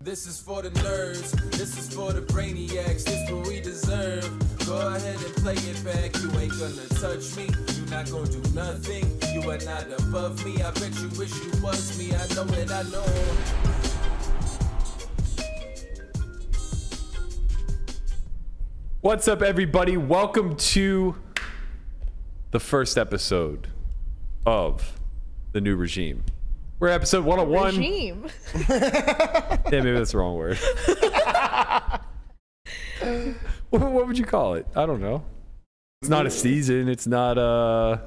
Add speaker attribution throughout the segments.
Speaker 1: This is for the nerds, this is for the brainiacs, this what we deserve. Go ahead and play it back, you ain't gonna touch me, you not gonna do nothing, you are not above me, I bet you wish you was me, I know it, I know.
Speaker 2: What's up, everybody? Welcome to the first episode of the new regime. We're at episode 101.
Speaker 3: regime.
Speaker 2: Yeah, maybe that's the wrong word. what, what would you call it? I don't know. It's not a season. It's not a.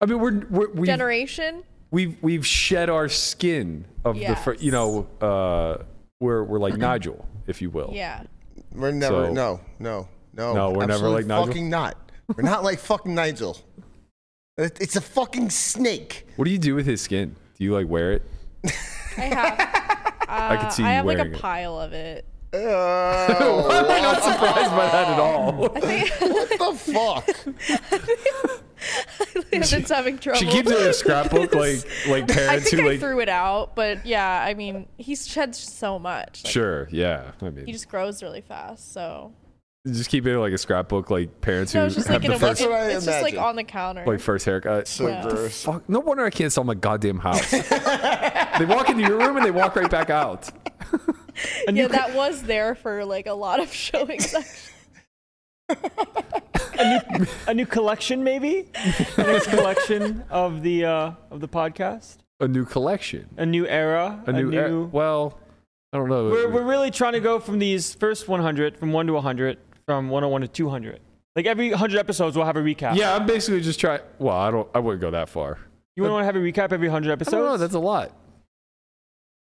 Speaker 2: I mean, we're, we're we've,
Speaker 3: Generation.
Speaker 2: we've we've shed our skin of the fir- you
Speaker 3: Yes.
Speaker 2: know uh, we're we're like Nigel, if you will.
Speaker 3: Yeah.
Speaker 4: We're never
Speaker 2: So-
Speaker 4: no, no, no.
Speaker 2: No, we're never
Speaker 4: absolutely
Speaker 2: like Nigel?
Speaker 4: Fucking not. We're not like fucking Nigel. It- It's a fucking snake.
Speaker 2: What do you do with his skin? Do you like wear it?
Speaker 3: I have.
Speaker 2: I could see you
Speaker 3: Uh, I have like a
Speaker 2: wearing it.
Speaker 3: pile of it. Uh,
Speaker 4: Oh,
Speaker 2: I'm not surprised by that at all.
Speaker 4: what the fuck?
Speaker 3: it's having trouble.
Speaker 2: She keeps it in a scrapbook, like like
Speaker 3: I
Speaker 2: parents
Speaker 3: think
Speaker 2: who
Speaker 3: I
Speaker 2: like.
Speaker 3: threw it out, but yeah, I mean, he sheds so much. Like,
Speaker 2: Sure, yeah. I mean,
Speaker 3: He just grows really fast, so
Speaker 2: just keep it like a scrapbook, like parents who
Speaker 3: no, it's just
Speaker 2: have
Speaker 3: like in
Speaker 2: the
Speaker 3: a,
Speaker 2: first
Speaker 3: it-
Speaker 4: That's what I
Speaker 3: it's just like
Speaker 4: imagine.
Speaker 3: on the counter.
Speaker 2: like first haircut.
Speaker 4: So
Speaker 3: Wow.
Speaker 4: gross.
Speaker 2: Fuck! No wonder I can't sell my goddamn house. they walk into your room and they walk right back out. and
Speaker 3: yeah,
Speaker 2: you, cou-
Speaker 3: that was there for like a lot of showings. actually.
Speaker 5: a new collection maybe the next collection of the uh of the podcast
Speaker 2: a new collection,
Speaker 5: a new era
Speaker 2: a, new, era- well, I don't know.
Speaker 5: we're, we're really trying to go from these first 100 from 1 to 100 from 101 to 200 like every 100 episodes we'll have a recap
Speaker 2: yeah, I'm basically just trying. Well, I don't. I wouldn't go that far.
Speaker 5: you want to have a recap every 100
Speaker 2: I
Speaker 5: episodes
Speaker 2: don't know. That's a lot.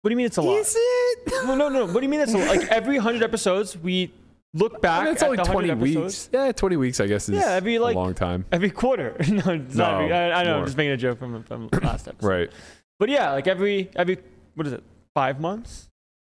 Speaker 5: what do you mean it's a lot
Speaker 2: it?
Speaker 5: no no no what do you mean it's a lot like every 100 episodes we look back
Speaker 2: That's
Speaker 5: at
Speaker 2: only
Speaker 5: the 100
Speaker 2: 20 weeks.
Speaker 5: episodes.
Speaker 2: Yeah, 20 weeks. I guess is
Speaker 5: Yeah, it'd be like-
Speaker 2: a long time.
Speaker 5: every quarter no, it's not
Speaker 2: No,
Speaker 5: every, I, I know
Speaker 2: more.
Speaker 5: i'm just making a joke from, from last episode
Speaker 2: Right.
Speaker 5: but yeah like every every what is it five months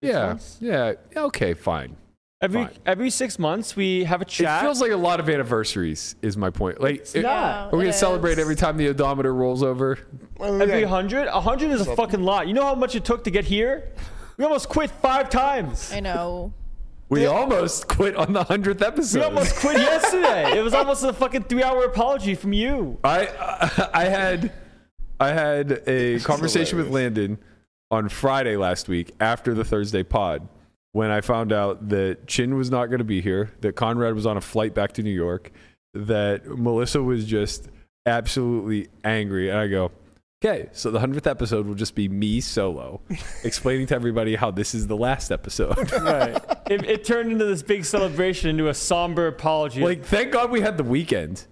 Speaker 5: Six
Speaker 2: Yeah.
Speaker 5: months?
Speaker 2: Yeah. Okay. Fine.
Speaker 5: Every
Speaker 2: Fine.
Speaker 5: every six months we have a
Speaker 2: It
Speaker 5: chat.
Speaker 2: feels like a lot of anniversaries. Is my point. Like, it,
Speaker 5: not.
Speaker 2: are
Speaker 3: it
Speaker 2: we gonna
Speaker 3: is.
Speaker 2: celebrate every time the odometer rolls over?
Speaker 5: every hundred. A hundred is a fucking lot. You know how much it took to get here? We almost quit five times.
Speaker 3: I know.
Speaker 2: We almost quit on the hundredth episode.
Speaker 5: We almost quit yesterday. It was almost a fucking three hour apology from you.
Speaker 2: I I had I had a conversation with Landon on Friday last week after the Thursday pod when I found out that Chin was not going to be here, that Conrad was on a flight back to New York, that Melissa was just absolutely angry, and I go. Okay, so the hundredth episode will just be me solo, explaining to everybody how this is the last episode.
Speaker 5: Right. It, it turned into this big celebration into a somber apology.
Speaker 2: Like, thank God we had the weekend.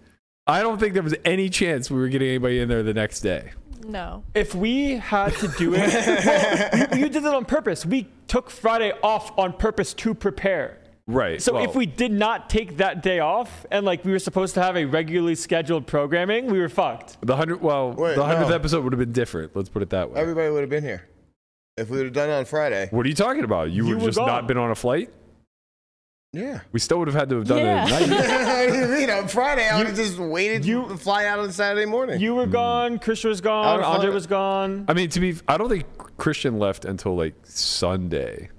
Speaker 2: I don't think there was any chance we were getting anybody in there the next day.
Speaker 3: No.
Speaker 5: if we had to do it, Well, you, you did it on purpose. We took Friday off on purpose to prepare.
Speaker 2: Right.
Speaker 5: So if we did not take that day off and like we were supposed to have a regularly scheduled programming, we were fucked.
Speaker 2: The hundred well,
Speaker 4: Wait,
Speaker 2: the hundredth
Speaker 4: no.
Speaker 2: episode would have been different. Let's put it that way.
Speaker 4: Everybody would have been here if we would have done it on Friday.
Speaker 2: what are you talking about? You,
Speaker 5: You
Speaker 2: would
Speaker 5: were
Speaker 2: just not
Speaker 5: gone.
Speaker 2: been on a flight.
Speaker 4: Yeah.
Speaker 2: We still would have had to have done it
Speaker 3: Yeah.
Speaker 2: at night.
Speaker 4: you mean on Friday? I would have just waited
Speaker 5: you-
Speaker 4: to fly out on Saturday morning.
Speaker 5: You were
Speaker 2: Hmm.
Speaker 5: gone, Krishna was gone,
Speaker 4: Out of
Speaker 5: Andre
Speaker 4: order.
Speaker 5: was gone.
Speaker 2: I mean, to be, I don't think Christian left until like Sunday.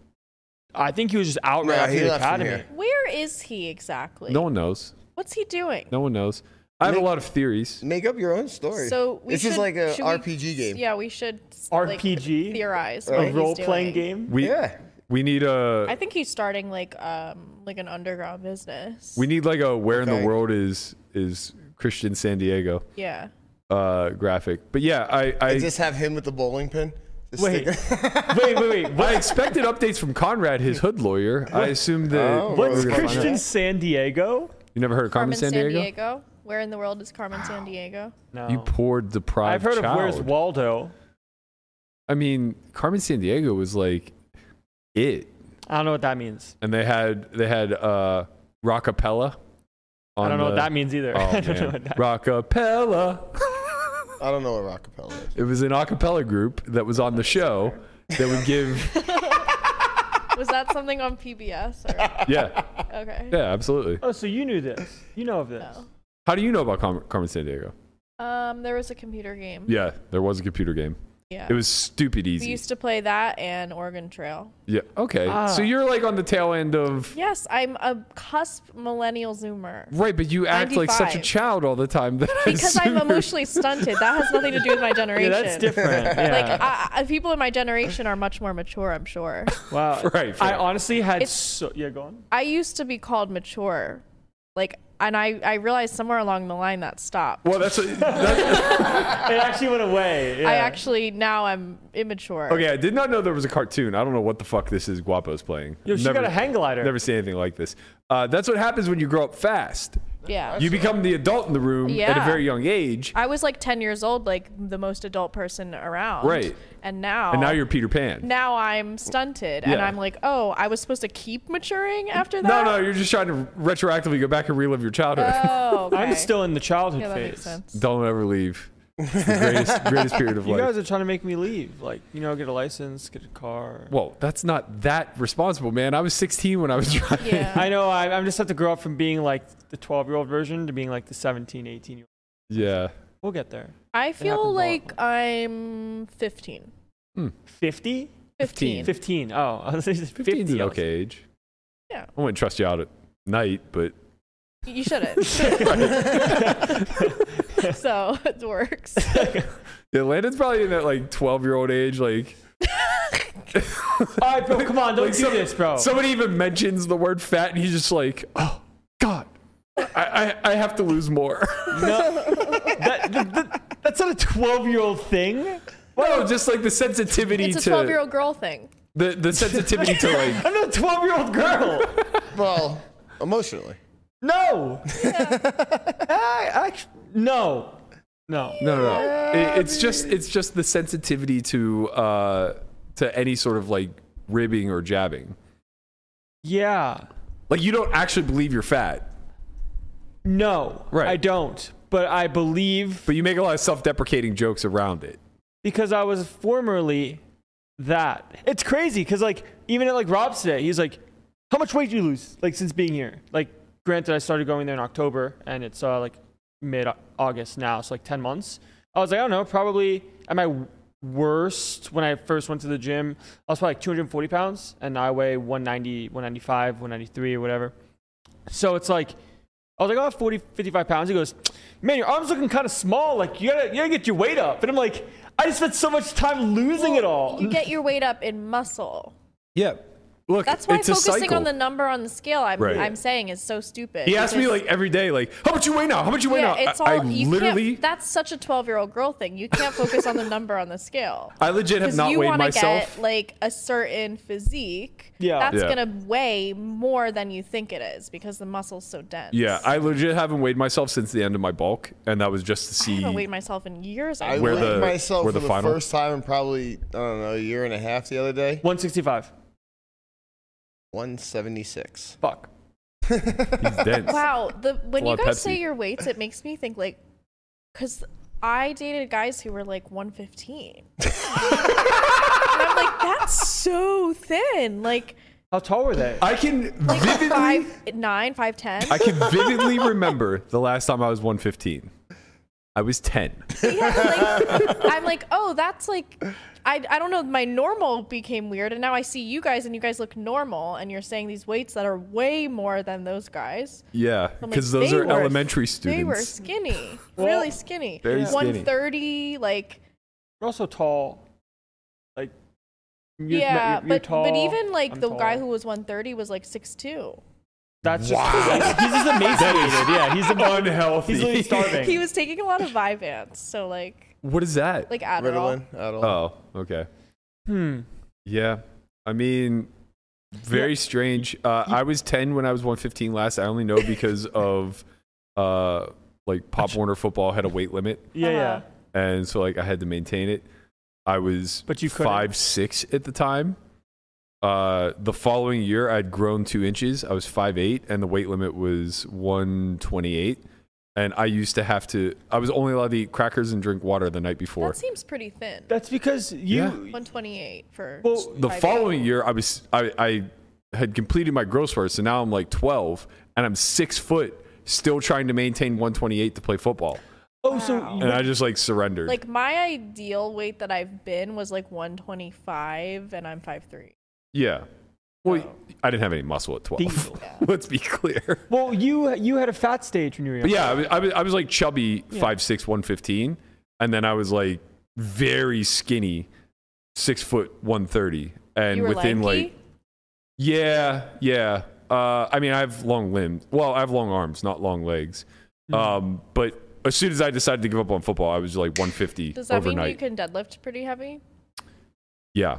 Speaker 5: I think he was just out right
Speaker 4: Nah,
Speaker 5: after
Speaker 4: he
Speaker 5: the
Speaker 4: left from
Speaker 5: academy.
Speaker 4: here.
Speaker 3: Where is he exactly?
Speaker 2: No one knows.
Speaker 3: What's he doing?
Speaker 2: No one knows. I have a lot of theories.
Speaker 4: Make up your own story.
Speaker 3: So we
Speaker 4: this
Speaker 3: should,
Speaker 4: is like a
Speaker 3: should we-
Speaker 4: RPG game.
Speaker 3: Yeah, we should like,
Speaker 5: RPG?
Speaker 3: theorize what
Speaker 5: A
Speaker 3: he's
Speaker 5: role playing
Speaker 3: doing.
Speaker 5: game.
Speaker 2: We
Speaker 4: Yeah.
Speaker 2: we need
Speaker 3: I
Speaker 2: a
Speaker 3: think he's starting like um like an underground business.
Speaker 2: we need like a where in
Speaker 4: Okay.
Speaker 2: the world is is Christian San Diego
Speaker 3: yeah.
Speaker 2: uh, graphic. But yeah, I I,
Speaker 4: Just have him with the bowling pin. Just
Speaker 5: Wait.
Speaker 4: stick-
Speaker 5: wait, wait, wait.
Speaker 2: I
Speaker 5: What,
Speaker 2: expected updates from Conrad, his hood lawyer. I assumed that
Speaker 4: Oh,
Speaker 2: we were
Speaker 5: what's
Speaker 2: gonna find out.
Speaker 5: Christian San Diego?
Speaker 2: You never heard of Carmen,
Speaker 3: Carmen
Speaker 2: San Diego?
Speaker 3: Where in the world is Carmen San Diego?
Speaker 5: No.
Speaker 2: You poor deprived
Speaker 5: Oh. I've heard
Speaker 2: child.
Speaker 5: of Where's Waldo.
Speaker 2: I mean, Carmen San Diego was like it,
Speaker 5: I don't know what that means.
Speaker 2: and they had they had uh, Rockapella.
Speaker 5: I don't know what
Speaker 2: the-
Speaker 5: that means either.
Speaker 2: Oh,
Speaker 5: I don't know
Speaker 2: man.
Speaker 5: what that
Speaker 2: Rockapella.
Speaker 4: I don't know what rockapella is.
Speaker 2: it was an a cappella group that was on the show that would give.
Speaker 3: Was that something on PBS? Or,
Speaker 2: Yeah,
Speaker 3: okay.
Speaker 2: yeah, absolutely.
Speaker 5: Oh, so you knew this. You know of this.
Speaker 2: How do you know about Car- Carmen San Diego?
Speaker 3: Um, there was a computer game.
Speaker 2: Yeah, there was a computer game.
Speaker 3: Yeah.
Speaker 2: It was stupid
Speaker 3: we
Speaker 2: easy.
Speaker 3: used to play that and Oregon Trail.
Speaker 2: yeah. Okay. So
Speaker 5: Ah.
Speaker 2: you're like on the tail end of
Speaker 3: Yes, I'm a cusp millennial Zoomer.
Speaker 2: right, but you act like such a
Speaker 3: 95.
Speaker 2: child all the time. That I
Speaker 3: Because I'm
Speaker 2: assume you're-
Speaker 3: emotionally stunted. That has nothing to do with my
Speaker 5: Yeah,
Speaker 3: generation.
Speaker 5: that's different.
Speaker 3: Like,
Speaker 5: Yeah.
Speaker 3: I, I, people in my generation are much more mature, I'm sure.
Speaker 5: wow.
Speaker 2: Right,
Speaker 5: I
Speaker 2: right.
Speaker 5: honestly had
Speaker 3: It's-
Speaker 5: so. Yeah, go on.
Speaker 3: I used to be called mature. Like, and I, I realized somewhere along the line that stopped.
Speaker 2: Well, that's, that's
Speaker 5: It actually went away.
Speaker 3: I
Speaker 5: yeah.
Speaker 3: actually, now I'm immature.
Speaker 2: okay. I did not know there was a cartoon. I don't know what the fuck this is. Guapo's playing.
Speaker 5: Yo, she got a hang glider.
Speaker 2: Never seen anything like this. Uh, that's what happens when you grow up fast.
Speaker 3: Yeah.
Speaker 2: You become the adult in the room at a
Speaker 3: Yeah.
Speaker 2: very young age,
Speaker 3: I was like 10 years old, like the most adult person around.
Speaker 2: Right.
Speaker 3: And now.
Speaker 2: and now you're Peter Pan.
Speaker 3: Now I'm stunted, and
Speaker 2: Yeah.
Speaker 3: I'm like, oh, I was supposed to keep maturing after
Speaker 2: no,
Speaker 3: that.
Speaker 2: no, you're just trying to retroactively go back and relive your childhood.
Speaker 3: Oh, okay.
Speaker 5: I'm still in the childhood
Speaker 3: Yeah, that
Speaker 5: phase.
Speaker 3: makes sense.
Speaker 2: don't ever leave. It's the greatest, greatest period of
Speaker 5: You
Speaker 2: life.
Speaker 5: guys are trying to make me leave. Like, you know, get a license, get a car.
Speaker 2: Whoa, that's not that responsible, man. I was 16 when I was driving.
Speaker 3: Yeah.
Speaker 5: I know I, I'm just have to grow up from being like the 12 year old version to being like the 17, 18 year old.
Speaker 2: Yeah.
Speaker 5: We'll get there.
Speaker 3: I
Speaker 5: happens a
Speaker 3: feel
Speaker 5: lot.
Speaker 3: like I'm 15.
Speaker 5: 50?
Speaker 3: 15.
Speaker 5: 15. Oh, I was like, 50.
Speaker 2: 15's an
Speaker 5: I was-
Speaker 2: okay age.
Speaker 3: Yeah.
Speaker 2: I wouldn't trust you out at night, but
Speaker 3: You shouldn't. so it works.
Speaker 2: yeah, Landon's probably in that like 12 year old age. Like,
Speaker 5: All right, bro, come on. Don't
Speaker 2: like
Speaker 5: do
Speaker 2: some-
Speaker 5: this, bro.
Speaker 2: Somebody even mentions the word fat, and he's just like, oh, God, I, I, I have to lose more.
Speaker 5: That- that- that- that's not a 12 year old thing.
Speaker 2: no, just like the sensitivity
Speaker 3: It's a 12 year
Speaker 2: to
Speaker 3: old girl thing.
Speaker 2: the, the sensitivity to like,
Speaker 5: I'm not a 12 year old girl.
Speaker 4: Well, emotionally.
Speaker 5: No. I, I, no. No.
Speaker 2: no, no, no. It- it's just it's just the sensitivity to uh to any sort of like ribbing or jabbing.
Speaker 5: Yeah.
Speaker 2: Like you don't actually believe you're fat,
Speaker 5: No.
Speaker 2: Right.
Speaker 5: I don't. But I believe
Speaker 2: but you make a lot of self-deprecating jokes around it.
Speaker 5: because I was formerly that. It's crazy because like even at like Rob's today, he's like, "How much weight did you lose like since being here?" Like, granted, I started going there in October, and it's uh, like mid August now, so like ten months. I was like, I don't know, probably at my worst when I first went to the gym, I was probably like 240 pounds, and now I weigh 190, 195, 193 or whatever. So it's like. I was like, oh, 40, 55 pounds. He goes, man, your arm's looking kind of small. Like, you gotta, you gotta get your weight up. And I'm like, I just spent so much time losing it all.
Speaker 3: You get your weight up in muscle.
Speaker 2: Yeah. Look,
Speaker 3: That's why
Speaker 2: it's a
Speaker 3: focusing
Speaker 2: cycle.
Speaker 3: on the number on the scale I'm,
Speaker 2: Right.
Speaker 3: I'm saying is so stupid.
Speaker 2: He asked me
Speaker 3: because-
Speaker 2: like every day, like, how much you weigh now? How much you weigh
Speaker 3: yeah,
Speaker 2: now?
Speaker 3: it's all
Speaker 2: I, I
Speaker 3: you
Speaker 2: literally,
Speaker 3: Can't, that's such a 12 year old girl thing. You can't focus on the number on the scale.
Speaker 2: I legit have
Speaker 3: Because
Speaker 2: not
Speaker 3: you
Speaker 2: weighed
Speaker 3: wanna
Speaker 2: myself.
Speaker 3: get like a certain physique.
Speaker 5: Yeah.
Speaker 3: That's
Speaker 2: Yeah.
Speaker 3: gonna weigh more than you think it is because the muscle's so dense.
Speaker 2: yeah, I legit haven't weighed myself since the end of my bulk, and that was just to
Speaker 3: I
Speaker 2: see.
Speaker 3: haven't weighed myself in years.
Speaker 4: I
Speaker 2: Where
Speaker 4: weighed
Speaker 3: think.
Speaker 2: the-
Speaker 4: myself
Speaker 2: where
Speaker 4: for
Speaker 2: the
Speaker 4: the,
Speaker 2: final-
Speaker 4: first time in probably, I don't know, a year and a half the other day.
Speaker 5: 165.
Speaker 4: 176.
Speaker 5: Fuck.
Speaker 2: He's dense.
Speaker 3: wow. The when
Speaker 2: a lot
Speaker 3: you
Speaker 2: of
Speaker 3: guys
Speaker 2: Pepsi.
Speaker 3: say your weights, it makes me think like, because I dated guys who were like 115. and I'm like, that's so thin. Like
Speaker 5: How tall were they?
Speaker 2: I can vividly,
Speaker 3: five nine, five ten.
Speaker 2: I can vividly remember the last time I was 115. I was 10.
Speaker 3: yeah, like, I'm like, oh, that's like, I, I don't know. My normal became weird, and now I see you guys, and you guys look normal, and you're saying these weights that are way more than those guys.
Speaker 2: Yeah,
Speaker 3: I'm like,
Speaker 2: because those
Speaker 3: they
Speaker 2: are
Speaker 3: were-
Speaker 2: elementary
Speaker 3: They were
Speaker 2: students.
Speaker 3: skinny,
Speaker 5: Well,
Speaker 3: really skinny.
Speaker 2: very skinny.
Speaker 3: 130, like,
Speaker 5: You're also tall. Like, you're,
Speaker 3: yeah,
Speaker 5: you're- you're
Speaker 3: but
Speaker 5: tall,
Speaker 3: but even like
Speaker 5: I'm
Speaker 3: the
Speaker 5: tall.
Speaker 3: guy who was 130 was like 6'2.
Speaker 5: That's just, he's just emaciated. yeah, he's
Speaker 2: unhealthy.
Speaker 5: He's literally starving.
Speaker 3: He was taking a lot of Vyvanse, so like
Speaker 2: what is that?
Speaker 3: like Adderall.
Speaker 4: Ritalin? Adderall.
Speaker 2: oh, okay.
Speaker 5: hmm.
Speaker 2: Yeah. I mean, very strange. Uh, I was 10 when I was 115 last. I only know because of uh, like Pop Warner football had a weight limit.
Speaker 5: Yeah, yeah.
Speaker 3: Uh-huh.
Speaker 2: And so like I had to maintain it. I was
Speaker 5: But you couldn't.
Speaker 2: five, six at the time. Uh, the following year, I'd grown two inches. I was five eight, and the weight limit was 128. And I used to have to, I was only allowed to eat crackers and drink water the night before.
Speaker 3: That seems pretty thin.
Speaker 5: That's because you.
Speaker 3: 128 for
Speaker 5: Well,
Speaker 2: the
Speaker 3: 5'8".
Speaker 2: following year i was I, I had completed my growth spurt so now i'm like 12 and i'm six foot still trying to maintain 128 to play football
Speaker 5: Oh, so
Speaker 3: Wow.
Speaker 5: you-
Speaker 2: and I just like surrendered.
Speaker 3: Like my ideal weight that I've been was like 125, and I'm 5'3".
Speaker 2: yeah. Well,
Speaker 3: Oh.
Speaker 2: I didn't have any muscle at 12.
Speaker 5: Bingo.
Speaker 2: Let's be clear.
Speaker 5: well, you you had a fat stage when you were young.
Speaker 2: But yeah, I was, I was, I was like chubby, five six, one fifteen, and then I was like very skinny, six foot, one thirty, and
Speaker 3: You were
Speaker 2: within
Speaker 3: lanky.
Speaker 2: like yeah, yeah. Uh, I mean, I have long limbs. Well, I have long arms, not long legs.
Speaker 3: Hmm.
Speaker 2: Um, but as soon as I decided to give up on football, I was like one fifty
Speaker 3: Does that mean you
Speaker 2: overnight.
Speaker 3: can deadlift pretty heavy?
Speaker 2: Yeah.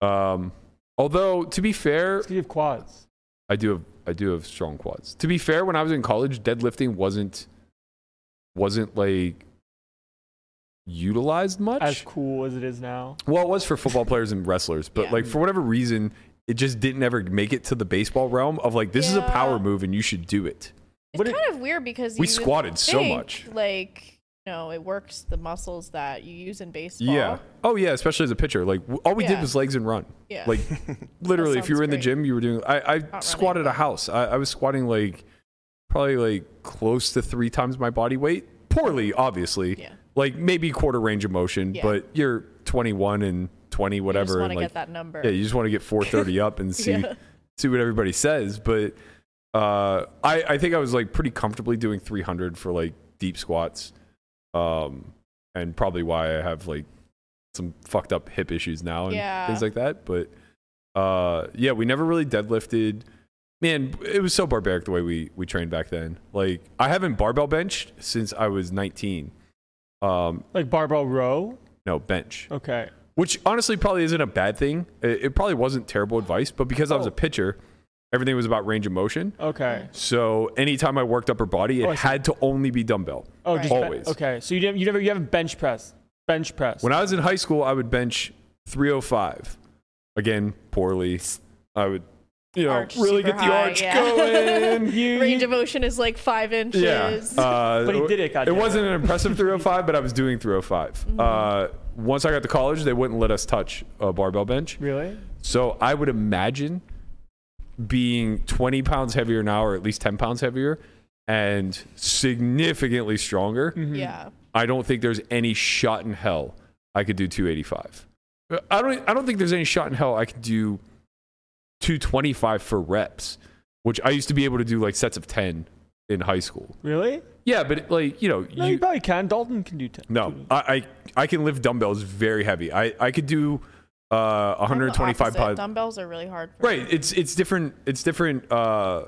Speaker 2: Um, although to be fair,
Speaker 5: Because you have quads.
Speaker 2: I do have I do have strong quads. To be fair, when I was in college, deadlifting wasn't wasn't like utilized much.
Speaker 5: As cool as it is now.
Speaker 2: well, it was for football players and wrestlers, but
Speaker 3: Yeah.
Speaker 2: like for whatever reason, it just didn't ever make it to the baseball realm of like this is a
Speaker 3: Yeah.
Speaker 2: power move and you should do it.
Speaker 3: It's
Speaker 5: What it-
Speaker 3: kind of weird because
Speaker 2: We
Speaker 3: you would
Speaker 2: squatted so
Speaker 3: think,
Speaker 2: much.
Speaker 3: Like you know, it works the muscles that you use in baseball.
Speaker 2: Yeah. Oh yeah, especially as a pitcher. Like w- all we did
Speaker 3: Yeah.
Speaker 2: was legs and run.
Speaker 3: Yeah.
Speaker 2: Like literally, if you
Speaker 3: sounds
Speaker 2: were in the
Speaker 3: great.
Speaker 2: gym, you were doing. I, I
Speaker 3: running,
Speaker 2: squatted a house. I, I was squatting like probably like close to three times my body weight. Poorly, obviously.
Speaker 3: Yeah.
Speaker 2: Like maybe quarter range of motion,
Speaker 3: Yeah.
Speaker 2: but you're 21 and 20
Speaker 3: You just
Speaker 2: whatever,
Speaker 3: want
Speaker 2: and
Speaker 3: to
Speaker 2: like
Speaker 3: get that number.
Speaker 2: yeah, you just want to get 430 up and see
Speaker 3: Yeah.
Speaker 2: see what everybody says. But uh, I I think I was like pretty comfortably doing 300 for like deep squats, um, and probably why I have like some fucked up hip issues now and
Speaker 3: Yeah.
Speaker 2: things like that. But uh, yeah, we never really deadlifted. Man, it was so barbaric the way we we trained back then. Like I haven't barbell benched since I was 19. Um,
Speaker 5: Like barbell row.
Speaker 2: no bench
Speaker 5: Okay.
Speaker 2: which honestly probably isn't a bad thing. It, it probably wasn't terrible advice, but because I was
Speaker 5: Oh.
Speaker 2: a pitcher, everything was about range of motion.
Speaker 5: Okay.
Speaker 2: So anytime I worked upper body, it
Speaker 5: Oh, I see.
Speaker 2: had to only be dumbbell.
Speaker 5: Oh,
Speaker 3: Right.
Speaker 5: just ben-
Speaker 2: Always.
Speaker 5: okay. So you didn't. You never. You haven't bench press. Bench press.
Speaker 2: When I was in high school, I would bench 305. Again, poorly. I would, you know,
Speaker 3: Arch
Speaker 2: really
Speaker 3: super
Speaker 2: get the
Speaker 3: high,
Speaker 2: arch
Speaker 3: yeah.
Speaker 2: going.
Speaker 5: you,
Speaker 3: Range
Speaker 5: you-
Speaker 3: of motion is like five inches.
Speaker 2: Mm-hmm. yeah. Uh,
Speaker 5: But he did it,
Speaker 2: It
Speaker 5: goddamn.
Speaker 2: wasn't an impressive 305, but I was doing 305. Uh, once I got to college, they wouldn't let us touch a barbell bench.
Speaker 5: really?
Speaker 2: So I would imagine being 20 pounds heavier now, or at least 10 pounds heavier, and significantly stronger.
Speaker 3: yeah.
Speaker 2: I don't think there's any shot in hell I could do 285. I don't, I don't think there's any shot in hell I could do 225 for reps, which I used to be able to do like sets of 10 in high school.
Speaker 5: Really?
Speaker 2: Yeah, but like, you know,
Speaker 5: No, you, probably can. Dalton can do ten.
Speaker 2: no, I, I, I can lift dumbbells very heavy. I, I could do uh,
Speaker 3: I'm the
Speaker 2: 125
Speaker 3: opposite.
Speaker 2: pounds.
Speaker 3: Dumbbells are really hard. For
Speaker 2: right it's it's different it's different uh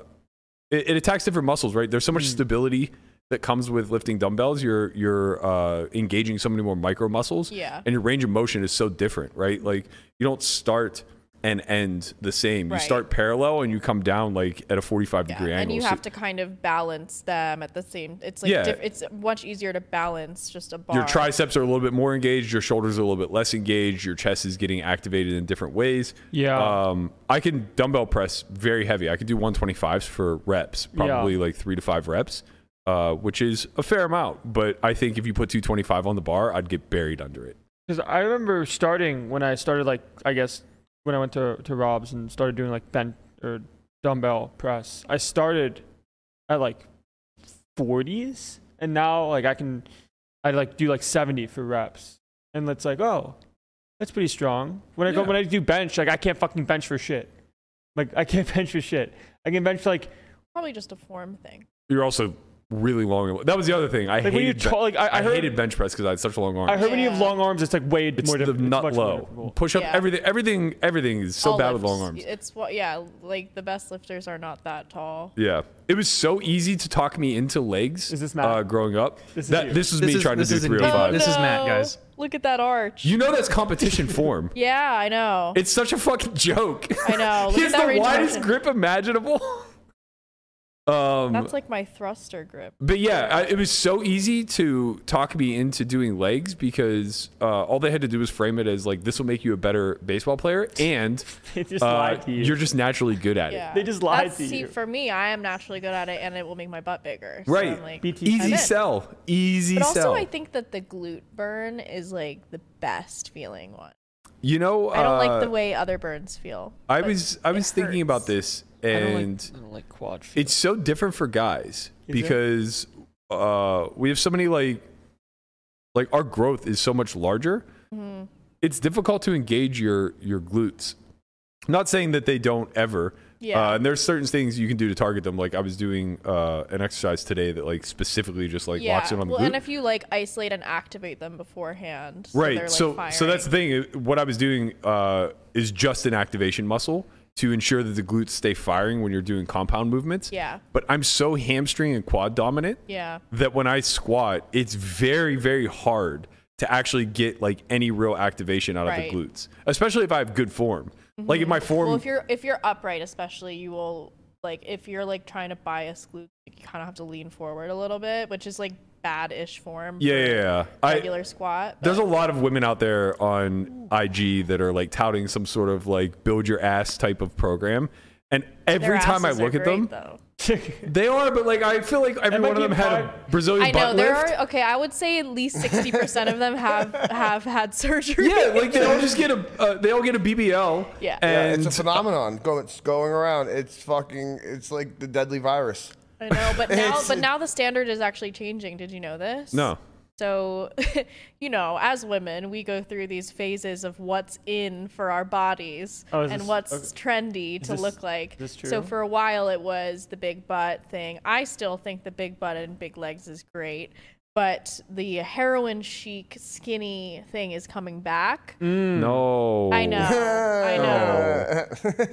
Speaker 2: it, it attacks different muscles right there's so
Speaker 3: Hmm.
Speaker 2: much stability that comes with lifting dumbbells you're you're uh engaging so many more micro muscles
Speaker 3: Yeah.
Speaker 2: and your range of motion is so different right like you don't start and end the same
Speaker 3: Right.
Speaker 2: you start parallel and you come down like at a 45
Speaker 3: Yeah,
Speaker 2: degree
Speaker 3: and
Speaker 2: angle
Speaker 3: you
Speaker 2: So-
Speaker 3: have to kind of balance them at the same. It's like
Speaker 2: Yeah.
Speaker 3: diff- it's much easier to balance just a bar.
Speaker 2: your triceps are a little bit more engaged your shoulders are a little bit less engaged your chest is getting activated in different ways
Speaker 5: Yeah.
Speaker 2: um, i can dumbbell press very heavy i could do 125s for reps probably like three to five reps uh, which is a fair amount but i think if you put 225 on the bar i'd get buried under it
Speaker 5: Because I remember starting when I started like I guess when I went to to Rob's and started doing like bent or dumbbell press. I started at like forties, and now like I can I like do like seventy for reps, and it's like oh, that's pretty strong. When I go
Speaker 2: Yeah.
Speaker 5: when I do bench, like I can't fucking bench for shit. Like I can't bench for shit. I can bench like
Speaker 3: Probably just a form thing.
Speaker 2: you're also really long that was the other thing i
Speaker 5: Like, when you
Speaker 2: hated, ben-
Speaker 5: tall- like, I- I heard-
Speaker 2: hated bench press because i had such a long arm
Speaker 5: I heard when you have
Speaker 3: Yeah.
Speaker 5: long arms, it's like way
Speaker 2: it's
Speaker 5: more
Speaker 2: the
Speaker 5: difficult.
Speaker 2: nut low push up
Speaker 3: Yeah.
Speaker 2: everything everything everything is so
Speaker 3: All
Speaker 2: bad with
Speaker 3: lifts-
Speaker 2: long arms
Speaker 3: It's what, yeah, like the best lifters are not that tall.
Speaker 2: Yeah, it was so easy to talk me into legs.
Speaker 5: Is this Matt?
Speaker 2: Uh, growing up,
Speaker 5: This is
Speaker 2: that
Speaker 5: you.
Speaker 2: this was
Speaker 6: This
Speaker 2: me
Speaker 6: is-
Speaker 2: trying to
Speaker 6: this
Speaker 2: do
Speaker 6: is
Speaker 2: three
Speaker 6: indeed-
Speaker 2: hundred five.
Speaker 6: this is Matt, guys.
Speaker 3: Look at that arch.
Speaker 2: You know that's competition form.
Speaker 3: yeah, I know.
Speaker 2: It's such a fucking joke.
Speaker 3: I know. Look
Speaker 2: he
Speaker 3: at
Speaker 2: has
Speaker 3: that
Speaker 2: the
Speaker 3: range of
Speaker 2: widest
Speaker 3: motion.
Speaker 2: grip imaginable. um,
Speaker 3: That's like my thruster grip.
Speaker 2: but yeah, I, it was so easy to talk me into doing legs because uh, all they had to do was frame it as like this will make you a better baseball player and
Speaker 5: They just
Speaker 2: uh,
Speaker 5: lied to you.
Speaker 2: you're just naturally good at
Speaker 3: Yeah.
Speaker 5: They just lied
Speaker 3: That's,
Speaker 5: to
Speaker 3: see,
Speaker 5: you.
Speaker 3: for me, I am naturally good at it, and it will make my butt bigger.
Speaker 2: it.
Speaker 3: So
Speaker 2: Right.
Speaker 3: I'm like,
Speaker 5: BT.
Speaker 3: I'm
Speaker 2: easy
Speaker 3: in.
Speaker 2: sell. Easy
Speaker 3: But also,
Speaker 2: sell.
Speaker 3: I think that the glute burn is like the best feeling one.
Speaker 2: you know,
Speaker 3: I don't
Speaker 2: uh,
Speaker 3: like the way other burns feel.
Speaker 2: I
Speaker 3: but
Speaker 2: was I
Speaker 3: it
Speaker 2: was thinking about
Speaker 3: hurts.
Speaker 2: this and
Speaker 5: I don't like quad.
Speaker 2: it's so different for guys
Speaker 5: Is it?
Speaker 2: because uh, we have so many like like our growth is so much larger.
Speaker 3: Mm-hmm.
Speaker 2: It's difficult to engage your your glutes. I'm not saying that they don't ever.
Speaker 3: Yeah.
Speaker 2: Uh, and there's certain things you can do to target them. Like I was doing uh, an exercise today that like specifically just like locks in on the
Speaker 3: well,
Speaker 2: glute.
Speaker 3: and if you like isolate and activate them beforehand, so
Speaker 2: right.
Speaker 3: they're, like,
Speaker 2: so so that's the
Speaker 3: firing.
Speaker 2: thing. It- What I was doing uh, is just an activation muscle to ensure that the glutes stay firing when you're doing compound movements.
Speaker 3: Yeah.
Speaker 2: But I'm so hamstring and quad dominant
Speaker 3: yeah,
Speaker 2: that when I squat, it's very, very hard to actually get like any real activation out
Speaker 3: Right. Mm-hmm.
Speaker 2: of the glutes, especially if I have good form. Like if my form,
Speaker 3: well, if you're if you're upright, especially, you will like if you're like trying to bias glutes, like, you kind of have to lean forward a little bit, which is like bad-ish form.
Speaker 2: yeah,
Speaker 3: for
Speaker 2: yeah, yeah. I,
Speaker 3: regular squat.
Speaker 2: there's
Speaker 3: but-
Speaker 2: a lot of women out there on IG that are like touting some sort of like build your ass type of program. And
Speaker 3: their
Speaker 2: every time I
Speaker 3: asses are
Speaker 2: look at them,
Speaker 3: great, though.
Speaker 2: they are, but like I feel like every
Speaker 5: might
Speaker 2: one of
Speaker 5: be
Speaker 2: them had a
Speaker 5: implied.
Speaker 2: Brazilian
Speaker 3: I know
Speaker 2: butt
Speaker 3: there
Speaker 2: lift.
Speaker 3: are okay. I would say at least sixty percent of them have have had surgery.
Speaker 2: Yeah, like they all just get a, uh, they all get a BBL.
Speaker 3: Yeah. Yeah,
Speaker 2: and
Speaker 4: it's a phenomenon going, it's going around. It's fucking, it's like the deadly virus.
Speaker 3: I know, but now
Speaker 4: It's-
Speaker 3: but now the standard is actually changing. Did you know this?
Speaker 2: no,
Speaker 3: So, you know, as women, we go through these phases of what's in for our bodies
Speaker 5: Oh, is
Speaker 3: and
Speaker 5: this-
Speaker 3: what's
Speaker 5: okay.
Speaker 3: trendy to
Speaker 5: this-
Speaker 3: look like.
Speaker 5: is this
Speaker 3: So
Speaker 5: true?
Speaker 3: for a while, it was the big butt thing. I still think the big butt and big legs is great, but the heroin chic skinny thing is coming back.
Speaker 2: Hmm. no.
Speaker 3: I know, I know.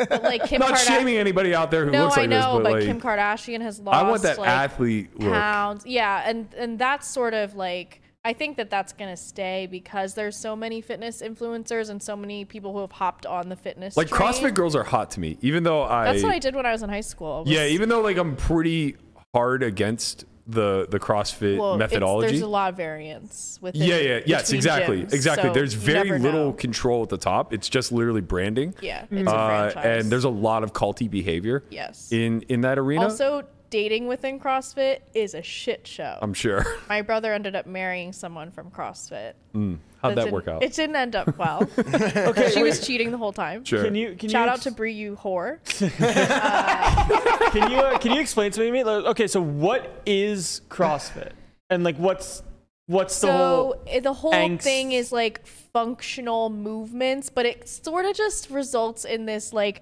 Speaker 3: But like Kim
Speaker 2: Mm. Oh. not
Speaker 3: Kardashian,
Speaker 2: shaming anybody out there who
Speaker 3: no,
Speaker 2: looks
Speaker 3: I
Speaker 2: like
Speaker 3: know,
Speaker 2: this, but,
Speaker 3: but,
Speaker 2: like,
Speaker 3: Kim Kardashian has lost.
Speaker 2: I want that
Speaker 3: like,
Speaker 2: athlete look.
Speaker 3: pounds. Yeah, and and that's sort of like I think that that's gonna stay because there's so many fitness influencers and so many people who have hopped on the fitness.
Speaker 2: Like
Speaker 3: train.
Speaker 2: CrossFit girls are hot to me, even though I.
Speaker 3: That's what I did when I was in high school. was-
Speaker 2: yeah, even though like I'm pretty hard against the the CrossFit
Speaker 3: well, it's-
Speaker 2: methodology.
Speaker 3: There's a lot of variance with.
Speaker 2: yeah, yeah, yes, exactly, exactly. there's very little control at the top. It's just literally branding.
Speaker 3: Yeah, it's a
Speaker 2: Uh,
Speaker 3: franchise.
Speaker 2: and there's a lot of culty behavior
Speaker 3: yes.
Speaker 2: in in that arena.
Speaker 3: also, dating within CrossFit is a shit show.
Speaker 2: I'm sure.
Speaker 3: My brother ended up marrying someone from CrossFit.
Speaker 2: How'd that
Speaker 3: didn't-
Speaker 2: work out?
Speaker 3: It didn't end up well.
Speaker 5: Okay,
Speaker 3: she
Speaker 5: wait,
Speaker 3: was cheating the whole time.
Speaker 2: Sure.
Speaker 5: Can you can
Speaker 3: Shout
Speaker 5: you
Speaker 3: out to Brie, you whore.
Speaker 5: can you uh, can you explain something to me? Like, okay, so what is CrossFit and like what's what's the
Speaker 3: so
Speaker 5: whole
Speaker 3: i- the whole
Speaker 5: angst-
Speaker 3: thing is like functional movements, but it sort of just results in this like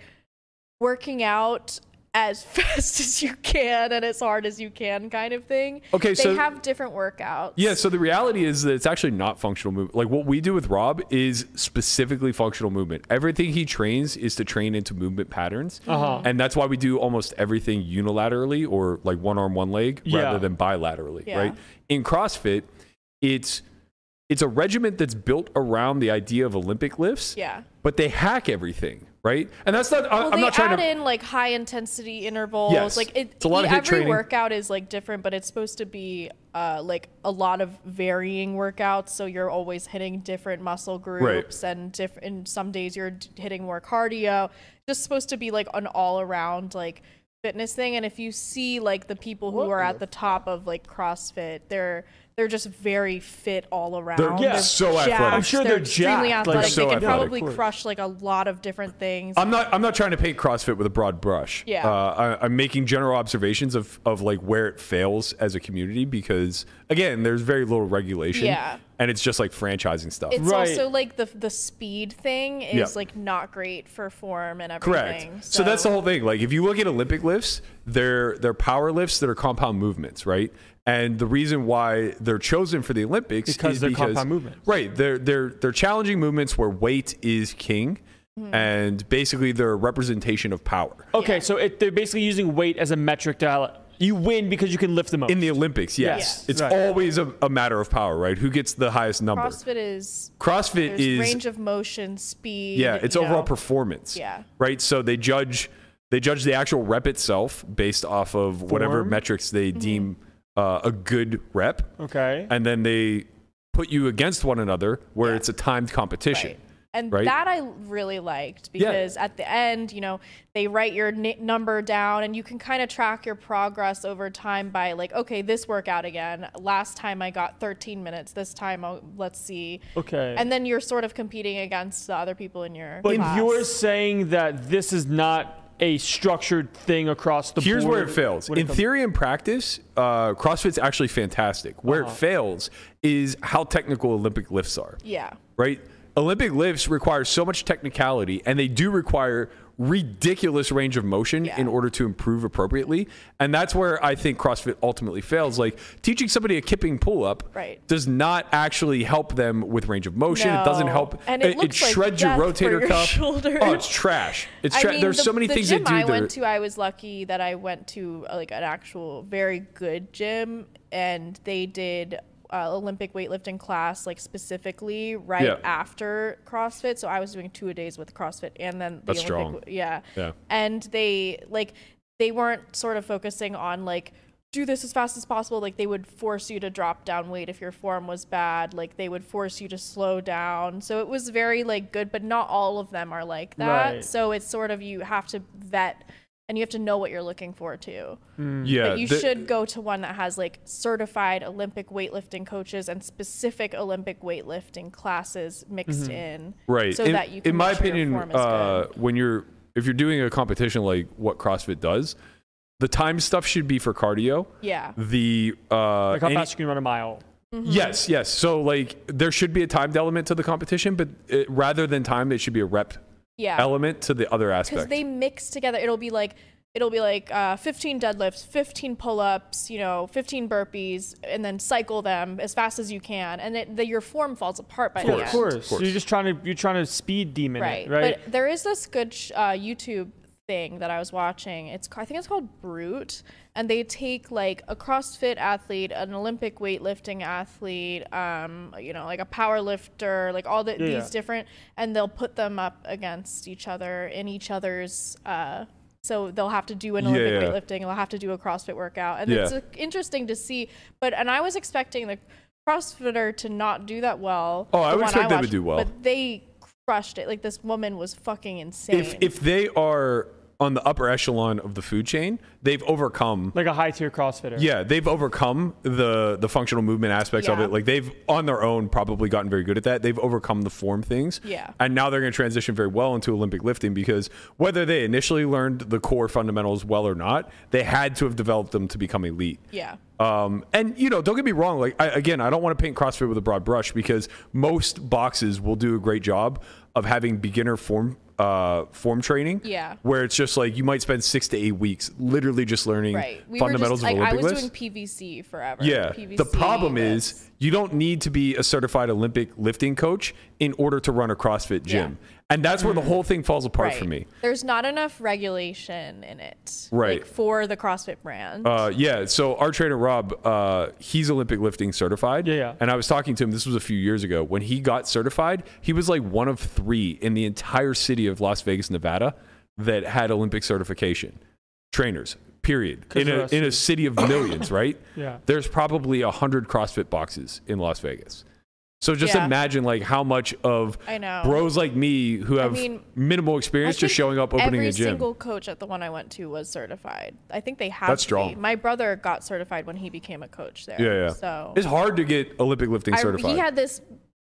Speaker 3: working out as fast as you can and as hard as you can kind of thing.
Speaker 2: Okay,
Speaker 3: they
Speaker 2: so-
Speaker 3: have different workouts.
Speaker 2: Yeah, so the reality is that it's actually not functional movement. Like what we do with Rob is specifically functional movement. Everything he trains is to train into movement patterns.
Speaker 5: Uh-huh.
Speaker 2: And that's why we do almost everything unilaterally or like one arm, one leg
Speaker 5: Yeah.
Speaker 2: rather than bilaterally,
Speaker 3: Yeah.
Speaker 2: right? In CrossFit, it's it's a regiment that's built around the idea of Olympic lifts.
Speaker 3: Yeah.
Speaker 2: But they hack everything, right? And that's not I,
Speaker 3: Well,
Speaker 2: I'm
Speaker 3: they
Speaker 2: not trying
Speaker 3: add
Speaker 2: to
Speaker 3: in like high intensity intervals.
Speaker 2: Yes.
Speaker 3: Like it, e,
Speaker 2: It's a lot of HIIT
Speaker 3: every
Speaker 2: training.
Speaker 3: workout is like different, but it's supposed to be uh, like a lot of varying workouts. So you're always hitting different muscle groups, and different. And some days you're d- hitting more cardio. Just supposed to be like an all around like fitness thing. And if you see like the people who are at the top of like CrossFit, they're they're just very fit all around.
Speaker 2: yeah, so athletic.
Speaker 3: jacked,
Speaker 2: I'm
Speaker 5: sure they're
Speaker 3: extremely
Speaker 5: jacked, like,
Speaker 3: athletic.
Speaker 2: so
Speaker 3: they can
Speaker 2: athletic.
Speaker 3: probably
Speaker 5: Of course.
Speaker 3: crush like a lot of different things.
Speaker 2: I'm not. I'm not trying to paint CrossFit with a broad brush.
Speaker 3: Yeah.
Speaker 2: Uh, I, I'm making general observations of of like where it fails as a community because again, there's very little regulation.
Speaker 3: Yeah.
Speaker 2: And it's just like franchising stuff.
Speaker 3: It's
Speaker 5: Right.
Speaker 3: also like the the speed thing is
Speaker 2: Yeah.
Speaker 3: like not great for form and
Speaker 2: Correct.
Speaker 3: everything.
Speaker 2: So. that's the whole thing. Like if you look at Olympic lifts, they're they're power lifts that are compound movements, right? And the reason why they're chosen for the Olympics
Speaker 5: Because
Speaker 2: is
Speaker 5: they're
Speaker 2: because
Speaker 5: compound movements.
Speaker 2: Right. They're they're they're challenging movements where weight is king, and basically they're a representation of power.
Speaker 5: Okay, so it, they're basically using weight as a metric to allo- you win because you can lift them up.
Speaker 2: In the Olympics, yes.
Speaker 5: Yes.
Speaker 2: It's
Speaker 5: Right.
Speaker 2: always a, a matter of power, right? Who gets the highest number? CrossFit,
Speaker 3: CrossFit is there's
Speaker 2: is
Speaker 3: range of motion, speed.
Speaker 2: yeah, it's
Speaker 3: you
Speaker 2: overall
Speaker 3: know.
Speaker 2: performance.
Speaker 3: Yeah.
Speaker 2: Right? So they judge they judge the actual rep itself based off of whatever
Speaker 5: Form?
Speaker 2: metrics they deem uh, a good rep
Speaker 5: okay.
Speaker 2: and then they put you against one another where
Speaker 3: Yeah.
Speaker 2: it's a timed competition.
Speaker 3: Right. And
Speaker 2: right?
Speaker 3: that I really liked
Speaker 2: Yeah.
Speaker 3: because at the end, you know, they write your n- number down and you can kind of track your progress over time by like, okay, this workout again. Last time I got 13 minutes. This time, I'll, let's see.
Speaker 5: Okay.
Speaker 3: And then you're sort of competing against the other people in your
Speaker 5: But
Speaker 3: class.
Speaker 5: you're saying that this is not a structured thing across the
Speaker 2: Here's
Speaker 5: board.
Speaker 2: where it fails.
Speaker 5: when
Speaker 2: In
Speaker 5: comes-
Speaker 2: theory and practice, uh, CrossFit's actually fantastic. Where it fails is how technical Olympic lifts are.
Speaker 3: Yeah.
Speaker 2: right? Olympic lifts require so much technicality, and they do require ridiculous range of motion
Speaker 3: Yeah.
Speaker 2: in order to improve appropriately. And that's where I think CrossFit ultimately fails. Like teaching somebody a kipping pull up
Speaker 3: Right.
Speaker 2: does not actually help them with range of motion. It doesn't
Speaker 3: No.
Speaker 2: help.
Speaker 3: And it looks like
Speaker 2: shreds your
Speaker 3: death for
Speaker 2: rotator
Speaker 3: your
Speaker 2: cuff.
Speaker 3: shoulder.
Speaker 2: Oh, it's trash. It's trash. There's
Speaker 3: the-
Speaker 2: so many
Speaker 3: the
Speaker 2: things
Speaker 3: gym
Speaker 2: that do
Speaker 3: I
Speaker 2: that
Speaker 3: went
Speaker 2: are-
Speaker 3: to, I was lucky that I went to uh, like an actual very good gym, and they did uh, Olympic weightlifting class like specifically right
Speaker 2: Yeah.
Speaker 3: after CrossFit. So I was doing two a days with CrossFit, and then the
Speaker 2: That's strong.
Speaker 3: Olympic, yeah,
Speaker 2: Yeah.
Speaker 3: and they like they weren't sort of focusing on like do this as fast as possible like they would force you to drop down weight if your form was bad like they would force you to slow down so it was very like good but not all of them are like that
Speaker 5: Right.
Speaker 3: so it's sort of you have to vet and you have to know what you're looking for too
Speaker 2: yeah,
Speaker 3: but you
Speaker 2: the-
Speaker 3: should go to one that has like certified olympic weightlifting coaches and specific olympic weightlifting classes mixed in
Speaker 2: Mm-hmm. right
Speaker 3: so
Speaker 2: in,
Speaker 3: that you can
Speaker 2: in my
Speaker 3: make sure your
Speaker 2: opinion
Speaker 3: form is
Speaker 2: uh,
Speaker 3: good.
Speaker 2: when you're if you're doing a competition like what crossfit does the time stuff should be for cardio
Speaker 3: yeah
Speaker 2: the uh
Speaker 5: like how
Speaker 2: any-
Speaker 5: fast you can run a mile.
Speaker 2: yes yes so like there should be a timed element to the competition but it, rather than time it should be a rep
Speaker 3: yeah
Speaker 2: element to the other
Speaker 3: because
Speaker 2: aspect
Speaker 3: they mix together. It'll be like it'll be like uh, 15 deadlifts, 15 pull-ups, you know, 15 burpees, and then cycle them as fast as you can, and it, the, your form falls apart by the end.
Speaker 5: Of course.
Speaker 2: course.
Speaker 5: You're just trying to you're trying to speed demon
Speaker 3: Right.
Speaker 5: it, right?
Speaker 3: But there is this good sh- uh, YouTube thing that I was watching. It's ca- I think it's called Brute, and they take like a CrossFit athlete, an Olympic weightlifting athlete, um, you know, like a power lifter, like all the,
Speaker 5: yeah.
Speaker 3: these different, and they'll put them up against each other in each other's. Uh, so they'll have to do an Olympic
Speaker 2: yeah.
Speaker 3: weightlifting, and they'll have to do a CrossFit workout, and
Speaker 2: Yeah.
Speaker 3: it's uh, interesting to see. But and I was expecting the CrossFitter to not do that well.
Speaker 2: Oh, I
Speaker 3: the
Speaker 2: would
Speaker 3: one
Speaker 2: expect they would
Speaker 3: watched,
Speaker 2: do well.
Speaker 3: but they crushed it. Like this woman was fucking insane.
Speaker 2: if if they are on the upper echelon of the food chain they've overcome
Speaker 5: like a high tier CrossFitter.
Speaker 2: yeah they've overcome the the functional movement aspects of
Speaker 3: Yeah.
Speaker 2: it like they've on their own probably gotten very good at that they've overcome the form things
Speaker 3: Yeah.
Speaker 2: and now they're going to transition very well into olympic lifting because whether they initially learned the core fundamentals well or not they had to have developed them to become elite
Speaker 3: yeah,
Speaker 2: um, and you know, don't get me wrong. Like I, again, I don't want to paint CrossFit with a broad brush because most boxes will do a great job of having beginner form uh, form training.
Speaker 3: Yeah.
Speaker 2: where it's just like you might spend six to eight weeks literally just learning
Speaker 3: right. We were
Speaker 2: fundamentals
Speaker 3: just like
Speaker 2: of
Speaker 3: I
Speaker 2: Olympic
Speaker 3: was
Speaker 2: lifts.
Speaker 3: doing PVC forever.
Speaker 2: Yeah.
Speaker 3: PVC,
Speaker 2: the problem
Speaker 3: this.
Speaker 2: is you don't need to be a certified Olympic lifting coach in order to run a CrossFit gym. And that's where the whole thing falls apart
Speaker 3: Mm-hmm. right.
Speaker 2: for me.
Speaker 3: There's not enough regulation in it.
Speaker 2: Right.
Speaker 3: Like for the CrossFit brand.
Speaker 2: Uh, yeah. So our trainer Rob, uh, he's Olympic lifting certified.
Speaker 5: Yeah, yeah.
Speaker 2: And I was talking to him. This was a few years ago. When he got certified, he was like one of three in the entire city of Las Vegas, Nevada, that had Olympic certification trainers. Period.
Speaker 5: 'Cause
Speaker 2: In
Speaker 5: they're
Speaker 2: a
Speaker 5: a
Speaker 2: in a city of millions, right?
Speaker 5: Yeah.
Speaker 2: There's probably a hundred CrossFit boxes in Las Vegas. So just
Speaker 3: Yeah.
Speaker 2: imagine like how much of
Speaker 3: I know.
Speaker 2: bros like me who have
Speaker 3: mean,
Speaker 2: minimal
Speaker 3: I
Speaker 2: experience
Speaker 3: think
Speaker 2: just showing up opening
Speaker 3: every
Speaker 2: a gym.
Speaker 3: single coach at the one I went to was certified. I think they have.
Speaker 2: That's
Speaker 3: to be.
Speaker 2: strong.
Speaker 3: My brother got certified when he became a coach there.
Speaker 2: yeah, yeah.
Speaker 3: So
Speaker 2: it's hard to get Olympic lifting
Speaker 3: I-
Speaker 2: certified.
Speaker 3: he had this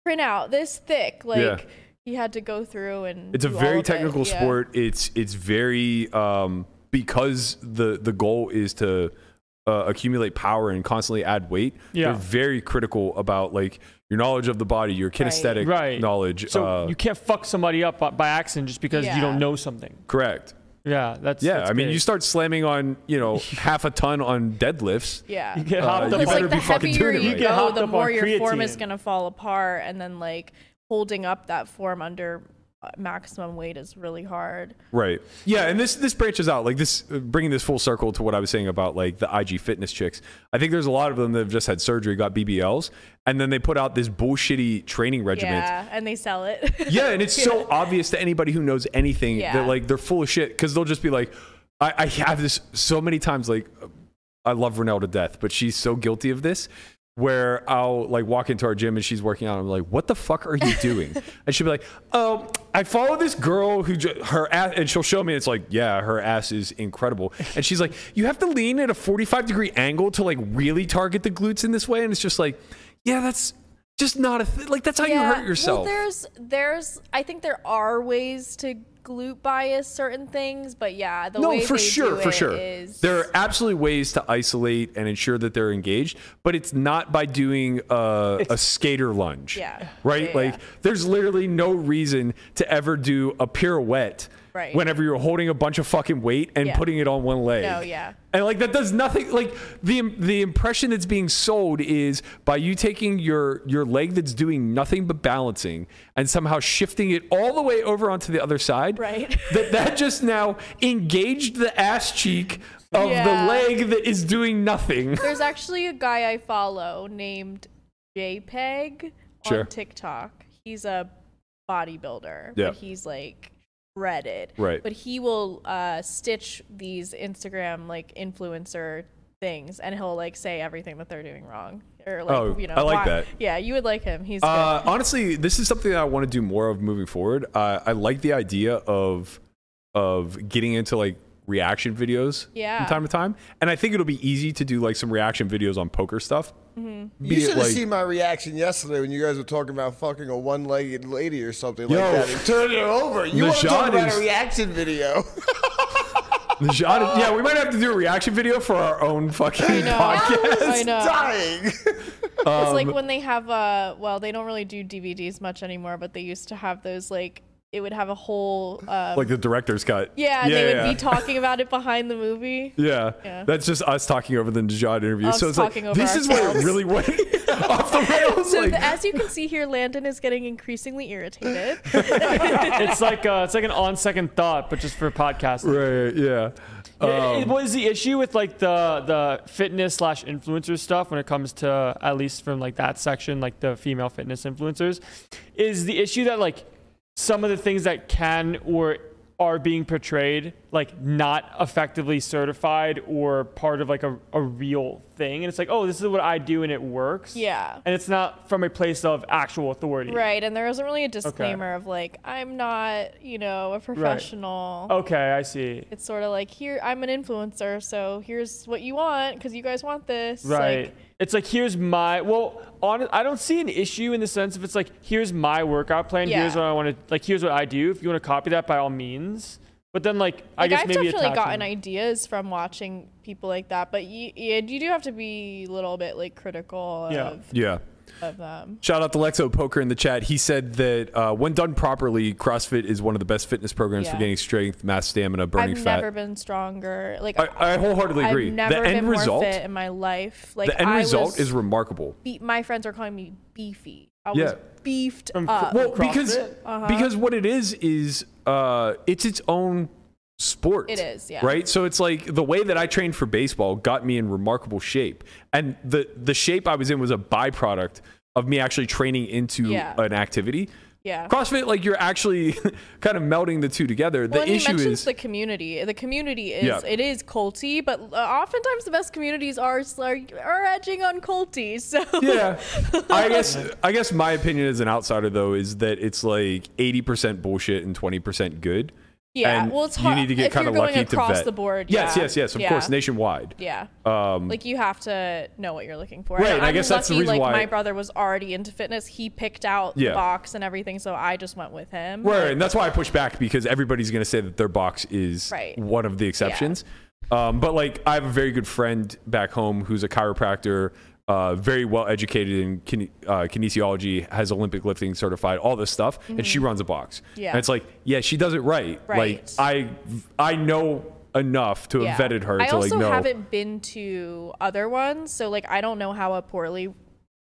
Speaker 3: printout this thick, like
Speaker 2: Yeah.
Speaker 3: he had to go through and.
Speaker 2: it's a
Speaker 3: do all
Speaker 2: very
Speaker 3: of it,
Speaker 2: technical
Speaker 3: yeah.
Speaker 2: sport it's it's very um because the the goal is to uh, accumulate power and constantly add weight
Speaker 5: Yeah.
Speaker 2: they're very critical about like your knowledge of the body your kinesthetic
Speaker 5: Right.
Speaker 2: knowledge
Speaker 5: So
Speaker 2: uh,
Speaker 5: you can't fuck somebody up by- by accident just because
Speaker 3: Yeah.
Speaker 5: you don't know something.
Speaker 2: correct
Speaker 5: Yeah, that's
Speaker 2: yeah
Speaker 5: that's
Speaker 2: i mean
Speaker 5: big.
Speaker 2: you start slamming on you know half a ton on deadlifts
Speaker 3: Yeah.
Speaker 5: You get
Speaker 2: Uh,
Speaker 5: hopped
Speaker 2: you
Speaker 5: up
Speaker 3: It's
Speaker 5: on-
Speaker 2: better
Speaker 3: like the
Speaker 2: be fucking
Speaker 3: heavier
Speaker 2: doing it
Speaker 3: you
Speaker 2: right.
Speaker 5: You get
Speaker 3: go,
Speaker 5: hopped
Speaker 3: the
Speaker 5: up on
Speaker 3: more your form is
Speaker 5: creatine.
Speaker 3: gonna fall apart, and then like holding up that form under uh, maximum weight is really hard.
Speaker 2: Right. Yeah, and this this branches out like this, uh, bringing this full circle to what I was saying about like the IG fitness chicks. I think there's a lot of them that have just had surgery, got BBLs, and then they put out this bullshitty training regimen. Yeah.
Speaker 3: Yeah, and they sell it.
Speaker 2: and it's so obvious to anybody who knows anything
Speaker 3: Yeah.
Speaker 2: that like they're full of shit because they'll just be like, I, I have this so many times. Like, I love Renelle to death, but she's so guilty of this. Where I'll like walk into our gym and she's working out. I'm like, what the fuck are you doing? and she'll be like, oh, I follow this girl who ju- her ass, and she'll show me. It's like, yeah, her ass is incredible. And she's like, you have to lean at a 45 degree angle to like really target the glutes in this way. And it's just like, yeah, that's just not a th- like that's how you hurt yourself.
Speaker 3: Well, there's there's I think there are ways to glute bias certain things, but yeah, the
Speaker 2: no,
Speaker 3: way
Speaker 2: for
Speaker 3: they
Speaker 2: sure,
Speaker 3: do
Speaker 2: for
Speaker 3: it
Speaker 2: sure.
Speaker 3: is-
Speaker 2: There are absolutely ways to isolate and ensure that they're engaged, but it's not by doing uh, a, a skater lunge.
Speaker 3: Yeah.
Speaker 2: Right?
Speaker 3: Yeah,
Speaker 2: like,
Speaker 3: yeah.
Speaker 2: there's literally no reason to ever do a pirouette
Speaker 3: Right.
Speaker 2: whenever you're holding a bunch of fucking weight and
Speaker 3: Yeah.
Speaker 2: putting it on one leg.
Speaker 3: No, yeah.
Speaker 2: And like that does nothing. Like the the impression that's being sold is by you taking your your leg that's doing nothing but balancing and somehow shifting it all the way over onto the other side.
Speaker 3: Right.
Speaker 2: That that just now engaged the ass cheek of
Speaker 3: Yeah.
Speaker 2: the leg that is doing nothing.
Speaker 3: There's actually a guy I follow named JPEG
Speaker 2: Sure.
Speaker 3: on TikTok. He's a bodybuilder,
Speaker 2: Yeah.
Speaker 3: but he's like shredded.
Speaker 2: Right.
Speaker 3: But he will uh, stitch these Instagram like influencer things, and he'll like say everything that they're doing wrong, or like
Speaker 2: Oh,
Speaker 3: you know.
Speaker 2: I like
Speaker 3: why-
Speaker 2: that.
Speaker 3: Yeah, you would like him. He's
Speaker 2: Uh, honestly, this is something that I want to do more of moving forward. Uh, I like the idea of of getting into like reaction videos
Speaker 3: Yeah.
Speaker 2: from time to time, and I think it'll be easy to do like some reaction videos on poker stuff. Be
Speaker 4: You
Speaker 2: it,
Speaker 4: should have
Speaker 2: like-
Speaker 4: seen my reaction yesterday when you guys were talking about fucking a one-legged lady or something
Speaker 2: Yo.
Speaker 4: like that. And turning her over. You want to
Speaker 2: Najat
Speaker 4: talk about
Speaker 2: is-
Speaker 4: a reaction video?
Speaker 2: The genre-
Speaker 3: Oh.
Speaker 2: yeah, we might have to do a reaction video for our own fucking
Speaker 3: good.
Speaker 2: podcast. Um,
Speaker 3: I know.
Speaker 4: Dying.
Speaker 3: It's like when they have uh well they don't really do DVDs much anymore, but they used to have those like it would have a whole uh
Speaker 2: Like the director's cut.
Speaker 3: yeah, they would
Speaker 2: yeah.
Speaker 3: be talking about it behind the movie.
Speaker 2: Yeah.
Speaker 3: Yeah.
Speaker 2: that's just us talking over the Najat interview.
Speaker 3: Us
Speaker 2: so it's like
Speaker 3: talking over
Speaker 2: this is where it
Speaker 3: ourselves.
Speaker 2: really went off the rails.
Speaker 3: So
Speaker 2: like,
Speaker 3: th- as you can see here, Landon is getting increasingly irritated.
Speaker 5: it's like uh, it's like an on second thought, but just for podcasting.
Speaker 2: right, Um, yeah.
Speaker 5: Yeah, it- what is the issue with like the the fitness slash influencer stuff when it comes to at least from like that section, like the female fitness influencers, is the issue that like some of the things that can or are being portrayed like not effectively certified or part of like a, a real thing and it's like oh this is what i do and it works
Speaker 3: Yeah.
Speaker 5: and it's not from a place of actual authority
Speaker 3: right, and there isn't really a disclaimer of like, I'm not, you know, a professional.
Speaker 5: okay i see
Speaker 3: It's sort of like here, I'm an influencer, so here's what you want because you guys want this. Like,
Speaker 5: Right. it's like here's my well, on I don't see an issue in the sense if it's like here's my workout plan, here's
Speaker 3: Yeah.
Speaker 5: what I want to like here's what I do. If you want to copy that by all means. But then like, I
Speaker 3: Like
Speaker 5: guess
Speaker 3: I've
Speaker 5: maybe
Speaker 3: definitely
Speaker 5: attach
Speaker 3: gotten
Speaker 5: them.
Speaker 3: ideas from watching people like that, but you yeah, you do have to be a little bit like critical
Speaker 5: Yeah.
Speaker 3: of,
Speaker 2: yeah.
Speaker 3: of them.
Speaker 2: Shout out to Lexo Poker in the chat. He said that uh, when done properly, CrossFit is one of the best fitness programs for
Speaker 3: Yeah.
Speaker 2: gaining strength, mass stamina, burning
Speaker 3: I've
Speaker 2: fat.
Speaker 3: never been stronger. Like
Speaker 2: I, I wholeheartedly
Speaker 3: I've
Speaker 2: agree.
Speaker 3: never
Speaker 2: the
Speaker 3: been
Speaker 2: end
Speaker 3: more
Speaker 2: result,
Speaker 3: fit in my life. Like
Speaker 2: the end
Speaker 3: I
Speaker 2: result
Speaker 3: was
Speaker 2: is remarkable.
Speaker 3: be- my friends are calling me beefy. I
Speaker 2: Yeah.
Speaker 3: was beefed
Speaker 5: From-
Speaker 3: up.
Speaker 2: well because
Speaker 5: CrossFit?
Speaker 3: Uh-huh.
Speaker 2: because what it is is uh it's its own sport
Speaker 3: It is, yeah.
Speaker 2: right so it's like the way that i trained for baseball got me in remarkable shape and the the shape i was in was a byproduct of me actually training into
Speaker 3: Yeah.
Speaker 2: an activity
Speaker 3: yeah.
Speaker 2: crossfit like you're actually kind of melding the two together the
Speaker 3: well, and he
Speaker 2: issue
Speaker 3: mentions
Speaker 2: is
Speaker 3: the community. The community is
Speaker 2: Yeah.
Speaker 3: it is culty, but uh, oftentimes the best communities are s- are, are edging on culty. So
Speaker 2: yeah i guess i guess my opinion as an outsider though is that it's like 80% bullshit and 20% good
Speaker 3: Yeah,
Speaker 2: and
Speaker 3: well, it's
Speaker 2: you
Speaker 3: hard
Speaker 2: need to get
Speaker 3: if you're
Speaker 2: kind of
Speaker 3: going
Speaker 2: lucky to
Speaker 3: across
Speaker 2: vet.
Speaker 3: the board.
Speaker 2: Yes,
Speaker 3: yeah.
Speaker 2: yes, yes. Of
Speaker 3: Yeah.
Speaker 2: course, nationwide.
Speaker 3: Yeah. like you have to know what you're looking for.
Speaker 2: Um, Right, and I
Speaker 3: I'm
Speaker 2: guess
Speaker 3: lucky,
Speaker 2: that's the reason
Speaker 3: like,
Speaker 2: why-
Speaker 3: my brother was already into fitness. He picked out
Speaker 2: Yeah.
Speaker 3: the box and everything, so I just went with him.
Speaker 2: Right, and that's why I push back because everybody's going to say that their box is
Speaker 3: Right.
Speaker 2: one of the exceptions. Um, but like, I have a very good friend back home who's a chiropractor, uh, very well educated in kine- uh, kinesiology, has Olympic lifting certified, all this stuff, and she runs a box.
Speaker 3: Mm-hmm. Yeah.
Speaker 2: and it's like, yeah, she does it right.
Speaker 3: Right.
Speaker 2: Like, I I know enough to
Speaker 3: Yeah.
Speaker 2: have vetted her
Speaker 3: I
Speaker 2: to
Speaker 3: also
Speaker 2: like know.
Speaker 3: haven't been to other ones, so like I don't know how a poorly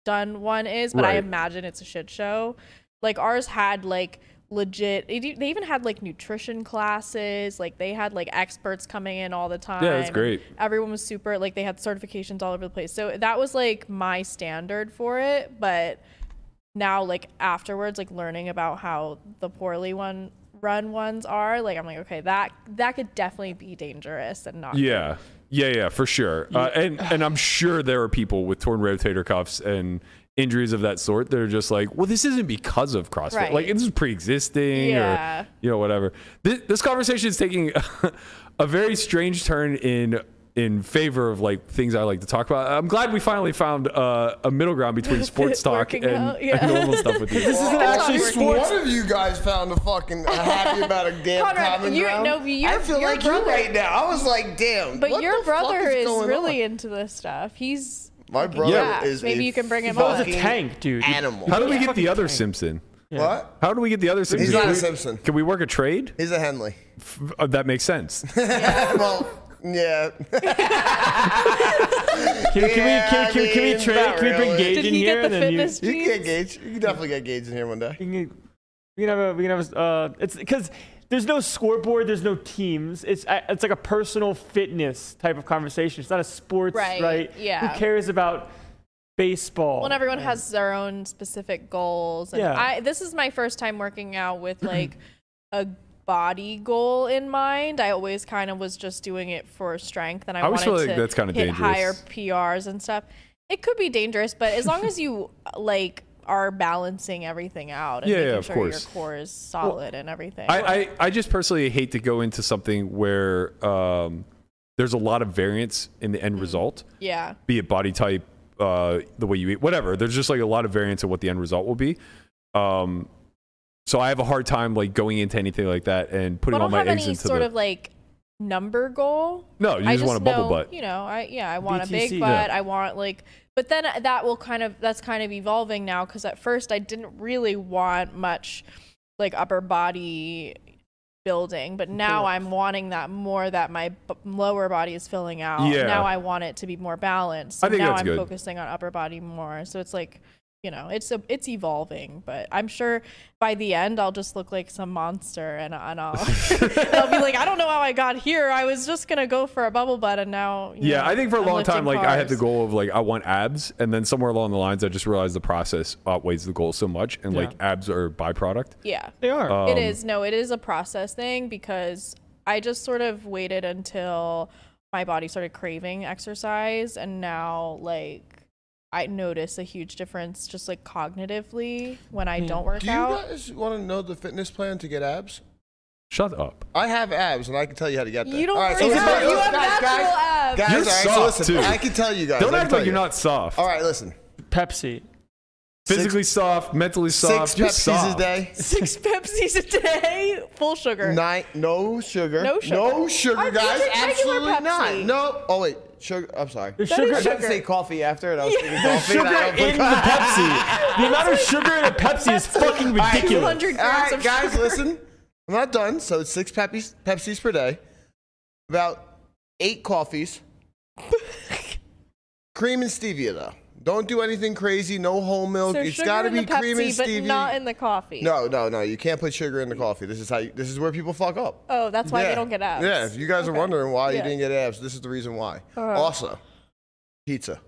Speaker 3: done one is, but I
Speaker 2: Right.
Speaker 3: imagine it's a shit show. Like ours had like legit. It, e- they even had like nutrition classes. Like they had like experts coming in all the time.
Speaker 2: that's great.
Speaker 3: Everyone was super. Like they had certifications all over the place. So that was like my standard for it, but. Now, like afterwards, like learning about how the poorly one run ones are, like I'm like, okay, that that could definitely be dangerous and not.
Speaker 2: Yeah. Yeah, yeah, for sure. Uh, and and I'm sure there are people with torn rotator cuffs and injuries of that sort that are just like, well, this isn't because of CrossFit.
Speaker 3: Right.
Speaker 2: Like this is pre-existing
Speaker 3: Yeah.
Speaker 2: or you know whatever. This, this conversation is taking a very strange turn in in favor of like things I like to talk about. I'm glad we finally found uh, a middle ground between sports talk
Speaker 3: Working
Speaker 2: and,
Speaker 3: out, yeah.
Speaker 2: and normal stuff with you.
Speaker 5: This isn't
Speaker 3: It's
Speaker 5: actually
Speaker 3: awkward.
Speaker 5: sports.
Speaker 4: One of you guys found a fucking happy about a damn
Speaker 3: Conrad,
Speaker 4: common
Speaker 3: you-
Speaker 4: ground.
Speaker 3: no, your-
Speaker 4: I feel
Speaker 3: your
Speaker 4: like
Speaker 3: brother-
Speaker 4: you right now. I was like, damn.
Speaker 3: But
Speaker 4: what
Speaker 3: your
Speaker 4: the
Speaker 3: brother
Speaker 4: fuck is,
Speaker 3: is,
Speaker 4: going
Speaker 3: really
Speaker 4: on?
Speaker 3: into this stuff. He's
Speaker 4: My brother
Speaker 3: yeah.
Speaker 4: is
Speaker 3: Maybe
Speaker 4: a
Speaker 3: you can bring him
Speaker 5: That was
Speaker 3: on.
Speaker 5: a tank, dude.
Speaker 4: animal.
Speaker 2: How do we get the other Simpson?
Speaker 4: What?
Speaker 2: How do we get the other Simpson?
Speaker 4: not
Speaker 2: Can
Speaker 4: a
Speaker 2: we-
Speaker 4: Simpson.
Speaker 2: Can we work a trade?
Speaker 4: He's a Henley.
Speaker 2: Uh, that makes sense.
Speaker 4: well, yeah.
Speaker 5: Can, can
Speaker 4: Yeah,
Speaker 5: we can,
Speaker 4: I
Speaker 5: can, can we
Speaker 4: mean,
Speaker 5: trade?
Speaker 4: not
Speaker 5: Can we bring
Speaker 4: really.
Speaker 5: Gage
Speaker 3: Did
Speaker 5: in
Speaker 3: he
Speaker 5: here?
Speaker 3: get the
Speaker 5: and then you-
Speaker 3: fitness
Speaker 4: You
Speaker 3: jeans?
Speaker 4: can get Gage. You can definitely get Gage in here one day.
Speaker 5: we can, we can have a we can have a uh, it's because there's no scoreboard, there's no teams. It's a- it's like a personal fitness type of conversation. It's not a sports,
Speaker 3: Right,
Speaker 5: right?
Speaker 3: yeah.
Speaker 5: Who cares about
Speaker 2: Oh,
Speaker 5: baseball?
Speaker 3: Well, and everyone has their own specific goals. And
Speaker 5: Yeah.
Speaker 3: I this is my first time working out with like a body goal in mind. I always kind of was just doing it for strength, and I,
Speaker 2: I always
Speaker 3: wanted
Speaker 2: feel like
Speaker 3: to
Speaker 2: that's kinda
Speaker 3: hit higher
Speaker 2: dangerous.
Speaker 3: PRs and stuff. It could be dangerous, but as long as you uh, like are balancing everything out and
Speaker 2: Yeah, yeah,
Speaker 3: making
Speaker 2: of
Speaker 3: sure
Speaker 2: course.
Speaker 3: your core is solid and everything.
Speaker 2: I, I, I just personally hate to go into something where um, there's a lot of variance in the
Speaker 3: Mm-hmm.
Speaker 2: end result,
Speaker 3: yeah.
Speaker 2: be it body type, uh, the way you eat, whatever. There's just like a lot of variance in what the end result will be. Um, so I have a hard time like going into anything like that and putting
Speaker 3: But I
Speaker 2: all
Speaker 3: don't
Speaker 2: my
Speaker 3: have
Speaker 2: eggs
Speaker 3: any
Speaker 2: into
Speaker 3: sort
Speaker 2: the.
Speaker 3: of like number goal.
Speaker 2: no, you
Speaker 3: I
Speaker 2: just, want a bubble
Speaker 3: know,
Speaker 2: butt.
Speaker 3: You know, I yeah, I want a big
Speaker 5: BTC.
Speaker 3: butt.
Speaker 2: Yeah.
Speaker 3: I want like, but then that will kind of that's kind of evolving now because at first I didn't really want much like upper body building, but now I'm wanting that more that my b- lower body is filling out.
Speaker 2: Yeah.
Speaker 3: Now I want it to be more balanced. So
Speaker 2: I think
Speaker 3: now
Speaker 2: that's
Speaker 3: I'm
Speaker 2: good.
Speaker 3: focusing on upper body more. So it's like. You know, it's a, it's evolving, but I'm sure by the end I'll just look like some monster, and, and I'll and I'll be like, I don't know how I got here. I was just gonna go for a bubble butt, and now you
Speaker 2: Yeah,
Speaker 3: know,
Speaker 2: I think for a
Speaker 3: I'm
Speaker 2: long
Speaker 3: lifting
Speaker 2: time, like I had the
Speaker 3: cars.
Speaker 2: goal of like I want abs, and then somewhere along the lines, I just realized the process outweighs the goal so much, and like abs are a byproduct.
Speaker 3: Yeah,
Speaker 5: They are.
Speaker 2: Um,
Speaker 3: it is. No, it is a process thing because I just sort of waited until my body started craving exercise, and now like. I notice a huge difference just like cognitively when I don't work
Speaker 4: Hmm. Do you
Speaker 3: out.
Speaker 4: guys want to know the fitness plan to get abs?
Speaker 2: Shut up.
Speaker 4: I have abs, and I can tell you how to get there.
Speaker 3: You don't
Speaker 4: All right, so
Speaker 3: work
Speaker 4: listen,
Speaker 3: out. You
Speaker 4: listen,
Speaker 3: have
Speaker 4: guys, guys,
Speaker 3: natural abs.
Speaker 4: Guys,
Speaker 2: You're
Speaker 4: all right, so
Speaker 2: soft,
Speaker 4: listen,
Speaker 2: too.
Speaker 4: I can tell you guys.
Speaker 2: Don't
Speaker 4: I can
Speaker 2: act
Speaker 4: tell
Speaker 2: like
Speaker 4: you.
Speaker 2: you're not soft.
Speaker 4: All right, listen.
Speaker 5: Pepsi.
Speaker 2: Physically soft, mentally soft.
Speaker 4: Six
Speaker 2: you're
Speaker 4: Pepsis
Speaker 2: soft.
Speaker 4: a day.
Speaker 3: Six Pepsis a day, full sugar.
Speaker 4: Nine, no sugar.
Speaker 3: No sugar.
Speaker 4: No sugar,
Speaker 3: I think
Speaker 4: guys.
Speaker 3: it's regular
Speaker 4: Absolutely not.
Speaker 3: Pepsi.
Speaker 4: No. Oh wait, sugar. I'm sorry.
Speaker 5: There's
Speaker 3: That is
Speaker 5: sugar,
Speaker 4: I tried to
Speaker 3: sugar.
Speaker 4: say coffee after, and I was thinking
Speaker 5: there's
Speaker 4: coffee. and
Speaker 5: sugar
Speaker 4: I
Speaker 5: in the Pepsi. The amount of sugar in a Pepsi is fucking ridiculous.
Speaker 3: 200 grams
Speaker 4: All right,
Speaker 3: of
Speaker 4: guys,
Speaker 3: sugar.
Speaker 4: listen. I'm not done. So it's six Pepsis, Pepsis per day, about eight coffees, cream and stevia though. Don't do anything crazy. No whole milk.
Speaker 3: So
Speaker 4: it's
Speaker 3: sugar
Speaker 4: got to
Speaker 3: in
Speaker 4: be
Speaker 3: the Pepsi,
Speaker 4: cream and
Speaker 3: but
Speaker 4: stevia.
Speaker 3: not in the coffee.
Speaker 4: no, no, no. You can't put sugar in the coffee. This is how. You, this is where people fuck up.
Speaker 3: Oh, that's why
Speaker 4: yeah.
Speaker 3: they don't get abs.
Speaker 4: Yeah, if you guys
Speaker 3: Okay.
Speaker 4: are wondering why
Speaker 3: Yeah. Uh-huh.
Speaker 4: you didn't get abs, this is the reason why. Also, pizza.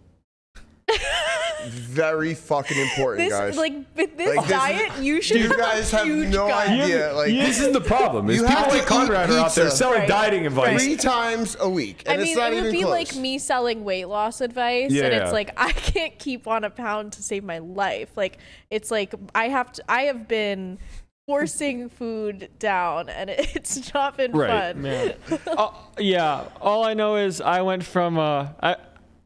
Speaker 4: Very fucking important,
Speaker 3: This
Speaker 4: guys.
Speaker 3: like with this
Speaker 4: Like, this is-
Speaker 3: diet, you should.
Speaker 4: you
Speaker 3: have
Speaker 4: guys
Speaker 3: a
Speaker 4: have
Speaker 3: huge
Speaker 4: no
Speaker 3: gut.
Speaker 4: idea. Like
Speaker 5: you-
Speaker 2: This is the problem. Is
Speaker 4: You
Speaker 2: people
Speaker 4: have to
Speaker 2: like Conrad
Speaker 4: eat
Speaker 2: are out there
Speaker 4: pizza.
Speaker 2: selling
Speaker 3: Right.
Speaker 2: dieting advice.
Speaker 4: three times a week,
Speaker 3: I
Speaker 4: and
Speaker 3: mean,
Speaker 4: it's not
Speaker 3: it would
Speaker 4: even
Speaker 3: be
Speaker 4: close.
Speaker 3: like me selling weight loss advice, and
Speaker 2: Yeah.
Speaker 3: it's like I can't keep on a pound to save my life. Like it's like I have to. I have been forcing food down, and it, it's not been
Speaker 2: Right.
Speaker 3: fun.
Speaker 5: Yeah. Uh, yeah. All I know is I went from uh, I,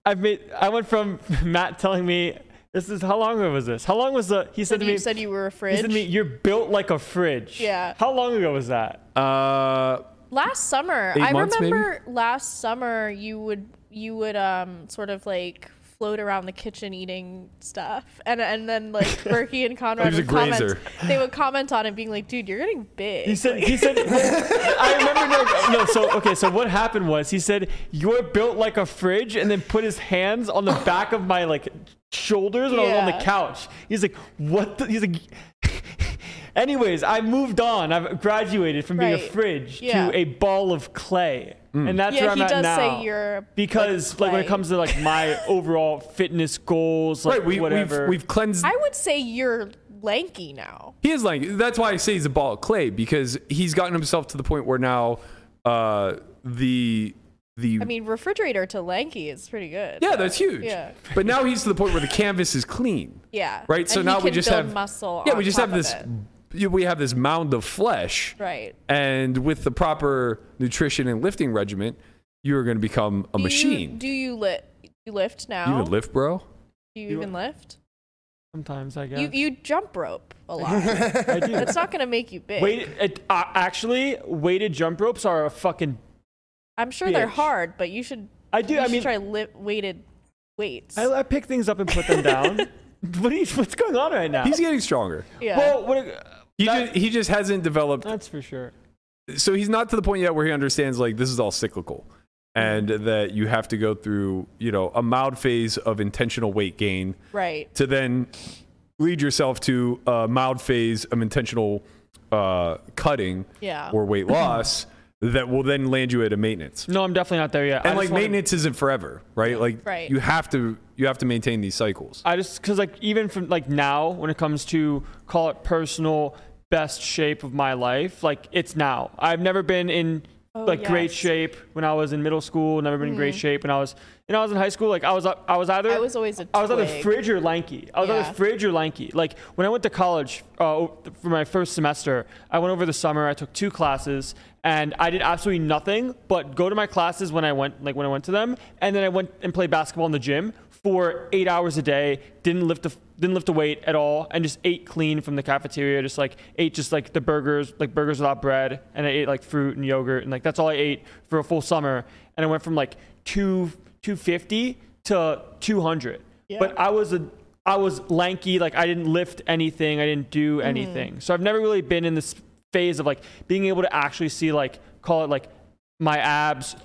Speaker 5: I've made I went from Matt telling me this is how long ago was this? How long was the? He said
Speaker 3: And
Speaker 5: to
Speaker 3: you
Speaker 5: me.
Speaker 3: said you were a
Speaker 5: he
Speaker 3: fridge.
Speaker 5: said to me, "You're built like a fridge."
Speaker 3: Yeah.
Speaker 5: How long ago was that?
Speaker 2: Uh,
Speaker 3: last summer
Speaker 2: Eight
Speaker 3: i
Speaker 2: months, maybe?
Speaker 3: remember last summer you would you would um sort of like float around the kitchen eating stuff and and then like Berkey and conrad
Speaker 2: He was Oh, a
Speaker 3: would comment,
Speaker 2: grazer.
Speaker 3: they would comment on it being like dude you're getting big
Speaker 5: He said. He said. I remember. Like, no. So okay. So what happened was he said you're built like a fridge, and then put his hands on the back of my like shoulders, and I was on
Speaker 3: Yeah.
Speaker 5: the couch. He's like, what? The? He's like. Anyways, I moved on. I've graduated from being a
Speaker 3: Right.
Speaker 5: fridge
Speaker 3: Yeah.
Speaker 5: to a ball of clay,
Speaker 2: Mm.
Speaker 5: and that's
Speaker 3: Yeah,
Speaker 5: where I'm
Speaker 3: he
Speaker 5: at
Speaker 3: does
Speaker 5: now.
Speaker 3: say you're
Speaker 5: because
Speaker 3: like
Speaker 5: like when
Speaker 3: clay.
Speaker 5: it comes to like my overall fitness goals, like
Speaker 2: right. We, we've
Speaker 5: whatever.
Speaker 2: we've cleansed.
Speaker 3: i would say you're lanky now
Speaker 2: he is like that's why I say he's a ball of clay because he's gotten himself to the point where now uh, the the
Speaker 3: i mean refrigerator to lanky is pretty good
Speaker 2: yeah that's huge.
Speaker 3: Yeah.
Speaker 2: But now he's to the point where the canvas is clean.
Speaker 3: yeah
Speaker 2: Right. So
Speaker 3: And he
Speaker 2: now we
Speaker 3: can
Speaker 2: just
Speaker 3: build
Speaker 2: have
Speaker 3: muscle
Speaker 2: Yeah,
Speaker 3: on
Speaker 2: we just
Speaker 3: top
Speaker 2: have
Speaker 3: of
Speaker 2: this.
Speaker 3: it.
Speaker 2: yeah, We have this mound of flesh.
Speaker 3: right
Speaker 2: and with the proper nutrition and lifting regimen you are going to become a
Speaker 3: Do you-
Speaker 2: machine.
Speaker 3: do you lift? You lift
Speaker 2: you
Speaker 3: now?
Speaker 2: even lift, bro?
Speaker 3: Do you,
Speaker 5: You-
Speaker 3: even lift?
Speaker 5: Sometimes I guess.
Speaker 3: You you jump rope a lot.
Speaker 5: I do.
Speaker 3: That's not gonna make you big.
Speaker 5: Weight, it, uh, actually, weighted jump ropes are a fucking.
Speaker 3: I'm sure they're
Speaker 5: bitch.
Speaker 3: hard, but you should.
Speaker 5: I do.
Speaker 3: you
Speaker 5: I
Speaker 3: should
Speaker 5: mean,
Speaker 3: try li- weighted weights.
Speaker 5: I, I pick things up and put them down. what are you, what's going on right now?
Speaker 2: He's getting stronger.
Speaker 3: yeah.
Speaker 5: well, what a-
Speaker 2: He,
Speaker 5: That-
Speaker 2: just, he just hasn't developed.
Speaker 5: that's for sure.
Speaker 2: So he's not to the point yet where he understands like this is all cyclical, and that you have to go through you know a mild phase of intentional weight gain
Speaker 3: right.
Speaker 2: to then lead yourself to a mild phase of intentional uh, cutting
Speaker 3: Yeah.
Speaker 2: or weight loss that will then land you at a maintenance.
Speaker 5: No, I'm definitely not there yet. I
Speaker 2: And
Speaker 5: just
Speaker 2: like
Speaker 5: wanna-
Speaker 2: maintenance isn't forever, right? Like
Speaker 3: Right.
Speaker 2: you have to you have to maintain these cycles.
Speaker 5: I just because like even from like now when it comes to call it personal best shape of my life, like it's now. I've never been in like great
Speaker 3: Oh, yes. Mm-hmm.
Speaker 5: shape when I was in middle school. Never been in great shape when I was when I was in high school. Like I was I was either
Speaker 3: I was always a
Speaker 5: I was either
Speaker 3: twig.
Speaker 5: fridge or lanky. I was
Speaker 3: Yeah.
Speaker 5: either fridge or lanky. Like when I went to college uh, o- for my first semester, I went over the summer. I took two classes and I did absolutely nothing but go to my classes when I went like when I went to them, and then I went and played basketball in the gym for eight hours a day. Didn't lift a didn't lift a weight at all, and just ate clean from the cafeteria. Just like ate just like the burgers, like burgers without bread, and I ate like fruit and yogurt, and like that's all I ate for a full summer. And I went from like two two fifty to two hundred. But I was a I was lanky, like I didn't lift anything, I didn't do anything. So I've never really been in this phase of like being able to actually see like call it like my abs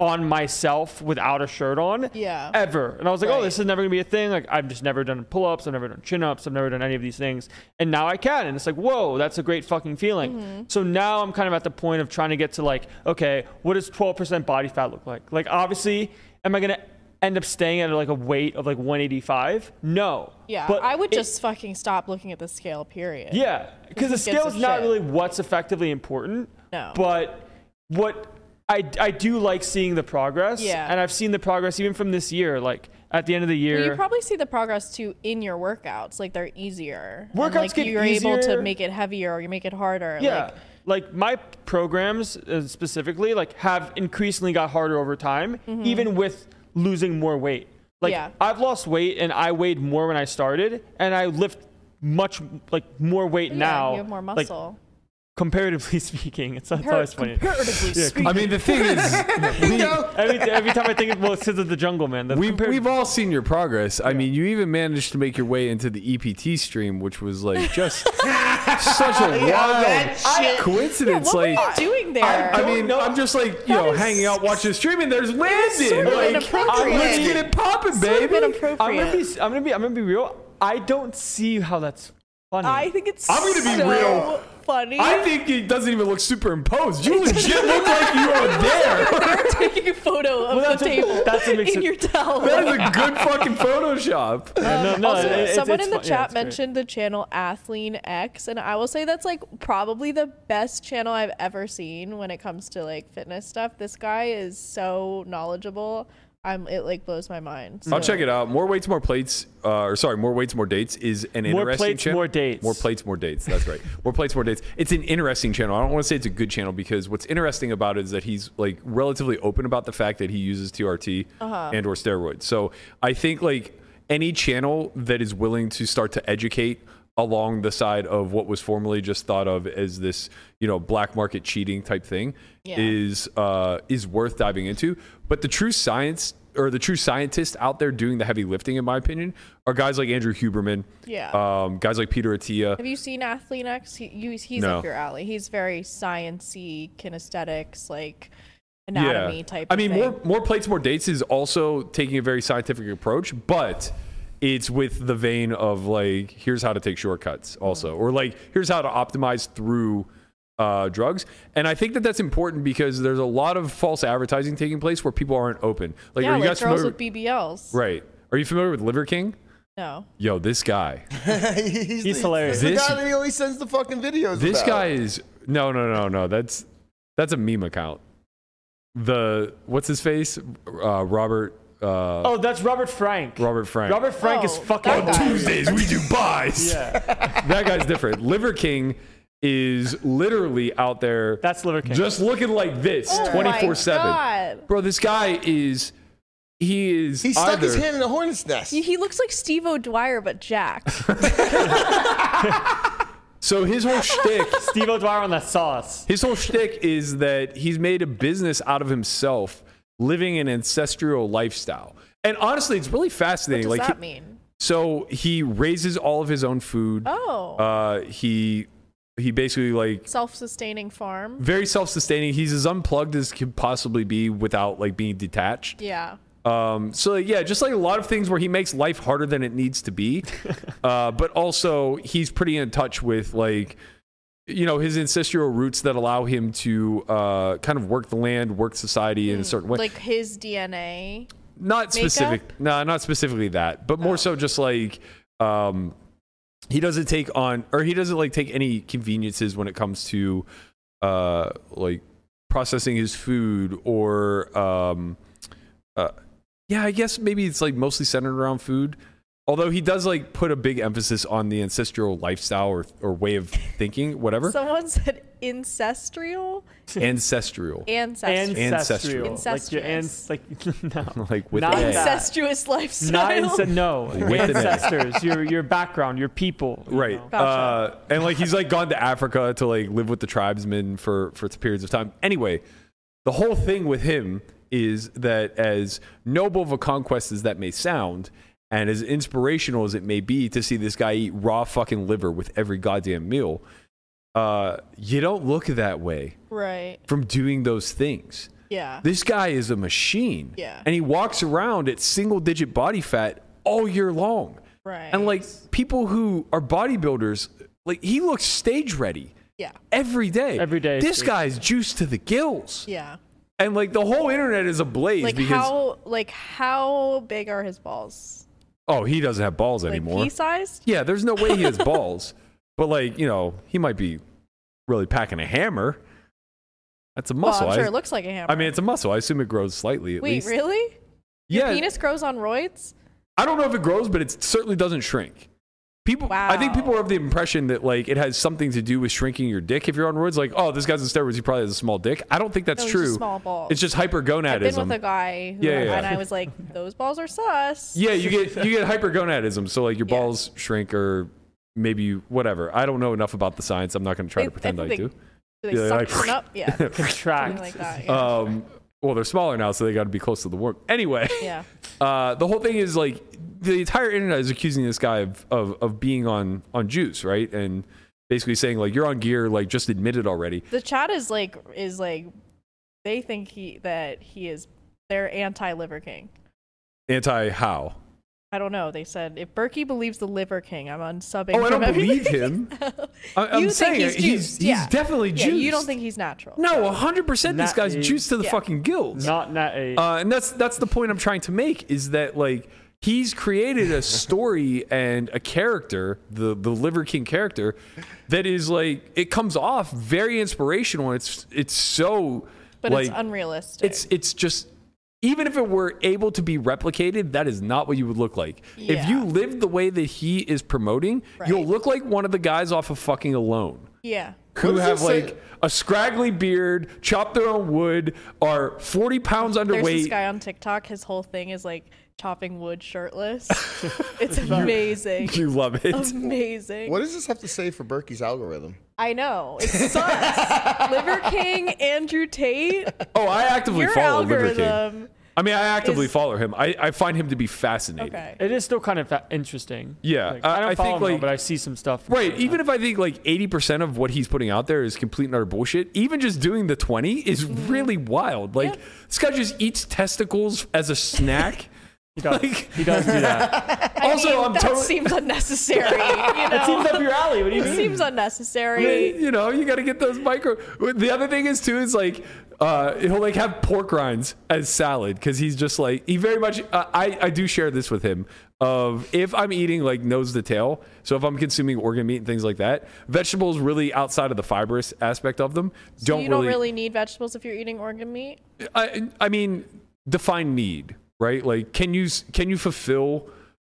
Speaker 5: on myself without a shirt on.
Speaker 3: Yeah.
Speaker 5: Ever. And I was like, oh, this
Speaker 3: Right.
Speaker 5: is never gonna be a thing. Like I've just never done pull ups, I've never done chin ups, I've never done any of these things. And now I can. And it's like, whoa, that's a great fucking feeling.
Speaker 3: Mm-hmm.
Speaker 5: So now I'm kind of at the point of trying to get to like, okay, what does twelve percent body fat look like? Like obviously, am I gonna end up staying at like a weight of like 185 no
Speaker 3: yeah.
Speaker 5: but
Speaker 3: I would
Speaker 5: it-
Speaker 3: just fucking stop looking at the scale. Period.
Speaker 5: yeah,
Speaker 3: Who
Speaker 5: because the
Speaker 3: gives a
Speaker 5: scale's
Speaker 3: shit?
Speaker 5: not really what's effectively important.
Speaker 3: No.
Speaker 5: But what I, I do like seeing the progress.
Speaker 3: Yeah.
Speaker 5: And I've seen the progress even from this year. Like at the end of the year,
Speaker 3: But you probably see the progress too in your workouts. Like they're easier. And,
Speaker 5: Workouts
Speaker 3: like,
Speaker 5: get
Speaker 3: You're able to
Speaker 5: easier.
Speaker 3: make it heavier or you make it harder.
Speaker 5: yeah.
Speaker 3: Like,
Speaker 5: Like, my programs uh, specifically, like have increasingly got harder over time, even with losing more weight. Like
Speaker 3: Mm-hmm. Yeah.
Speaker 5: I've lost weight and I weighed more when I started, and I lift much like more weight
Speaker 3: yeah,
Speaker 5: now.
Speaker 3: you have more
Speaker 5: like,
Speaker 3: muscle.
Speaker 5: comparatively speaking, it's, it's
Speaker 3: Compar-
Speaker 5: always funny.
Speaker 3: comparatively speaking.
Speaker 2: I mean, the thing is,
Speaker 4: Bingo.
Speaker 5: every, every time I think of, well, it's because of the jungle, man. The
Speaker 2: we,
Speaker 5: compar-
Speaker 2: we've all seen your progress. I mean, you even managed to make your way into the EPT stream, which was like just such a wild
Speaker 4: All that shit.
Speaker 2: coincidence.
Speaker 3: what
Speaker 2: like,
Speaker 3: were you doing there?
Speaker 2: I mean,
Speaker 5: Don't know.
Speaker 2: I'm just like you know,
Speaker 3: is
Speaker 2: hanging out, watching the stream, and there's Landon.
Speaker 3: sort of
Speaker 2: like,
Speaker 3: inappropriate.
Speaker 2: let's get it popping,
Speaker 3: Sort of
Speaker 2: baby.
Speaker 3: inappropriate.
Speaker 5: I'm gonna be. I'm gonna be. I'm gonna be real. I don't see how that's funny.
Speaker 3: I think it's
Speaker 2: I'm gonna be
Speaker 3: so
Speaker 2: real.
Speaker 3: funny.
Speaker 2: I think it doesn't even look superimposed. You legit look like you are there.
Speaker 3: They're taking a photo of
Speaker 5: Well, that's
Speaker 3: the
Speaker 5: what-
Speaker 3: table
Speaker 5: that's what makes
Speaker 3: in
Speaker 5: it-
Speaker 3: your towel.
Speaker 2: That is a good fucking Photoshop.
Speaker 5: Yeah, no, no,
Speaker 3: also,
Speaker 5: it- it's-
Speaker 3: someone
Speaker 5: it's
Speaker 3: in the
Speaker 5: fu- yeah,
Speaker 3: chat
Speaker 5: it's great.
Speaker 3: mentioned the channel Athlean X, and I will say that's like probably the best channel I've ever seen when it comes to like fitness stuff. This guy is so knowledgeable. I'm it like blows my mind.
Speaker 2: I'll check it out. More weights, more plates. Uh, or sorry, more weights, more dates is an
Speaker 5: More
Speaker 2: interesting
Speaker 5: plates,
Speaker 2: channel.
Speaker 5: more dates.
Speaker 2: More plates, more dates. That's right. more plates, more dates. It's an interesting channel. I don't want to say it's a good channel because what's interesting about it is that he's like relatively open about the fact that he uses TRT
Speaker 3: Uh-huh.
Speaker 2: and or steroids. So I think like any channel that is willing to start to educate along the side of what was formerly just thought of as this you know black market cheating type thing
Speaker 3: Yeah.
Speaker 2: is uh, is worth diving into. But the true science or the true scientists out there doing the heavy lifting, in my opinion, are guys like Andrew Huberman,
Speaker 3: Yeah.
Speaker 2: um, guys like Peter Attia.
Speaker 3: Have you seen Athlean X? He, you, he's
Speaker 2: No.
Speaker 3: up your alley. He's very sciency, kinesthetics, like anatomy type.
Speaker 2: I mean,
Speaker 3: of thing.
Speaker 2: more more plates, more dates is also taking a very scientific approach, but it's with the vein of like, here's how to take
Speaker 3: Mm-hmm.
Speaker 2: shortcuts, also, or like, here's how to optimize through uh, drugs. And I think that that's important because there's a lot of false advertising taking place where people aren't open. Like,
Speaker 3: yeah,
Speaker 2: are you
Speaker 3: like
Speaker 2: guys
Speaker 3: girls
Speaker 2: familiar?
Speaker 3: with BBLs.
Speaker 2: right? Are you familiar with Liver King?
Speaker 3: No,
Speaker 2: Yo, this guy.
Speaker 4: he's,
Speaker 5: He's hilarious.
Speaker 4: The
Speaker 2: This-
Speaker 4: guy that he always sends the fucking videos.
Speaker 2: This
Speaker 4: about.
Speaker 2: guy is no, no, no, no. That's that's a meme account. The what's his face? Uh, Robert. Uh,
Speaker 5: Oh, that's Robert Frank.
Speaker 2: Robert Frank.
Speaker 5: Robert Frank is
Speaker 3: Oh, that
Speaker 5: fucking.
Speaker 3: guy.
Speaker 2: Tuesdays we do buys.
Speaker 5: Yeah.
Speaker 2: that guy's different. Liver King is literally out there
Speaker 5: That's Liver King.
Speaker 2: just looking like this
Speaker 3: Oh my
Speaker 2: 24 7.
Speaker 3: God.
Speaker 2: Bro, this guy is, he is.
Speaker 4: He stuck
Speaker 2: either,
Speaker 4: his hand in a hornet's nest.
Speaker 3: He- He looks like Steve O'Dwyer, but Jack.
Speaker 2: So his whole shtick
Speaker 5: Steve O'Dwyer on that sauce.
Speaker 2: His whole shtick is that he's made a business out of himself living an ancestral lifestyle. And honestly, it's really
Speaker 3: What
Speaker 2: fascinating.
Speaker 3: does
Speaker 2: like,
Speaker 3: that
Speaker 2: he-
Speaker 3: mean?
Speaker 2: so he raises all of his own food.
Speaker 3: Oh,
Speaker 2: Uh, he he basically like
Speaker 3: self-sustaining farm.
Speaker 2: very self-sustaining. He's as unplugged as could possibly be without like being detached.
Speaker 3: Yeah.
Speaker 2: Um, so yeah, just like a lot of things where he makes life harder than it needs to be, uh, but also he's pretty in touch with like, you know, his ancestral roots that allow him to uh, kind of work the land, work society in a certain way.
Speaker 3: Like his DNA.
Speaker 2: not specific, no, not specifically that, but more so just like um, he doesn't take on or he doesn't like take any conveniences when it comes to uh, like processing his food or um, uh, yeah, I guess maybe it's like mostly centered around food. Although he does like put a big emphasis on the ancestral lifestyle or, or way of thinking, whatever.
Speaker 3: Someone said ancestral.
Speaker 2: ancestral.
Speaker 3: Ancestral.
Speaker 5: Ancestral.
Speaker 2: Ancestral.
Speaker 5: Like your
Speaker 3: Incestuous.
Speaker 5: ans- like no.
Speaker 2: like with
Speaker 5: Not
Speaker 2: an A.
Speaker 5: that.
Speaker 3: Incestuous
Speaker 5: Not
Speaker 3: lifestyle.
Speaker 5: ince- no.
Speaker 2: With an A.
Speaker 5: Ancestors. Your your background, your people. you
Speaker 2: Right.
Speaker 5: know.
Speaker 2: Uh, and like he's like gone to Africa to like live with the tribesmen for for periods of time. Anyway, the whole thing with him is that as noble of a conquest as that may sound, and as inspirational as it may be to see this guy eat raw fucking liver with every goddamn meal, uh, you don't look that way
Speaker 3: Right.
Speaker 2: from doing those things.
Speaker 3: Yeah.
Speaker 2: This guy is a machine.
Speaker 3: Yeah.
Speaker 2: And he walks around at single digit body fat all year long.
Speaker 3: Right.
Speaker 2: And like people who are bodybuilders, like he looks stage ready
Speaker 3: Yeah.
Speaker 2: every day.
Speaker 5: Every day,
Speaker 2: This
Speaker 5: dude.
Speaker 2: guy's juiced to the gills.
Speaker 3: Yeah.
Speaker 2: And like the whole internet is ablaze
Speaker 3: Like
Speaker 2: because
Speaker 3: how like how big are his balls?
Speaker 2: oh, he doesn't have balls
Speaker 3: Like
Speaker 2: anymore.
Speaker 3: pea sized?
Speaker 2: Yeah, there's no way he has balls. But like, you know, he might be really packing a hammer. That's a
Speaker 3: Well,
Speaker 2: muscle.
Speaker 3: Oh, I'm
Speaker 2: I-
Speaker 3: sure it looks like a hammer.
Speaker 2: I mean, it's a muscle. I assume it grows slightly at
Speaker 3: Wait,
Speaker 2: least.
Speaker 3: really?
Speaker 2: Yeah,
Speaker 3: Penis grows on roids?
Speaker 2: I don't know if it grows, but it certainly doesn't shrink. People, I think
Speaker 3: Wow.
Speaker 2: people are of the impression that like it has something to do with shrinking your dick if you're on roids. Like, oh, this guy's on steroids, he probably has a small dick. I don't think that's
Speaker 3: No, he's
Speaker 2: true.
Speaker 3: just small balls.
Speaker 2: It's just
Speaker 3: I've been with
Speaker 2: hypergonadism.
Speaker 3: a guy who,
Speaker 2: Yeah, yeah,
Speaker 3: and
Speaker 2: yeah.
Speaker 3: I was like, those balls are sus.
Speaker 2: yeah, you get you get hypergonadism, so like your
Speaker 3: Yeah.
Speaker 2: balls shrink or maybe you, whatever. I don't know enough about the science. I'm not going to try
Speaker 3: They-
Speaker 2: to pretend I,
Speaker 3: I think
Speaker 2: do.
Speaker 3: Do they
Speaker 2: Yeah,
Speaker 3: suck
Speaker 2: like-
Speaker 3: one up? Yeah. Something
Speaker 5: Contract.
Speaker 3: like that. Yeah.
Speaker 2: Um, well, they're smaller now, so they got to be close to the worm. Anyway.
Speaker 3: yeah.
Speaker 2: uh, the whole thing is like the entire internet is accusing this guy of, of, of being on, on juice, right? And basically saying like you're on gear, like just admit it already.
Speaker 3: The chat is like is like they think he that he is they're anti liver king.
Speaker 2: Anti how?
Speaker 3: I don't know. They said if Berkey believes the liver king, I'm unsubbing.
Speaker 2: Oh, I
Speaker 3: from
Speaker 2: don't believe
Speaker 3: everything."
Speaker 2: him. I, I'm
Speaker 3: You think
Speaker 2: saying
Speaker 3: he's
Speaker 2: he's he's,
Speaker 3: juiced, yeah.
Speaker 2: definitely
Speaker 3: yeah,
Speaker 2: juiced.
Speaker 3: you don't think he's natural.
Speaker 2: no, 100. percent This
Speaker 5: Not
Speaker 2: guy's
Speaker 5: me.
Speaker 2: juiced to the
Speaker 3: Yeah.
Speaker 2: fucking gills.
Speaker 5: Not Nat A.
Speaker 2: Uh, and that's that's the point I'm trying to make is that like he's created a story and a character, the the Liver King character, that is like it comes off very inspirational. and It's it's so
Speaker 3: but
Speaker 2: like
Speaker 3: it's unrealistic.
Speaker 2: it's it's just even if it were able to be replicated, that is not what you would look like. If
Speaker 3: Yeah.
Speaker 2: you lived the way that he is promoting, you'll
Speaker 3: Right.
Speaker 2: look like one of the guys off of fucking Alone
Speaker 3: yeah,
Speaker 2: who
Speaker 4: does it
Speaker 2: have
Speaker 4: say?
Speaker 2: like a scraggly beard, chop their own wood, are 40 pounds
Speaker 3: there's this
Speaker 2: underweight.
Speaker 3: guy on TikTok. His whole thing is like chopping wood shirtless. it's amazing,
Speaker 2: You love it.
Speaker 3: Um, amazing.
Speaker 4: what does this have to say for Berkey's algorithm?
Speaker 3: I know it sucks. liver king, Andrew Tate.
Speaker 2: oh, I actively
Speaker 3: Your
Speaker 2: follow Liver King.
Speaker 3: algorithm.
Speaker 2: I mean, I actively
Speaker 3: is-
Speaker 2: follow him. I, I find him to be fascinating.
Speaker 3: Okay.
Speaker 5: it is still kind of fa- interesting.
Speaker 2: Yeah,
Speaker 5: Like, I
Speaker 2: I-
Speaker 5: don't
Speaker 2: I
Speaker 5: follow
Speaker 2: think,
Speaker 5: him, though,
Speaker 2: like-
Speaker 5: but I see some stuff.
Speaker 2: Right, even if I think like 80% of what he's putting out there is complete and utter bullshit, even just doing the 20 is really wild. Like,
Speaker 3: Yeah.
Speaker 2: this guy just eats testicles as a snack.
Speaker 5: he does,
Speaker 2: like-
Speaker 5: he does do that.
Speaker 2: also,
Speaker 3: mean,
Speaker 2: I'm
Speaker 3: that
Speaker 2: totally.
Speaker 3: seems unnecessary. You know?
Speaker 5: It seems up your alley. What do you
Speaker 3: It
Speaker 5: mean?
Speaker 3: seems unnecessary.
Speaker 2: you know, you got to get those micro. The other thing is too is like uh, he'll like have pork rinds as salad because he's just like he very much. Uh, I I do share this with him of if I'm eating like nose to tail. So if I'm consuming organ meat and things like that, vegetables really outside of the fibrous aspect of them
Speaker 3: So
Speaker 2: don't,
Speaker 3: you
Speaker 2: really,
Speaker 3: don't really need vegetables if you're eating organ meat.
Speaker 2: I I mean define need right. Like can you s- can you fulfill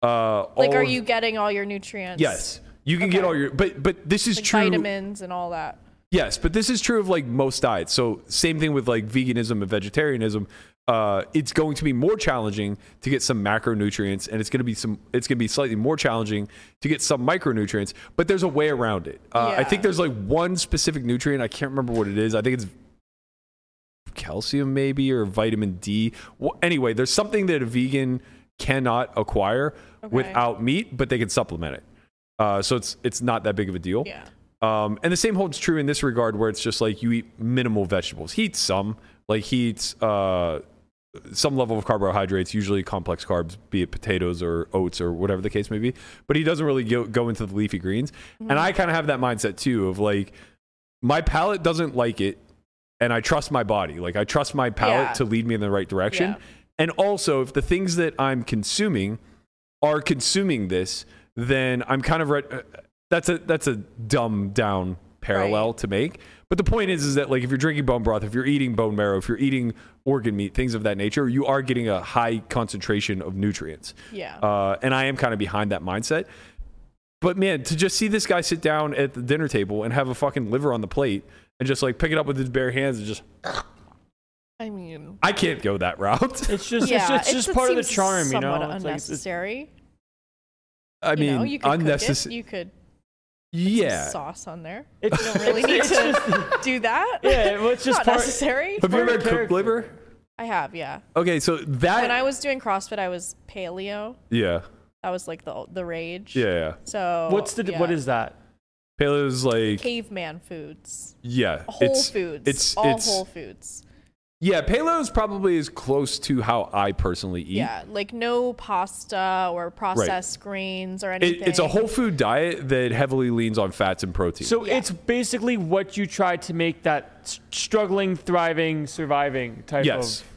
Speaker 2: uh,
Speaker 3: Like,
Speaker 2: all
Speaker 3: are
Speaker 2: of-
Speaker 3: you getting all your nutrients?
Speaker 2: Yes. You can get
Speaker 3: Okay.
Speaker 2: all your but but this is
Speaker 3: like
Speaker 2: true.
Speaker 3: vitamins and all that.
Speaker 5: Oh.
Speaker 2: Yes, but this is true of like most diets. So same thing with like veganism and vegetarianism. Uh, it's going to be more challenging to get some macronutrients, and it's going to be some. It's going to be slightly more challenging to get some micronutrients. But there's a way around it. Uh, I
Speaker 3: Yeah.
Speaker 2: think there's like one specific nutrient. I can't remember what it is. I think it's calcium, maybe, or vitamin D. Well, anyway, there's something that a vegan cannot acquire
Speaker 3: Okay.
Speaker 2: without meat, but they can supplement it. Uh, so it's it's not that big of a deal.
Speaker 3: Yeah.
Speaker 2: Um, and the same holds true in this regard, where it's just like you eat minimal vegetables. He eats some, like he eats uh, some level of carbohydrates, usually complex carbs, be it potatoes or oats or whatever the case may be. But he doesn't really go, go into the leafy greens.
Speaker 3: Mm-hmm.
Speaker 2: And I kind of have that mindset too of like, my palate doesn't like it, and I trust my body. Like I trust my palate
Speaker 3: Yeah.
Speaker 2: to lead me in the right direction.
Speaker 3: Yeah.
Speaker 2: And also, if the things that I'm consuming are consuming this, then I'm kind of right. That's a that's a dumb down parallel to make. But the point is, is that like if you're drinking bone broth, if you're eating bone marrow, if you're eating organ meat, things of that nature, you are getting a high concentration of nutrients.
Speaker 3: Yeah.
Speaker 2: Uh, and I am kind of behind that mindset. But man, to just see this guy sit down at the dinner table and have a fucking liver on the plate and just like pick it up with his bare hands and just
Speaker 3: I mean,
Speaker 2: I can't go that route.
Speaker 5: It's just
Speaker 3: yeah,
Speaker 5: it's just, it's just part of the
Speaker 3: seems
Speaker 5: charm, you know.
Speaker 3: Somewhat
Speaker 5: It's like- it's-
Speaker 3: unnecessary.
Speaker 2: I
Speaker 3: you know,
Speaker 2: mean,
Speaker 3: you could Cook it.
Speaker 2: unnecessary.
Speaker 3: You could
Speaker 2: Yeah.
Speaker 3: sauce on there.
Speaker 5: It's,
Speaker 3: You don't really need
Speaker 5: it's
Speaker 3: to
Speaker 5: just-
Speaker 3: do that.
Speaker 5: yeah, well, it's just
Speaker 3: not
Speaker 5: part-
Speaker 3: necessary.
Speaker 2: Have you ever
Speaker 5: part of
Speaker 2: had cooked
Speaker 5: character.
Speaker 2: liver?
Speaker 3: I have, yeah.
Speaker 2: Okay, so that
Speaker 3: When I was doing CrossFit, I was paleo.
Speaker 2: yeah,
Speaker 3: That was like the the rage.
Speaker 2: yeah, yeah.
Speaker 3: So
Speaker 5: What's the
Speaker 3: yeah.
Speaker 5: what is that?
Speaker 2: Paleo's like
Speaker 3: caveman foods?
Speaker 2: yeah,
Speaker 3: Whole
Speaker 2: it's,
Speaker 3: foods.
Speaker 2: It's
Speaker 3: all
Speaker 2: it's
Speaker 3: whole foods.
Speaker 2: yeah. Paleo's probably as close to how I personally eat.
Speaker 3: Yeah, like no pasta or processed grains or anything.
Speaker 2: It, it's a whole food diet that heavily leans on fats and protein.
Speaker 5: So it's basically what you try to make that s- struggling, thriving, surviving type
Speaker 2: yes,
Speaker 5: of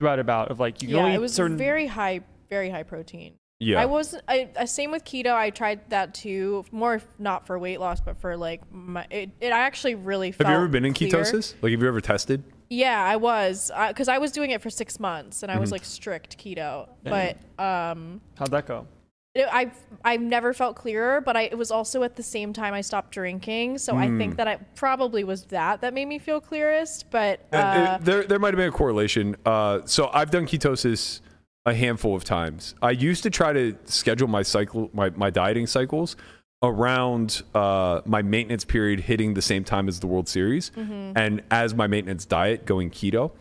Speaker 5: roundabout of like you can
Speaker 3: Yeah,
Speaker 5: only
Speaker 3: it
Speaker 5: eat
Speaker 3: was
Speaker 5: certain.
Speaker 3: very high, very high protein.
Speaker 2: yeah.
Speaker 3: I wasn't. I, I same with keto. I tried that too. More if not for weight loss, but for like my. It, it I actually really.
Speaker 2: have
Speaker 3: felt
Speaker 2: you ever been in
Speaker 3: clear.
Speaker 2: ketosis? Like, have you ever tested?
Speaker 3: Yeah, I was, because I was doing it for six months and I
Speaker 2: Mm-hmm.
Speaker 3: was like strict keto, but um,
Speaker 5: How'd that go?
Speaker 3: it, I I've never felt clearer. But I it was also at the same time I stopped drinking, so I
Speaker 2: Hmm.
Speaker 3: think that I probably was that that made me feel clearest. But uh,
Speaker 2: Uh, there, there might have been a correlation. Uh, so I've done ketosis a handful of times. I used to try to schedule my cycle, my, my dieting cycles around uh, my maintenance period hitting the same time as the World Series,
Speaker 3: Mm-hmm.
Speaker 2: and as my maintenance diet going keto.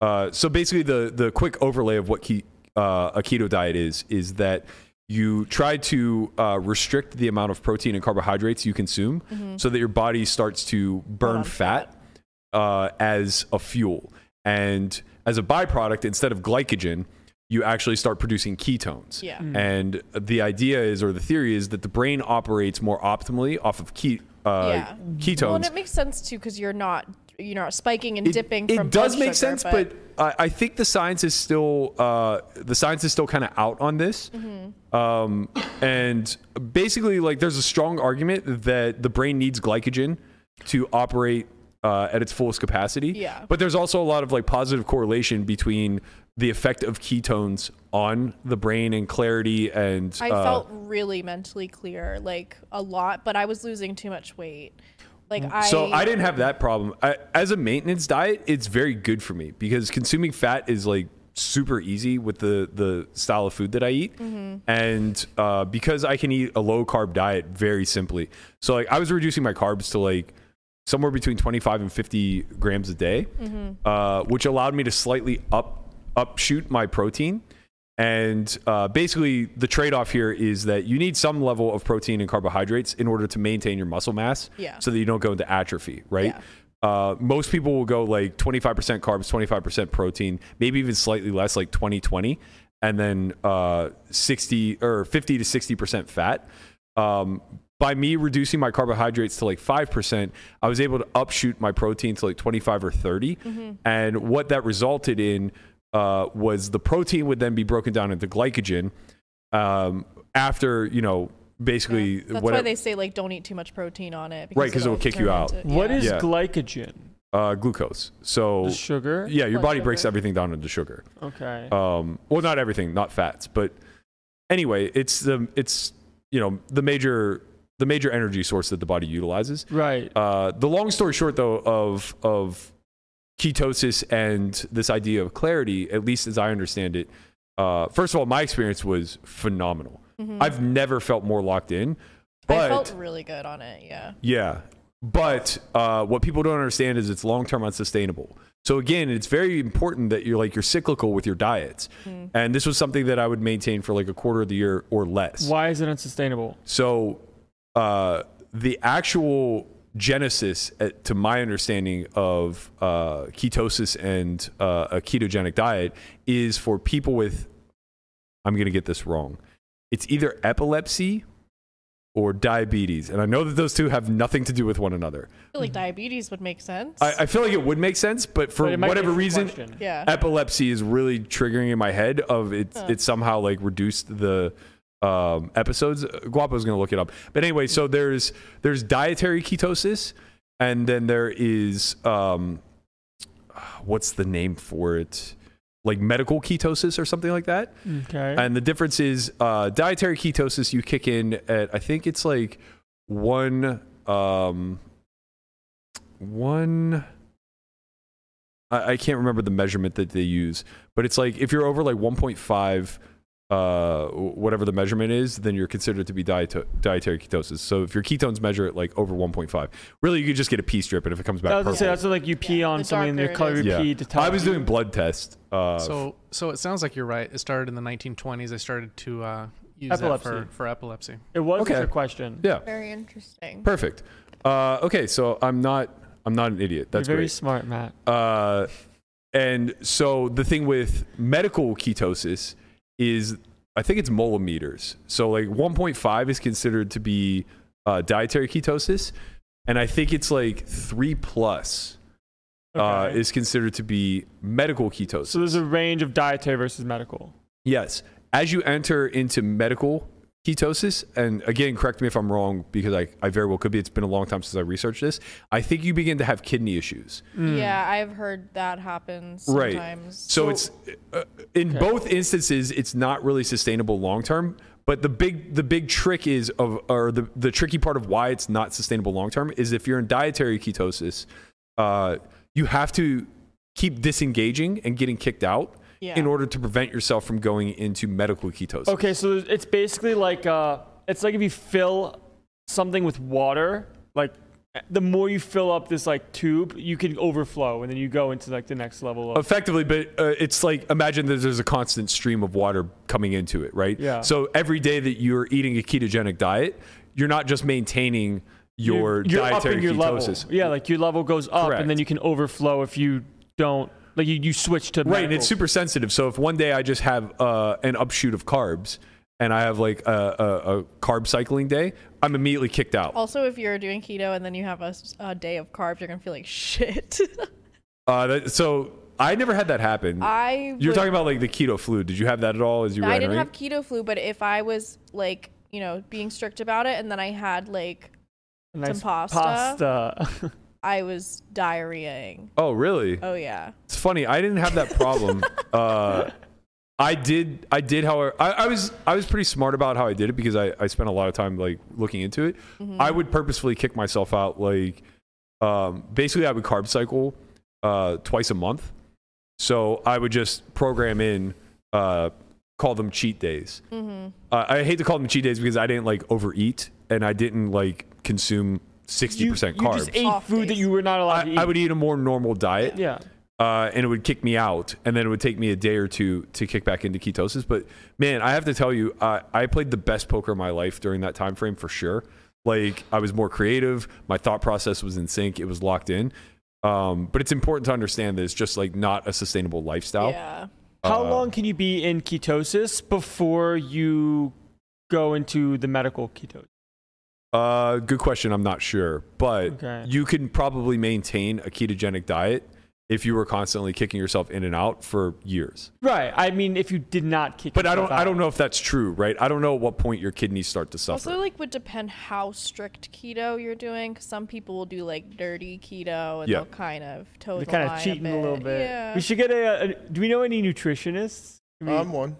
Speaker 2: Uh, so basically, the the quick overlay of what ke- uh, a keto diet is is that you try to uh, restrict the amount of protein and carbohydrates you consume, so that your body starts to burn
Speaker 3: Mm-hmm. on
Speaker 2: fat uh, as a fuel. And as a byproduct, instead of glycogen, you actually start producing ketones.
Speaker 3: Yeah.
Speaker 2: And the idea is, or the theory is, that the brain operates more optimally off of ke- uh,
Speaker 3: Yeah.
Speaker 2: ketones.
Speaker 3: well, and it makes sense too because you're not you're not spiking and
Speaker 2: It-
Speaker 3: dipping.
Speaker 2: It
Speaker 3: from
Speaker 2: does
Speaker 3: blood
Speaker 2: make
Speaker 3: sugar,
Speaker 2: sense, but, I, I think the science is still uh, the science is still kind of out on this.
Speaker 3: Mm-hmm.
Speaker 2: Um, and basically, like, there's a strong argument that the brain needs glycogen to operate uh, at its fullest capacity.
Speaker 3: Yeah.
Speaker 2: But there's also a lot of like positive correlation between the effect of ketones on the brain and clarity and
Speaker 3: I
Speaker 2: uh,
Speaker 3: felt really mentally clear, like a lot, but I was losing too much weight. Like I,
Speaker 2: Mm. So I didn't have that problem. I, as a maintenance diet, it's very good for me because consuming fat is like super easy with the the style of food that I eat, and uh, because I can eat a low carb diet very simply. So like I was reducing my carbs to like somewhere between 25 and 50 grams a day, uh, which allowed me to slightly up upshoot my protein. And uh, basically, the trade off here is that you need some level of protein and carbohydrates in order to maintain your muscle mass
Speaker 3: Yeah.
Speaker 2: so that you don't go into atrophy, right?
Speaker 3: Yeah.
Speaker 2: Uh, most people will go like 25% carbs, 25% protein, maybe even slightly less, like 20 20, and then uh, 60 or 50 to 60% fat. Um, by me reducing my carbohydrates to like 5%, I was able to upshoot my protein to like 25 or 30.
Speaker 3: Mm-hmm.
Speaker 2: And what that resulted in uh, was the protein would then be broken down into glycogen um, after, you know, basically
Speaker 3: that's why
Speaker 2: whatever.
Speaker 3: they say like don't eat too much protein on it.
Speaker 2: Right, 'cause it will kick
Speaker 3: turn
Speaker 2: you out.
Speaker 3: into-
Speaker 5: What
Speaker 3: yeah.
Speaker 5: is
Speaker 2: Yeah. Oh.
Speaker 5: glycogen?
Speaker 2: uh, glucose. So
Speaker 5: The sugar?
Speaker 2: yeah, your
Speaker 3: Blood
Speaker 2: body breaks
Speaker 3: sugar.
Speaker 2: everything down into sugar.
Speaker 5: Okay.
Speaker 2: Um, well, not everything, not fats, but anyway, it's the it's you know the major the major energy source that the body utilizes.
Speaker 5: Right.
Speaker 2: Uh, the long story short, though, of of ketosis and this idea of clarity, at least as I understand it, uh, first of all, my experience was phenomenal. I've never felt more locked in. But
Speaker 3: Mm-hmm. I felt really good on it. Yeah.
Speaker 2: yeah. But uh, what people don't understand is it's long term unsustainable. So again, it's very important that you're like you're cyclical with your diets, and this was something that I would maintain for like a quarter of the year or less.
Speaker 5: Why is it unsustainable?
Speaker 2: So uh, the actual genesis, uh, to my understanding, of uh, ketosis and uh, a ketogenic diet is for people with I'm going to get this wrong. It's either epilepsy or diabetes. And I know that those two have nothing to do with one another.
Speaker 3: I feel like diabetes would make sense.
Speaker 2: Mm. I, I feel like it would make sense, but for
Speaker 5: But it might be a
Speaker 2: whatever
Speaker 5: different
Speaker 2: reason,
Speaker 5: question.
Speaker 3: yeah.
Speaker 2: epilepsy is really triggering in my head of it it somehow like reduced the um episodes guapo's gonna look it up but anyway so there's there's dietary ketosis and then there is um what's the name for it like medical ketosis or something like that
Speaker 5: Okay.
Speaker 2: and the difference is uh, dietary ketosis, you kick in at, I think it's like one, um, one, I, I can't remember the measurement that they use, but it's like if you're over like 1.5, uh, whatever the measurement is, then you're considered to be dieto- dietary ketosis. So if your ketones measure it like over 1.5, really you could just get a pee strip, and if it comes back,
Speaker 5: I was gonna say
Speaker 2: purple-
Speaker 5: that's what, like you pee
Speaker 3: Yeah,
Speaker 5: on
Speaker 3: the
Speaker 5: something and your
Speaker 3: darker it
Speaker 5: color
Speaker 3: is.
Speaker 5: of your
Speaker 2: yeah.
Speaker 5: pee to tell.
Speaker 2: I was
Speaker 5: you.
Speaker 2: doing blood tests. Uh,
Speaker 6: So, so it sounds like you're right. It started in the 1920s. They started to uh, use that
Speaker 5: Epilepsy.
Speaker 6: for, for epilepsy.
Speaker 5: It was
Speaker 2: Okay.
Speaker 5: a question.
Speaker 2: yeah,
Speaker 3: Very interesting.
Speaker 2: perfect. Uh, okay, so I'm not. I'm not an idiot. That's
Speaker 5: You're very
Speaker 2: great.
Speaker 5: smart, Matt.
Speaker 2: Uh, and so the thing with medical ketosis is, I think it's molar meters. So like 1.5 is considered to be uh, dietary ketosis, and I think it's like three plus uh,
Speaker 5: Okay.
Speaker 2: is considered to be medical ketosis.
Speaker 5: so there's a range of dietary versus medical.
Speaker 2: Yes. As you enter into medical ketosis, and again, correct me if I'm wrong because I, I very well could be. It's been a long time since I researched this. I think you begin to have kidney issues.
Speaker 3: Yeah, I've heard that happens
Speaker 2: Hmm. Right.
Speaker 3: Mm. sometimes.
Speaker 2: So, it's uh, in both instances, it's not really sustainable long term. But the big the big trick is of or the, the tricky part of why it's not sustainable long term is if you're in dietary ketosis, uh, you have to keep disengaging and getting kicked out
Speaker 3: Yeah.
Speaker 2: in order to prevent yourself from going into medical ketosis.
Speaker 5: Okay, so there's- it's basically like uh, it's like if you fill something with water, like the more you fill up this like tube, you can overflow, and then you go into like the next level of.
Speaker 2: effectively but uh, it's like imagine that there's a constant stream of water coming into it right
Speaker 5: Yeah.
Speaker 2: so every day that you're eating a ketogenic diet you're not just maintaining your
Speaker 5: you're
Speaker 2: dietary
Speaker 5: upping your
Speaker 2: ketosis
Speaker 5: level. Yeah, like your level goes up,
Speaker 2: Correct.
Speaker 5: and then you can overflow if you don't like you, you switch to.
Speaker 2: right and it's super sensitive so if one day i just have uh, an upshoot of carbs and i have like a, a, a carb cycling day i'm immediately kicked out
Speaker 3: also, if you're doing keto and then you have a, s- a day of carbs, you're gonna feel like shit.
Speaker 2: uh, that, so i never had that happen
Speaker 3: I
Speaker 2: you're
Speaker 3: would-
Speaker 2: talking about like the keto flu did you have that at all as you were
Speaker 3: I
Speaker 2: entering?
Speaker 3: didn't have keto flu, but if I was like, you know, being strict about it, and then I had like, some
Speaker 5: nice
Speaker 3: pasta.
Speaker 5: Pasta.
Speaker 3: I was diarrheaing.
Speaker 2: oh really
Speaker 3: Oh yeah.
Speaker 2: It's funny. I didn't have that problem. uh, I did. I did. However, I, I was. I was pretty smart about how I did it because I, I spent a lot of time like looking into it.
Speaker 5: Mm-hmm.
Speaker 2: I would purposefully kick myself out. Like, um, basically, I would carb cycle uh, twice a month. So I would just program in, uh, call them cheat days.
Speaker 5: Mm-hmm.
Speaker 2: Uh, I hate to call them cheat days because I didn't like overeat and I didn't like consume sixty
Speaker 5: you,
Speaker 2: percent
Speaker 5: you
Speaker 2: carbs.
Speaker 5: just ate
Speaker 3: Off
Speaker 5: food that
Speaker 3: days.
Speaker 5: you were not allowed to
Speaker 2: I,
Speaker 5: eat.
Speaker 2: I would eat a more normal diet
Speaker 5: yeah.
Speaker 2: uh, and it would kick me out, and then it would take me a day or two to kick back into ketosis. But man, I have to tell you, uh, I played the best poker of my life during that time frame for sure. Like I was more creative, my thought process was in sync, it was locked in. Um, but it's important to understand that it's just like not a sustainable lifestyle.
Speaker 3: Yeah.
Speaker 2: Uh,
Speaker 5: How long can you be in ketosis before you go into the medical ketosis?
Speaker 2: Uh, good question. I'm not sure, but
Speaker 5: Okay.
Speaker 2: you can probably maintain a ketogenic diet if you were constantly kicking yourself in and out for years.
Speaker 5: Right. I mean, if you did not kick.
Speaker 2: But I
Speaker 5: yourself
Speaker 2: don't. I
Speaker 5: out.
Speaker 2: don't know if that's true, right? I don't know at what point your kidneys start to suffer.
Speaker 3: Also, like, would depend how strict keto you're doing. 'cause some people will do like dirty keto, and
Speaker 2: Yeah.
Speaker 3: they'll kind of toe
Speaker 5: They're
Speaker 3: the
Speaker 5: kind
Speaker 3: line
Speaker 5: of cheating a,
Speaker 3: a
Speaker 5: little bit.
Speaker 3: Yeah.
Speaker 5: We should get a, a- Do we know any nutritionists? Can we-
Speaker 4: I'm one.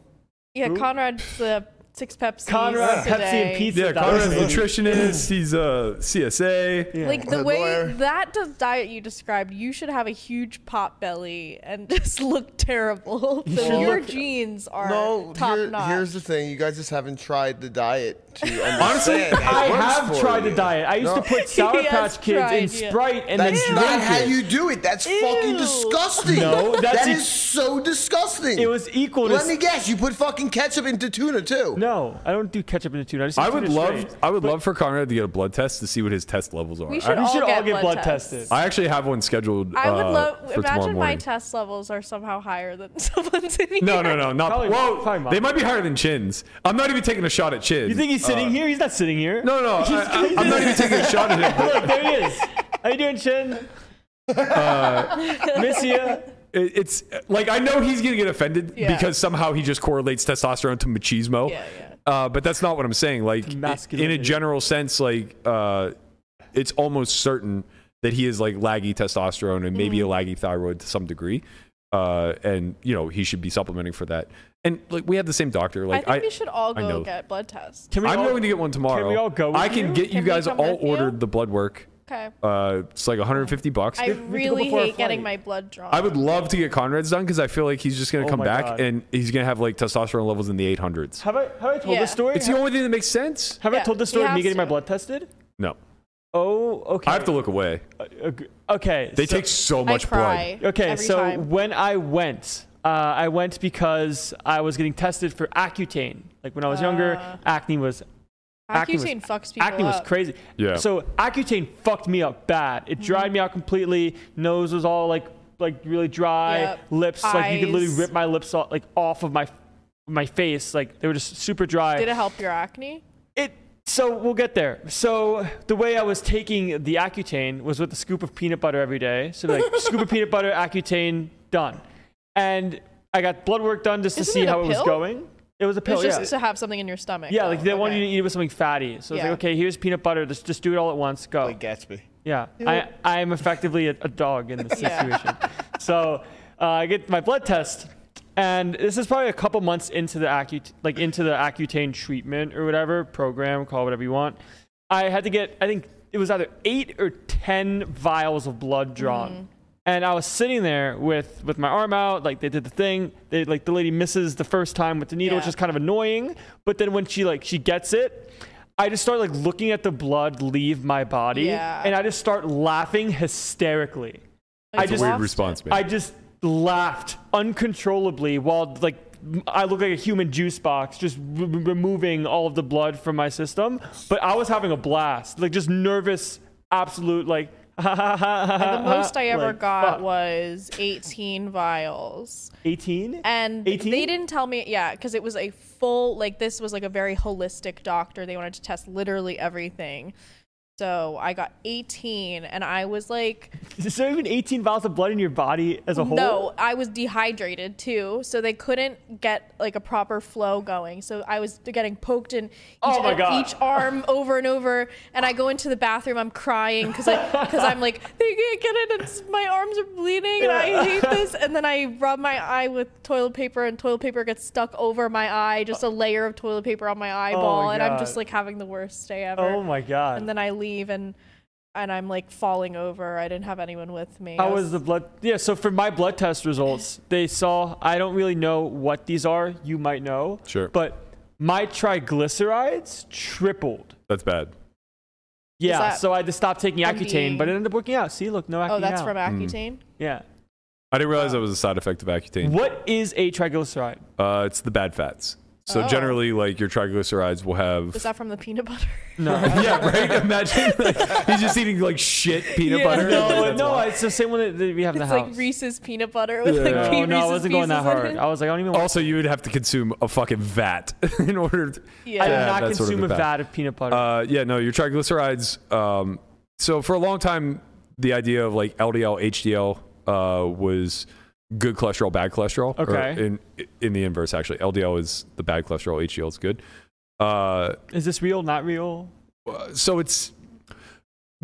Speaker 3: yeah.
Speaker 5: Who?
Speaker 3: Conrad's the six Pepsi.
Speaker 5: Conrad,
Speaker 3: today.
Speaker 5: Pepsi, and pizza.
Speaker 2: Yeah,
Speaker 5: diet.
Speaker 2: Conrad's a nutritionist. He's a CSA.
Speaker 5: Yeah.
Speaker 3: Like the
Speaker 4: The
Speaker 3: way
Speaker 4: lawyer.
Speaker 3: that does diet you described, you should have a huge pot belly and just look terrible. So
Speaker 4: should
Speaker 3: your
Speaker 4: look-
Speaker 3: jeans are
Speaker 4: No,
Speaker 3: top
Speaker 4: here-
Speaker 3: notch.
Speaker 4: here's the thing. You guys just haven't tried the diet to understand.
Speaker 2: Honestly,
Speaker 4: how
Speaker 5: I
Speaker 4: it works
Speaker 5: have
Speaker 4: for
Speaker 5: tried
Speaker 4: you.
Speaker 5: the diet. I used to
Speaker 4: No.
Speaker 5: put Sour
Speaker 3: He has
Speaker 5: Patch Kids in
Speaker 3: tried, yeah.
Speaker 5: Sprite and then
Speaker 4: That's not
Speaker 5: drink
Speaker 4: how
Speaker 5: it.
Speaker 4: you do it. That's
Speaker 3: Ew.
Speaker 4: fucking disgusting.
Speaker 5: No, that's
Speaker 4: That
Speaker 5: e-
Speaker 4: is so disgusting.
Speaker 5: It was equal to.
Speaker 4: Let me guess. You put fucking ketchup into tuna too.
Speaker 5: no, I don't do ketchup in the tuna. I, just eat
Speaker 2: I would
Speaker 5: tuna
Speaker 2: love,
Speaker 5: straight.
Speaker 2: I would love for Conrad to get a blood test to see what his test levels are.
Speaker 3: we should,
Speaker 2: I,
Speaker 5: We
Speaker 3: all,
Speaker 5: should all
Speaker 3: get
Speaker 5: get blood
Speaker 3: tests.
Speaker 5: tested.
Speaker 2: I actually have one scheduled.
Speaker 3: I would
Speaker 2: uh,
Speaker 3: love.
Speaker 2: for tomorrow
Speaker 3: Imagine my
Speaker 2: morning.
Speaker 3: test levels are somehow higher than someone's in here.
Speaker 2: No, no, no, not.
Speaker 5: Probably
Speaker 2: well,
Speaker 5: not. Probably not.
Speaker 2: they might be higher than Chin's. I'm not even taking a shot at Chin.
Speaker 5: You think he's sitting here? He's not sitting here.
Speaker 2: Uh,
Speaker 5: Oh,
Speaker 2: No, no, I, I, I'm not even taking a shot at him. but-
Speaker 5: Look, there he is. How you doing, Chin? Uh, Miss you.
Speaker 2: It- it's like I know he's gonna get offended
Speaker 3: Yeah.
Speaker 2: because somehow he just correlates testosterone to machismo.
Speaker 3: Yeah, yeah.
Speaker 2: Uh, but that's not what I'm saying. Like in a
Speaker 5: masculinity.
Speaker 2: general sense, like uh, it's almost certain that he is like laggy testosterone and
Speaker 3: Mm-hmm.
Speaker 2: maybe a laggy thyroid to some degree. Uh, and you know he should be supplementing for that. And like we have the same doctor.
Speaker 3: I
Speaker 2: Like
Speaker 3: think we should all
Speaker 2: I
Speaker 3: go
Speaker 2: know.
Speaker 3: get blood tests.
Speaker 5: Can we
Speaker 2: I'm
Speaker 5: all-
Speaker 2: going to get one tomorrow.
Speaker 5: Can we all go? With
Speaker 2: I can
Speaker 5: you?
Speaker 2: get you
Speaker 3: Can we
Speaker 2: guys
Speaker 3: come
Speaker 2: all
Speaker 3: with you?
Speaker 2: ordered the blood work.
Speaker 3: Okay.
Speaker 2: Uh, it's like 150 bucks.
Speaker 3: I
Speaker 5: we have to go
Speaker 3: really
Speaker 5: before our
Speaker 3: hate getting my
Speaker 5: flight.
Speaker 3: blood drawn.
Speaker 2: I would love to get Conrad's done because I feel like he's just going to
Speaker 5: Oh
Speaker 2: come
Speaker 5: my
Speaker 2: back
Speaker 5: God.
Speaker 2: and he's going to have like testosterone levels in the 800s.
Speaker 5: Have I have I told
Speaker 3: Yeah.
Speaker 5: this story?
Speaker 2: It's the only thing that makes sense.
Speaker 5: have
Speaker 3: Yeah,
Speaker 5: I told the
Speaker 3: he
Speaker 5: story of me
Speaker 3: has
Speaker 5: getting my
Speaker 3: to.
Speaker 5: blood tested?
Speaker 2: No,
Speaker 5: Oh, okay.
Speaker 2: I have to look away.
Speaker 5: Okay.
Speaker 2: They
Speaker 5: uh, so-
Speaker 2: take so
Speaker 3: I
Speaker 2: much
Speaker 3: cry.
Speaker 2: blood.
Speaker 5: Okay,
Speaker 3: every
Speaker 5: so
Speaker 3: time.
Speaker 5: when I went, uh, I went because I was getting tested for Accutane. Like when I was younger, acne was acne was-
Speaker 3: Uh. Accutane fucks people
Speaker 5: acne was
Speaker 3: up.
Speaker 5: crazy.
Speaker 2: Yeah.
Speaker 5: So Accutane fucked me up bad. It
Speaker 3: Mm-hmm.
Speaker 5: dried me out completely. Nose was all like like really dry.
Speaker 3: Yep.
Speaker 5: Lips like you could
Speaker 3: Eyes.
Speaker 5: literally rip my lips off like off of my my face. Like they were just super dry.
Speaker 3: Did it help your acne?
Speaker 5: It. So we'll get there. So the way I was taking the Accutane was with a scoop of peanut butter every day. So like scoop of peanut butter, Accutane, done. And I got blood work done just
Speaker 3: Isn't
Speaker 5: to see
Speaker 3: it a
Speaker 5: how it was
Speaker 3: pill?
Speaker 5: going. It was a
Speaker 3: It
Speaker 5: pill,
Speaker 3: was just
Speaker 5: yeah.
Speaker 3: to have something in your stomach.
Speaker 5: yeah,
Speaker 3: though.
Speaker 5: like they
Speaker 3: okay.
Speaker 5: wanted you to eat it with something fatty. So it's
Speaker 3: Yeah.
Speaker 5: like, okay, here's peanut butter. Let's just do it all at once. Go.
Speaker 4: Like Gatsby.
Speaker 5: Yeah, I, I am effectively a, a dog in this
Speaker 3: Yeah.
Speaker 5: situation. so uh, I get my blood test, and this is probably a couple months into the Accu- like into the Accutane treatment or whatever program, call it whatever you want. I had to get, I think it was either eight or ten vials of blood drawn.
Speaker 3: Mm-hmm.
Speaker 5: And I was sitting there with, with my arm out, like they did the thing. They like the lady misses the first time with the needle, which
Speaker 3: Yeah.
Speaker 5: is kind of annoying. But then when she like she gets it, I just start like looking at the blood leave my body,
Speaker 3: Yeah.
Speaker 5: and I just start laughing hysterically.
Speaker 3: Like,
Speaker 5: I
Speaker 2: It's
Speaker 5: just-
Speaker 2: a
Speaker 3: lost
Speaker 2: weird
Speaker 3: it.
Speaker 2: response, man.
Speaker 5: I just laughed uncontrollably while like m- I look like a human juice box, just r- r- removing all of the blood from my system. But I was having a blast, like just nervous, absolute like.
Speaker 3: The most I ever
Speaker 5: Uh-huh. like,
Speaker 3: got
Speaker 5: fuck.
Speaker 3: was 18 vials.
Speaker 5: 18.
Speaker 3: And
Speaker 5: 18?
Speaker 3: they didn't tell me, yeah, because it was a full, like, this was like a very holistic doctor. They wanted to test literally everything. So I got 18, and I was like,
Speaker 5: Is there even 18 vials of blood in your body as a whole?
Speaker 3: no, I was dehydrated too. So they couldn't get like a proper flow going. So I was getting poked in each,
Speaker 5: Oh my God.
Speaker 3: each arm over and over. And I go into the bathroom, I'm crying because I'm like, they can't get it. It's, my arms are bleeding and I hate this. And then I rub my eye with toilet paper, and toilet paper gets stuck over my eye, just a layer of toilet paper on my eyeball. and I'm just
Speaker 5: Oh God.
Speaker 3: like having the worst day ever.
Speaker 5: Oh my god.
Speaker 3: And then I leave and. And I'm like falling over. I didn't have anyone with me. I
Speaker 5: How was the blood? Yeah, so for my blood test results, they saw, I don't really know what these are. You might know.
Speaker 2: Sure.
Speaker 5: But my triglycerides tripled.
Speaker 2: That's bad.
Speaker 5: Yeah,
Speaker 3: that
Speaker 5: so I had to stop taking
Speaker 3: from
Speaker 5: Accutane,
Speaker 3: being-
Speaker 5: but it ended up working out. See, look, no Accutane.
Speaker 3: Oh, that's from
Speaker 5: now.
Speaker 2: Mm.
Speaker 3: Accutane.
Speaker 5: Yeah.
Speaker 2: I didn't realize that was a side effect of Accutane.
Speaker 5: What is a triglyceride?
Speaker 2: Uh, it's the bad fats. So
Speaker 3: Oh.
Speaker 2: generally, like your triglycerides will have.
Speaker 3: Was that from the peanut butter?
Speaker 5: No.
Speaker 2: yeah, right. Imagine like, he's just eating like shit peanut
Speaker 3: Yeah.
Speaker 2: butter.
Speaker 5: no,
Speaker 2: That's
Speaker 5: no,
Speaker 2: why.
Speaker 5: it's the same one that, that we have in
Speaker 3: It's
Speaker 5: the house.
Speaker 3: like Reese's peanut butter with like
Speaker 2: Yeah.
Speaker 5: no,
Speaker 3: pea-
Speaker 5: no, I
Speaker 3: Reese's
Speaker 5: wasn't going that
Speaker 3: Pieces in
Speaker 5: hard.
Speaker 3: it.
Speaker 5: I was like, I don't even want
Speaker 2: Also, you would have to consume a fucking vat in order. To,
Speaker 3: Yeah.
Speaker 5: I
Speaker 3: I
Speaker 5: did
Speaker 3: did
Speaker 2: to have
Speaker 5: not
Speaker 2: that sort
Speaker 5: consume
Speaker 2: of
Speaker 5: a
Speaker 2: effect.
Speaker 5: vat of peanut butter.
Speaker 2: Uh, yeah, no, your triglycerides. Um, so for a long time, the idea of like LDL, HDL uh, was good cholesterol, bad cholesterol. or
Speaker 5: Okay.
Speaker 2: in in the inverse, actually, LDL is the bad cholesterol, HDL is good. Uh,
Speaker 5: is this real? Not real?
Speaker 2: so it's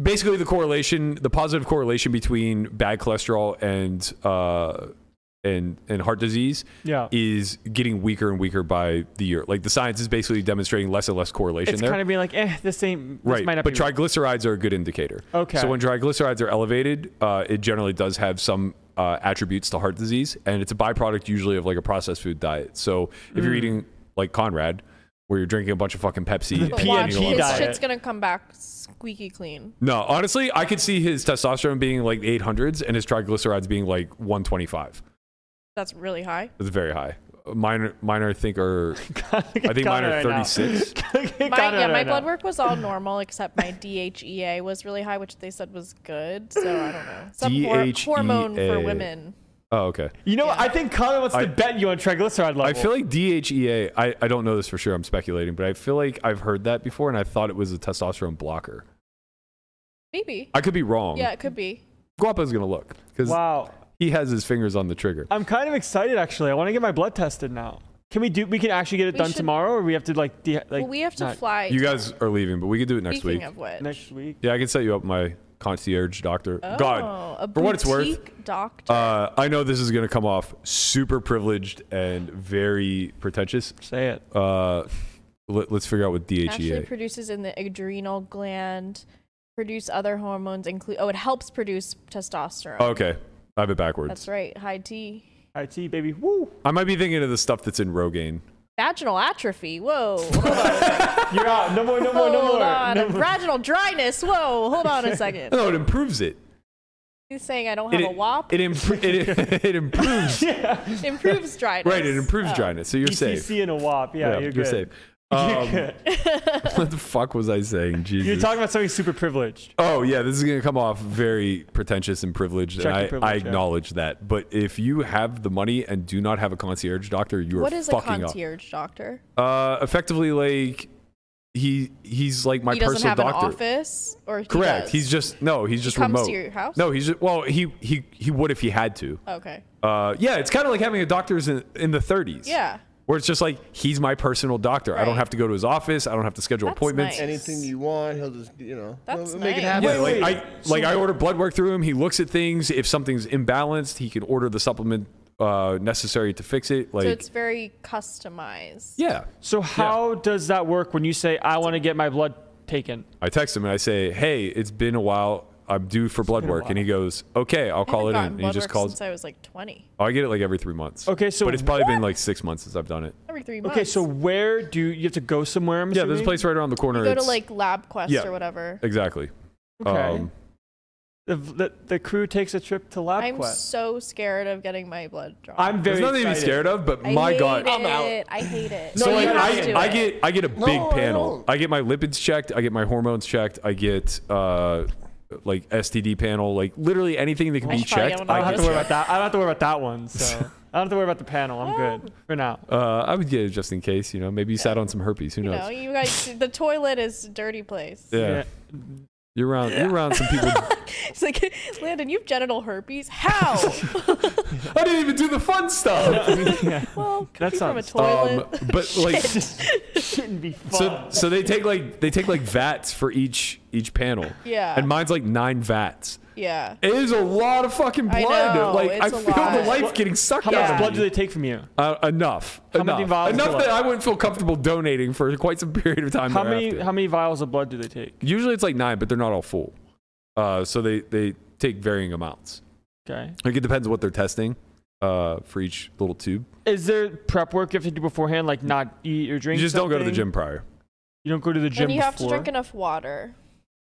Speaker 2: basically the correlation, the positive correlation between bad cholesterol and uh, and and heart disease
Speaker 5: Yeah.
Speaker 2: is getting weaker and weaker by the year. Like the science is basically demonstrating less and less correlation
Speaker 5: It's
Speaker 2: there.
Speaker 5: kind of being like, eh, this ain't. This
Speaker 2: Right,
Speaker 5: might not
Speaker 2: but
Speaker 5: be
Speaker 2: triglycerides are a good indicator.
Speaker 5: Okay.
Speaker 2: So when triglycerides are elevated, uh, it generally does have some uh, attributes to heart disease, and it's a byproduct usually of like a processed food diet. So if
Speaker 5: Hmm.
Speaker 2: you're eating like Conrad, where you're drinking a bunch of fucking Pepsi, and
Speaker 3: But
Speaker 2: eating
Speaker 5: P&G
Speaker 3: watch,
Speaker 2: a lot of
Speaker 3: his
Speaker 5: diet.
Speaker 3: shit's gonna come back squeaky clean.
Speaker 2: no, honestly, I could see his testosterone being like 800s and his triglycerides being like 125.
Speaker 3: That's really high.
Speaker 2: That's very high. Mine, mine, I think are
Speaker 5: I
Speaker 2: I think mine are 36.
Speaker 3: My, yeah, my blood work was all normal except my DHEA was really high, which they said was good. So I don't know. Some hor-
Speaker 2: E
Speaker 3: hormone for
Speaker 2: DHEA.
Speaker 3: women.
Speaker 2: Oh, okay.
Speaker 5: You know, what? I think Connor wants
Speaker 2: I-
Speaker 5: to bet you on triglyceride level.
Speaker 2: I feel like DHEA. I, I don't know this for sure. I'm speculating, but I feel like I've heard that before, and I thought it was a testosterone blocker.
Speaker 3: Maybe.
Speaker 2: I could be wrong.
Speaker 3: Yeah, it could be.
Speaker 2: Guapo's gonna look because
Speaker 5: Wow.
Speaker 2: he has his fingers on the trigger.
Speaker 5: I'm kind of excited actually. I want to get my blood tested now. Can we do? We can actually get it
Speaker 3: We
Speaker 5: done
Speaker 3: should-
Speaker 5: tomorrow, or we have to like, de- like
Speaker 3: well, we have to
Speaker 5: not-
Speaker 3: fly.
Speaker 2: You guys are leaving, but we could do it next
Speaker 3: Speaking
Speaker 2: week.
Speaker 3: of which,
Speaker 5: next week.
Speaker 2: yeah, I can set you up my concierge doctor.
Speaker 3: oh, a
Speaker 2: God, for what it's worth,
Speaker 3: boutique doctor.
Speaker 2: Uh, I know this is going to come off super privileged and very pretentious.
Speaker 5: Say it.
Speaker 2: Uh, let, us figure out what E
Speaker 3: actually
Speaker 2: DHEA.
Speaker 3: produces in the adrenal gland, produce other hormones, include. Oh, it helps produce testosterone.
Speaker 2: okay, I have it backwards.
Speaker 3: That's right. High T.
Speaker 5: IT baby. Woo.
Speaker 2: I might be thinking of the stuff that's in Rogaine.
Speaker 3: Vaginal atrophy. Whoa. Hold on.
Speaker 5: You're out. No more. No more.
Speaker 3: Hold
Speaker 5: No more.
Speaker 3: on.
Speaker 5: No more.
Speaker 3: Vaginal dryness. Whoa. Hold on a second.
Speaker 2: No, it improves it.
Speaker 3: He's saying I don't
Speaker 2: It,
Speaker 3: have a wop.
Speaker 2: it, impr- it, it improves.
Speaker 3: improves dryness. Oh.
Speaker 2: right, it improves dryness. So you're
Speaker 3: E
Speaker 2: safe.
Speaker 5: ECC and a WAP. Yeah, you're, good.
Speaker 2: safe.
Speaker 5: You're
Speaker 2: Um,
Speaker 5: good.
Speaker 2: what the fuck was I saying? Jesus.
Speaker 5: You're talking about something super privileged.
Speaker 2: Oh yeah, this is gonna come off very pretentious and privileged,
Speaker 5: Check
Speaker 2: and
Speaker 5: the
Speaker 2: I,
Speaker 5: privilege,
Speaker 2: I
Speaker 5: yeah.
Speaker 2: acknowledge that. But if you have the money and do not have a concierge doctor, you are
Speaker 3: What is a
Speaker 2: fucking up.
Speaker 3: concierge doctor?
Speaker 2: Uh, effectively, like he he's like my
Speaker 3: he doesn't
Speaker 2: personal
Speaker 3: have
Speaker 2: doctor.
Speaker 3: an office, or he
Speaker 2: Correct.
Speaker 3: does?
Speaker 2: He's just no. He's just
Speaker 3: comes to
Speaker 2: remote.
Speaker 3: your house?
Speaker 2: No, he's just well. He he he would if he had to.
Speaker 3: okay.
Speaker 2: Uh, yeah, it's kind of like having a doctor's in, in the 30s.
Speaker 3: Yeah.
Speaker 2: Where it's just like he's my personal doctor. I don't
Speaker 3: Right.
Speaker 2: have to go to his office. I don't have to schedule
Speaker 3: That's
Speaker 2: appointments.
Speaker 3: nice.
Speaker 4: Anything you want, he'll just you know
Speaker 3: That's
Speaker 4: we'll make
Speaker 3: nice.
Speaker 4: it happen.
Speaker 2: Yeah,
Speaker 5: Wait,
Speaker 2: like
Speaker 5: wait.
Speaker 2: I like I order blood work through him. He looks at things. If something's imbalanced, he can order the supplement uh, necessary to fix it. Like
Speaker 3: so it's very customized.
Speaker 2: yeah,
Speaker 5: So how does that work when you say I want to get my blood taken?
Speaker 2: I text him and I say, "Hey, it's been a while. I'm due for blood
Speaker 5: been a
Speaker 2: work," and
Speaker 5: while.
Speaker 2: he goes, "Okay, I'll
Speaker 3: I
Speaker 2: call it in."
Speaker 3: haven't gotten
Speaker 2: And he
Speaker 3: blood
Speaker 2: just
Speaker 3: work
Speaker 2: calls. Oh,
Speaker 3: since I was like 20,
Speaker 2: I get it like every three months.
Speaker 5: Okay, so
Speaker 2: but it's probably been
Speaker 5: what?
Speaker 2: like six months since I've done it.
Speaker 3: every three months.
Speaker 5: Okay, so where do you, you have to go somewhere? I'm
Speaker 2: Yeah, there's a
Speaker 5: assuming?
Speaker 2: place right around the corner.
Speaker 3: you go to
Speaker 2: It's-
Speaker 3: like LabQuest
Speaker 2: Yeah.
Speaker 3: or whatever.
Speaker 2: exactly.
Speaker 5: Okay.
Speaker 2: Um,
Speaker 5: the, the, the crew takes a trip to
Speaker 3: I'm
Speaker 5: LabQuest.
Speaker 3: so scared of getting my blood drawn.
Speaker 5: I'm very
Speaker 2: there's nothing to be
Speaker 5: excited.
Speaker 2: scared of, but
Speaker 3: I
Speaker 2: my
Speaker 3: hate
Speaker 2: god,
Speaker 3: it. I hate it.
Speaker 2: So
Speaker 5: No,
Speaker 2: like
Speaker 5: you have
Speaker 2: I,
Speaker 5: to do
Speaker 2: I
Speaker 5: it.
Speaker 2: get I get a big
Speaker 4: I
Speaker 2: panel.
Speaker 4: don't.
Speaker 2: I, get my lipids checked. I get my hormones checked. I get uh like STD panel. Like literally anything that can
Speaker 3: I
Speaker 2: be
Speaker 3: should probably
Speaker 2: checked.
Speaker 3: get one
Speaker 5: I
Speaker 2: I
Speaker 5: don't
Speaker 3: of
Speaker 5: have
Speaker 2: get
Speaker 5: to worry
Speaker 2: checked.
Speaker 5: about that. I don't have to worry about that one. So I don't have to worry about the panel. I'm good for now.
Speaker 2: Uh, I would get it just in case. You know, maybe you sat on some herpes. Who
Speaker 3: you
Speaker 2: knows?
Speaker 3: know, you guys, the toilet is a dirty place.
Speaker 2: yeah. you're around. You're around some people.
Speaker 3: It's like, Landon, you have genital herpes. How?
Speaker 2: I didn't even do the fun stuff.
Speaker 3: well, could
Speaker 5: That
Speaker 3: be from a
Speaker 5: sounds-
Speaker 3: toilet.
Speaker 2: Um, but like,
Speaker 5: Shouldn't be fun.
Speaker 2: so so they take like they take like vats for each each panel.
Speaker 3: Yeah.
Speaker 2: And mine's like nine vats.
Speaker 3: yeah.
Speaker 2: It is a lot of fucking blood.
Speaker 3: I know,
Speaker 2: like I
Speaker 3: it's a
Speaker 2: feel
Speaker 3: lot.
Speaker 2: the life getting sucked
Speaker 5: How
Speaker 2: out
Speaker 5: much
Speaker 2: of
Speaker 5: blood
Speaker 2: me.
Speaker 5: do they take from you?
Speaker 2: Uh, enough.
Speaker 5: How
Speaker 2: enough.
Speaker 5: many vials
Speaker 2: enough
Speaker 5: is
Speaker 2: that
Speaker 5: left?
Speaker 2: I wouldn't feel comfortable donating for quite some period of time.
Speaker 5: How many
Speaker 2: thereafter.
Speaker 5: how many vials of blood do they take?
Speaker 2: Usually it's like nine, but they're not all full. Uh, so they, they take varying amounts.
Speaker 5: Okay.
Speaker 2: Like it depends what they're testing uh, for each little tube.
Speaker 5: Is there prep work you have to do beforehand, like not eat or
Speaker 2: You
Speaker 5: drink?
Speaker 2: just don't go to the
Speaker 5: something?
Speaker 2: gym prior.
Speaker 5: You don't go to the gym
Speaker 3: and you have to
Speaker 5: before.
Speaker 3: drink enough water.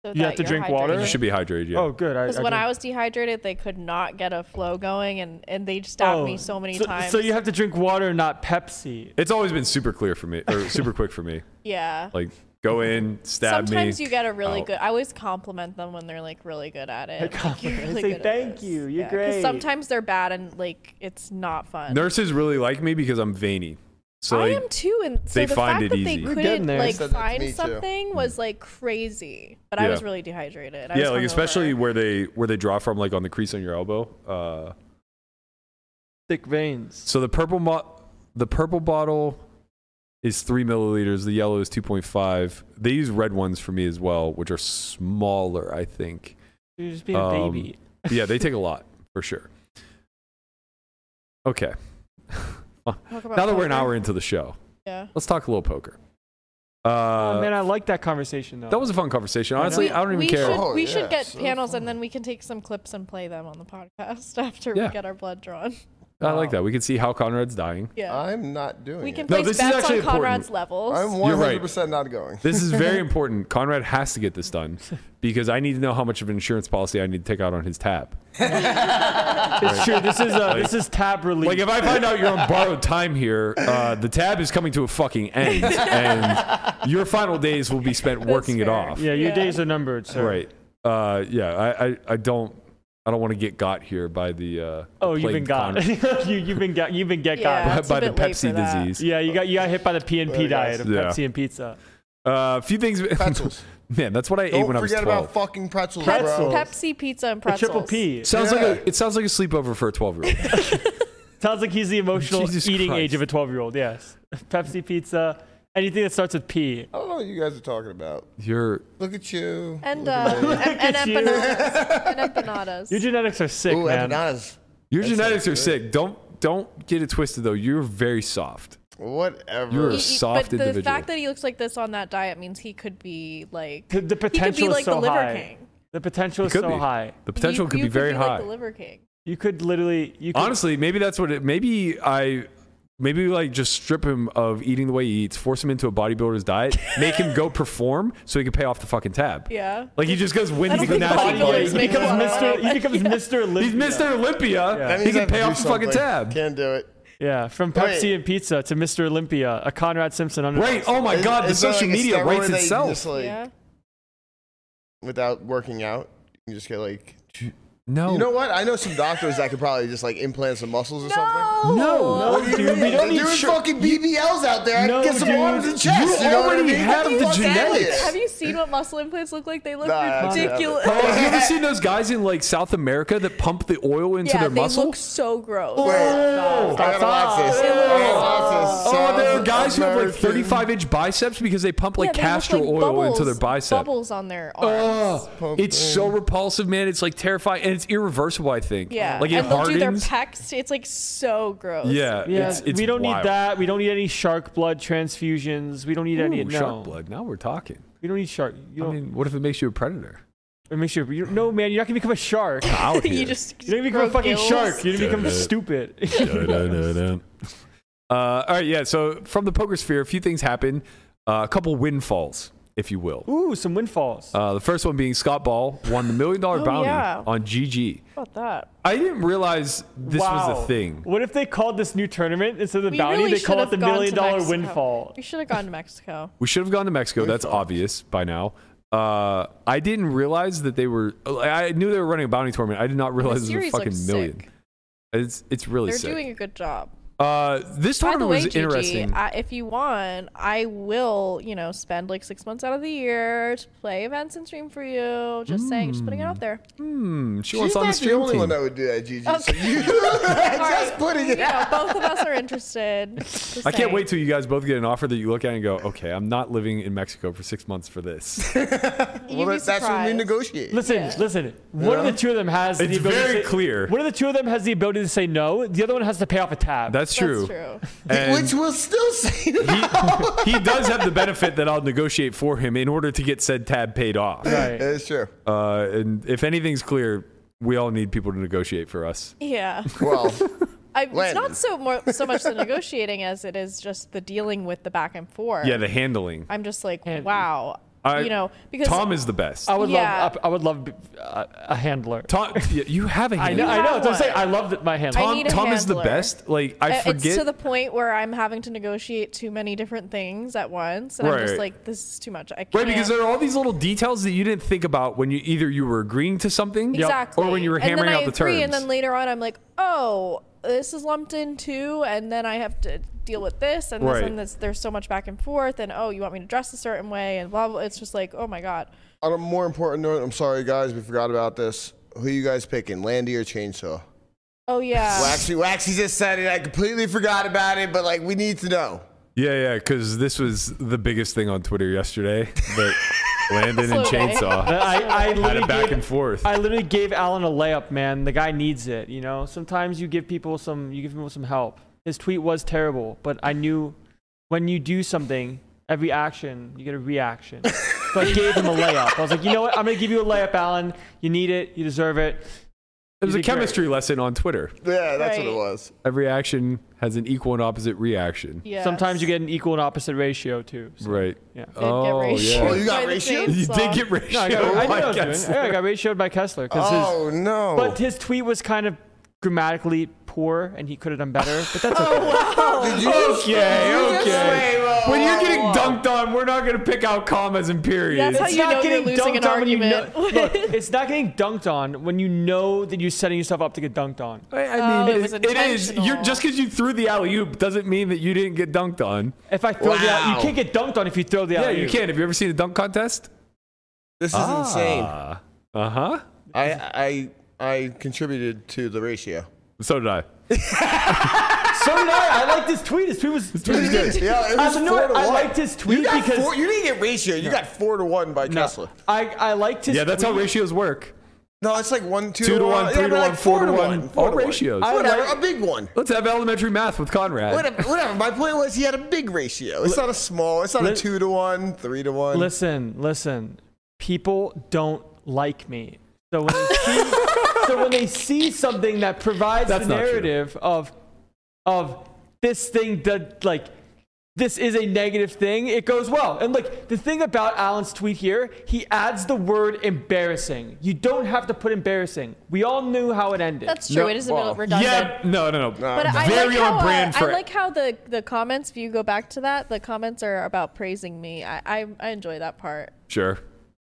Speaker 3: So
Speaker 5: You have to drink water?
Speaker 2: You should be hydrated. Yeah.
Speaker 5: Oh, good.
Speaker 3: Because when I was dehydrated, they could not get a flow going, and, and they
Speaker 5: Oh.
Speaker 3: stopped me so many times.
Speaker 5: So you have to drink water, not Pepsi.
Speaker 2: It's always been super clear for me, or super quick for me.
Speaker 3: yeah.
Speaker 2: Like go in, stab
Speaker 3: Sometimes
Speaker 2: me.
Speaker 3: you get a really
Speaker 2: out.
Speaker 3: good. I always compliment them when they're like really good at it. Like, you're
Speaker 5: compliment-
Speaker 3: really
Speaker 5: say,
Speaker 3: good at
Speaker 5: "Thank
Speaker 3: this."
Speaker 5: you, you're
Speaker 3: 'cause
Speaker 5: great.
Speaker 3: Sometimes they're bad and like it's not fun.
Speaker 2: Nurses really like me because I'm veiny. So
Speaker 3: I
Speaker 2: like,
Speaker 3: am too, and so
Speaker 2: they
Speaker 3: the
Speaker 2: find
Speaker 3: fact
Speaker 2: it
Speaker 3: that
Speaker 2: easy.
Speaker 3: they
Speaker 2: You're
Speaker 3: couldn't
Speaker 5: getting there. They
Speaker 3: like
Speaker 4: said that to
Speaker 3: find
Speaker 4: me, too.
Speaker 3: something was like crazy. But I
Speaker 2: Yeah.
Speaker 3: was really dehydrated. I
Speaker 2: yeah,
Speaker 3: was
Speaker 2: like
Speaker 3: hungover.
Speaker 2: especially where they where they draw from, like on the crease on your elbow. Uh,
Speaker 5: Thick veins.
Speaker 2: So the purple mo- the purple bottle is three milliliters. The yellow is two point five. They use red ones for me as well, which are smaller. I think.
Speaker 5: You're just being a
Speaker 2: Um,
Speaker 5: baby.
Speaker 2: But yeah, they take a lot for sure. Okay.
Speaker 3: Talk about
Speaker 2: Now that we're an
Speaker 3: poker.
Speaker 2: hour into the show,
Speaker 3: Yeah.
Speaker 2: let's talk a little poker.
Speaker 5: oh man,
Speaker 2: Uh,
Speaker 5: I like that conversation though.
Speaker 2: that was a fun conversation. Honestly,
Speaker 3: We-
Speaker 2: I don't even
Speaker 3: we
Speaker 2: care.
Speaker 3: Should,
Speaker 4: Oh,
Speaker 3: we
Speaker 4: yeah,
Speaker 3: should get
Speaker 4: so
Speaker 3: panels
Speaker 4: fun.
Speaker 3: and then we can take some clips and play them on the podcast after
Speaker 2: Yeah.
Speaker 3: we get our blood drawn.
Speaker 2: I like that. We can see how Conrad's dying.
Speaker 3: Yeah.
Speaker 4: I'm not doing
Speaker 3: we can
Speaker 4: it.
Speaker 2: No,
Speaker 3: place
Speaker 2: this is
Speaker 3: bets
Speaker 2: actually
Speaker 3: on
Speaker 2: important.
Speaker 3: Conrad's levels.
Speaker 4: I'm
Speaker 2: You're right.
Speaker 4: 100% not going.
Speaker 2: This is very important. Conrad has to get this done because I need to know how much of an insurance policy I need to take out on his tab.
Speaker 5: It's true. This is uh, this is tab relief.
Speaker 2: Like if I find out you're on borrowed time here, uh, the tab is coming to a fucking end, and your final days will be spent working it
Speaker 3: fair.
Speaker 2: off.
Speaker 5: yeah, your
Speaker 3: Yeah.
Speaker 5: days are numbered, sir.
Speaker 2: Right. Uh, yeah. I, I, I don't I don't want to get got here by the. Uh, the
Speaker 5: Oh, you've been
Speaker 2: plague
Speaker 5: got.
Speaker 2: con-
Speaker 5: you, you've been got. You've been get
Speaker 3: Yeah.
Speaker 5: got.
Speaker 3: It's a
Speaker 2: by the
Speaker 3: bit late for
Speaker 2: Pepsi
Speaker 3: that.
Speaker 2: disease.
Speaker 5: Yeah, you got you got hit by the P and P
Speaker 4: There, guys.
Speaker 5: diet of
Speaker 2: Yeah.
Speaker 5: Pepsi and pizza.
Speaker 2: Uh, a few things.
Speaker 4: Pretzels.
Speaker 2: Man, that's what I ate
Speaker 4: Don't
Speaker 2: when I was
Speaker 4: forget
Speaker 2: twelve.
Speaker 4: about fucking pretzels,
Speaker 3: Pep-
Speaker 5: Pretzels.
Speaker 4: bro.
Speaker 3: Pepsi, pizza, and
Speaker 5: The
Speaker 3: pretzels.
Speaker 5: triple P
Speaker 2: sounds like
Speaker 4: Yeah.
Speaker 2: a, it sounds like a sleepover for a twelve-year-old.
Speaker 5: sounds like he's the emotional
Speaker 2: Jesus
Speaker 5: eating
Speaker 2: Christ.
Speaker 5: age of a twelve year old. Yes, Pepsi, pizza, anything that starts with P.
Speaker 4: I don't know what you guys are talking about.
Speaker 2: You're
Speaker 4: Look at you.
Speaker 3: And,
Speaker 4: Look
Speaker 3: uh,
Speaker 4: at me.
Speaker 5: Look
Speaker 3: and, and
Speaker 5: at you.
Speaker 3: empanadas. and empanadas.
Speaker 5: Your genetics are sick,
Speaker 4: Ooh,
Speaker 5: man.
Speaker 4: empanadas.
Speaker 2: your
Speaker 4: That sounds
Speaker 2: genetics are
Speaker 4: good.
Speaker 2: sick. Don't don't get it twisted though. You're very soft.
Speaker 4: Whatever.
Speaker 2: You're
Speaker 3: He-
Speaker 2: a
Speaker 3: he-
Speaker 2: soft
Speaker 3: but the
Speaker 2: individual.
Speaker 3: fact that he looks like this on that diet means he could be like
Speaker 5: The, the potential
Speaker 3: he could be like
Speaker 5: is so
Speaker 3: the liver
Speaker 5: high.
Speaker 3: king.
Speaker 5: The potential
Speaker 2: It
Speaker 5: is
Speaker 2: could
Speaker 5: so
Speaker 2: be.
Speaker 5: high.
Speaker 2: The potential
Speaker 3: You-
Speaker 2: could
Speaker 3: you
Speaker 2: be very high.
Speaker 3: Like the liver king.
Speaker 5: You could literally. You could,
Speaker 2: Honestly, maybe that's what it. Maybe I. Maybe like just strip him of eating the way he eats, force him into a bodybuilder's diet, make him go perform so he can pay off the fuck in tab.
Speaker 3: Yeah.
Speaker 2: Like he just goes
Speaker 3: I
Speaker 2: wins
Speaker 3: don't
Speaker 2: the
Speaker 3: think
Speaker 2: national.
Speaker 3: bodybuilders
Speaker 5: He
Speaker 2: Like,
Speaker 3: make a lot
Speaker 5: becomes
Speaker 3: of
Speaker 5: Mr. He
Speaker 3: money.
Speaker 5: becomes Mr.
Speaker 2: he's
Speaker 5: Olympia.
Speaker 2: Mr. Olympia.
Speaker 5: Yeah.
Speaker 4: That
Speaker 2: He
Speaker 4: means
Speaker 2: can
Speaker 4: I have to
Speaker 2: pay
Speaker 4: do
Speaker 2: off the fucking
Speaker 4: something.
Speaker 2: tab. Oh
Speaker 4: Can't do it.
Speaker 5: Yeah, from Pepsi
Speaker 4: Wait.
Speaker 5: and pizza to Mr. Olympia, a Conrad Simpson under.
Speaker 2: Right. Oh my
Speaker 4: Is-
Speaker 2: God. The
Speaker 4: is there,
Speaker 2: social
Speaker 4: like, a
Speaker 2: media
Speaker 4: steroid
Speaker 2: writes
Speaker 4: that you
Speaker 2: itself.
Speaker 4: Just, like,
Speaker 3: yeah.
Speaker 4: Without working out, you can just get like.
Speaker 2: no.
Speaker 4: You know what? I know some doctors that could probably just like implant some muscles or something.
Speaker 3: No.
Speaker 2: No.
Speaker 5: No, dude, we don't
Speaker 4: They're
Speaker 5: need
Speaker 4: doing
Speaker 5: shir-
Speaker 4: fucking BBLs out there. I
Speaker 5: No,
Speaker 4: can get some
Speaker 5: dude.
Speaker 4: arms and chest.
Speaker 2: You
Speaker 4: know what I
Speaker 2: already
Speaker 4: mean? Get
Speaker 2: have the
Speaker 4: fuck outta here.
Speaker 2: genetics.
Speaker 3: Have you seen what muscle implants look like? They look
Speaker 4: Nah, I haven't.
Speaker 3: ridiculous.
Speaker 2: Oh, have you ever seen those guys in like South America that pump the oil into
Speaker 3: yeah,
Speaker 2: their
Speaker 3: they
Speaker 2: muscle?
Speaker 3: look so gross.
Speaker 4: Wait, I gotta watch this. I gotta watch this.
Speaker 2: Oh, there are
Speaker 4: South
Speaker 2: guys who have like
Speaker 4: American-
Speaker 2: 35 inch biceps because they pump like
Speaker 3: yeah, they look
Speaker 2: castor
Speaker 3: like
Speaker 2: oil
Speaker 3: bubbles,
Speaker 2: into their bicep.
Speaker 3: Bubbles on their arms.
Speaker 2: Oh, it's so repulsive, man. It's like terrifying and it's irreversible, I think.
Speaker 3: yeah.
Speaker 2: Like it
Speaker 3: and they'll do their
Speaker 2: hardens.
Speaker 3: pecs. It's like so gross.
Speaker 2: yeah,
Speaker 5: Yeah,
Speaker 2: it's, it's
Speaker 5: we don't
Speaker 2: wild.
Speaker 5: need that. We don't need any shark blood transfusions. We don't need any
Speaker 2: Ooh,
Speaker 5: no.
Speaker 2: shark blood. Now we're talking.
Speaker 5: We don't need shark. You
Speaker 2: I
Speaker 5: don't.
Speaker 2: mean, what if it makes you a predator?
Speaker 5: or make sure. You, no, man, you're not gonna become a shark. You're
Speaker 2: Out
Speaker 3: you
Speaker 2: here.
Speaker 3: just
Speaker 5: not gonna become a
Speaker 3: grow
Speaker 5: fucking
Speaker 3: gills.
Speaker 5: shark. You're gonna become
Speaker 2: Duh.
Speaker 5: stupid.
Speaker 2: Da-da-da-da. uh, all right, yeah. So from the poker sphere, a few things happen. Uh, a couple windfalls, if you will.
Speaker 5: Ooh, some windfalls.
Speaker 2: Uh, the first one being Scott Ball won the million dollar
Speaker 3: Oh,
Speaker 2: bounty
Speaker 3: yeah.
Speaker 2: on GG.
Speaker 3: How about that?
Speaker 2: I didn't realize this
Speaker 5: wow.
Speaker 2: was a thing.
Speaker 5: What if they called this new tournament instead of the
Speaker 3: We
Speaker 5: bounty?
Speaker 3: really
Speaker 5: they
Speaker 3: should
Speaker 5: call it
Speaker 3: have
Speaker 5: the
Speaker 3: gone to
Speaker 5: million dollar
Speaker 3: Mexico.
Speaker 5: windfall.
Speaker 3: We should have gone to Mexico.
Speaker 2: We should have gone to Mexico. That's obvious by now. Uh, I didn't realize that they were. I I knew they were running a bounty tournament. I did not
Speaker 3: The
Speaker 2: realize it was a
Speaker 3: series looks
Speaker 2: fucking million.
Speaker 3: sick.
Speaker 2: It's it's really
Speaker 3: They're
Speaker 2: sick.
Speaker 3: doing a good job.
Speaker 2: uh, this
Speaker 3: By the
Speaker 2: tournament
Speaker 3: way,
Speaker 2: was
Speaker 3: Gigi,
Speaker 2: interesting.
Speaker 3: I, if you want, I will, you know, spend like six months out of the year to play events and stream for you. Just saying, just putting it out there.
Speaker 2: Hmm, she
Speaker 4: She's
Speaker 2: wants on the
Speaker 4: not the
Speaker 2: stream
Speaker 4: only
Speaker 2: team.
Speaker 4: one that would do that, Gigi. So
Speaker 3: Okay.
Speaker 4: you just putting it
Speaker 3: You know,
Speaker 4: out.
Speaker 3: both of us are interested. Just
Speaker 2: I can't
Speaker 3: saying.
Speaker 2: wait till you guys both get an offer that you look at and go, okay, I'm not living in Mexico for six months for this.
Speaker 3: You'd be
Speaker 4: Well, that- that's when we
Speaker 3: surprised.
Speaker 4: negotiate.
Speaker 5: Listen, listen. One of
Speaker 4: Yeah.
Speaker 5: the two of them has the
Speaker 2: It's
Speaker 5: ability.
Speaker 2: very
Speaker 5: to say,
Speaker 2: clear.
Speaker 5: One of the two of them has the ability to say no. The other one has to pay off a tab.
Speaker 2: That's true.
Speaker 3: That's true.
Speaker 2: And
Speaker 4: Which will still say
Speaker 2: he, he does have the benefit that I'll negotiate for him in order to get said tab paid off.
Speaker 5: right.
Speaker 4: It's true.
Speaker 2: Uh, and if anything's clear, we all need people to negotiate for us.
Speaker 3: Yeah.
Speaker 4: Well,
Speaker 3: I, it's
Speaker 4: Landon.
Speaker 3: not so more, so much the negotiating as it is just the dealing with the back and forth.
Speaker 2: Yeah, the handling.
Speaker 3: I'm just like,
Speaker 5: Hand-
Speaker 3: wow.
Speaker 2: I-
Speaker 3: you know, because
Speaker 2: Tom is the best.
Speaker 5: I would
Speaker 3: Yeah.
Speaker 5: love. I would love uh, a handler.
Speaker 2: Tom, yeah, you have a
Speaker 5: I
Speaker 2: handler.
Speaker 5: know. I know. That's what I'm
Speaker 3: one.
Speaker 5: saying. I love that my handler.
Speaker 3: I
Speaker 2: Tom,
Speaker 3: need a
Speaker 2: Tom is the
Speaker 3: handler.
Speaker 2: best. Like I
Speaker 3: Uh, It's
Speaker 2: forget.
Speaker 3: to the point where I'm having to negotiate too many different things at once, and I'm just
Speaker 2: Right.
Speaker 3: like, this is too much. I can't.
Speaker 2: Right, because there are all these little details that you didn't think about when you either you were agreeing to something
Speaker 3: exactly.
Speaker 2: or when you were
Speaker 3: and
Speaker 2: hammering
Speaker 3: then I
Speaker 2: out the
Speaker 3: agree,
Speaker 2: terms.
Speaker 3: And then later on, I'm like, oh, this is lumped in too, and then I have to deal with this and
Speaker 2: Right.
Speaker 3: this and this. There's so much back and forth, and oh, you want me to dress a certain way, and blah blah. It's just like, oh my god.
Speaker 4: on a more important note, I'm sorry, guys, we forgot about this. Who you guys picking, Landy or Chainsaw?
Speaker 3: Oh yeah.
Speaker 4: Waxy, Waxy just said it. I completely forgot about it, but like we need to know.
Speaker 2: Yeah, yeah, because this was the biggest thing on Twitter yesterday. But Landon and
Speaker 3: Slow day.
Speaker 2: Chainsaw
Speaker 5: But I, I
Speaker 2: had
Speaker 5: literally
Speaker 2: it back
Speaker 5: gave,
Speaker 2: and forth.
Speaker 5: I literally gave Allen a layup, man. The guy needs it, you know. Sometimes you give people some, you give people some help. His tweet was terrible, but I knew when you do something, every action you get a reaction. So I gave him a layup. I was like, you know what? I'm gonna give you a layup, Allen. You need it. You deserve it.
Speaker 2: It was
Speaker 5: You
Speaker 2: a
Speaker 5: did great.
Speaker 2: chemistry lesson on Twitter.
Speaker 4: Yeah, that's what
Speaker 3: Right.
Speaker 4: it was.
Speaker 2: Every action has an equal and opposite reaction.
Speaker 3: Yeah.
Speaker 5: Sometimes you get an equal and opposite ratio too. So,
Speaker 2: Right.
Speaker 5: Yeah. Did
Speaker 2: Oh,
Speaker 4: Oh,
Speaker 2: yeah.
Speaker 4: you got ratioed?
Speaker 2: You did get
Speaker 5: No, I
Speaker 2: ratioed.
Speaker 5: got, I, knew
Speaker 2: by
Speaker 5: what I was doing.
Speaker 2: Kessler.
Speaker 5: Yeah, I got ratioed by Kessler because his
Speaker 4: Oh no!
Speaker 5: But his tweet was kind of grammatically poor, and he could have done better. But that's okay.
Speaker 4: Did you just-
Speaker 2: Okay,
Speaker 4: did you just-
Speaker 2: okay.
Speaker 4: Wait, whoa,
Speaker 2: When you're
Speaker 4: whoa,
Speaker 2: getting
Speaker 4: whoa.
Speaker 2: dunked on, we're not gonna pick out commas and periods.
Speaker 3: Oh. That's how
Speaker 5: it's
Speaker 3: you
Speaker 5: not
Speaker 3: know you're
Speaker 5: getting
Speaker 3: losing an
Speaker 5: dunked on when you know.
Speaker 3: argument.
Speaker 5: Look, it's not getting dunked on when you know that you're setting yourself up to get dunked on.
Speaker 2: I, I
Speaker 3: Oh,
Speaker 2: mean,
Speaker 3: it was
Speaker 2: it- it is. You're
Speaker 3: intentional.
Speaker 2: just because you threw the alley oop doesn't mean that you didn't get dunked on.
Speaker 5: If I throw the out,
Speaker 4: Wow.
Speaker 5: you can't get dunked on if you throw the
Speaker 2: Yeah,
Speaker 3: Oh,
Speaker 5: out.
Speaker 2: you can. Have you ever seen a dunk contest?
Speaker 4: This is insane.
Speaker 2: Uh huh.
Speaker 4: I I I contributed to the ratio.
Speaker 2: So did I.
Speaker 5: So did I. I liked his tweet. His tweet was.
Speaker 2: Pretty good.
Speaker 4: Yeah, it
Speaker 5: I
Speaker 4: was
Speaker 5: don't Uh, know
Speaker 4: four
Speaker 5: what-
Speaker 4: to
Speaker 5: I
Speaker 4: one.
Speaker 5: liked his tweet
Speaker 4: you got
Speaker 5: because-
Speaker 4: four, you didn't get ratio. You got four to one by
Speaker 5: No,
Speaker 4: Kessler.
Speaker 5: I, I liked his.
Speaker 2: Yeah, that's how
Speaker 5: tweet.
Speaker 2: ratios work.
Speaker 4: No, it's like one, two,
Speaker 2: Two to one,
Speaker 4: Yeah,
Speaker 2: three to
Speaker 4: but like
Speaker 2: one, four to
Speaker 4: four
Speaker 2: one.
Speaker 4: four
Speaker 2: All
Speaker 4: to one.
Speaker 2: ratios.
Speaker 5: I
Speaker 4: Whatever,
Speaker 5: like-
Speaker 4: a big one.
Speaker 2: Let's have elementary math with Conrad.
Speaker 4: Whatever, whatever. My point was he had a big ratio. It's not a small. It's not a
Speaker 5: Let-
Speaker 4: two to one, three to one.
Speaker 5: Listen, listen. People don't like me. So when they see, so when they see something that provides
Speaker 2: That's
Speaker 5: the
Speaker 2: not true.
Speaker 5: narrative of of this thing that like this is a negative thing, it goes well. And like the thing about Alan's tweet here, he adds the word embarrassing. You don't have to put embarrassing. We all knew how it ended.
Speaker 3: That's true.
Speaker 4: No,
Speaker 3: it is a
Speaker 4: well,
Speaker 3: little redundant.
Speaker 2: Yeah, no, no, no.
Speaker 3: But I
Speaker 2: Very
Speaker 3: like how,
Speaker 2: on brand
Speaker 3: uh,
Speaker 2: for
Speaker 3: I like how the, the comments, if you go back to that, the comments are about praising me. I, I, I enjoy that part.
Speaker 2: Sure.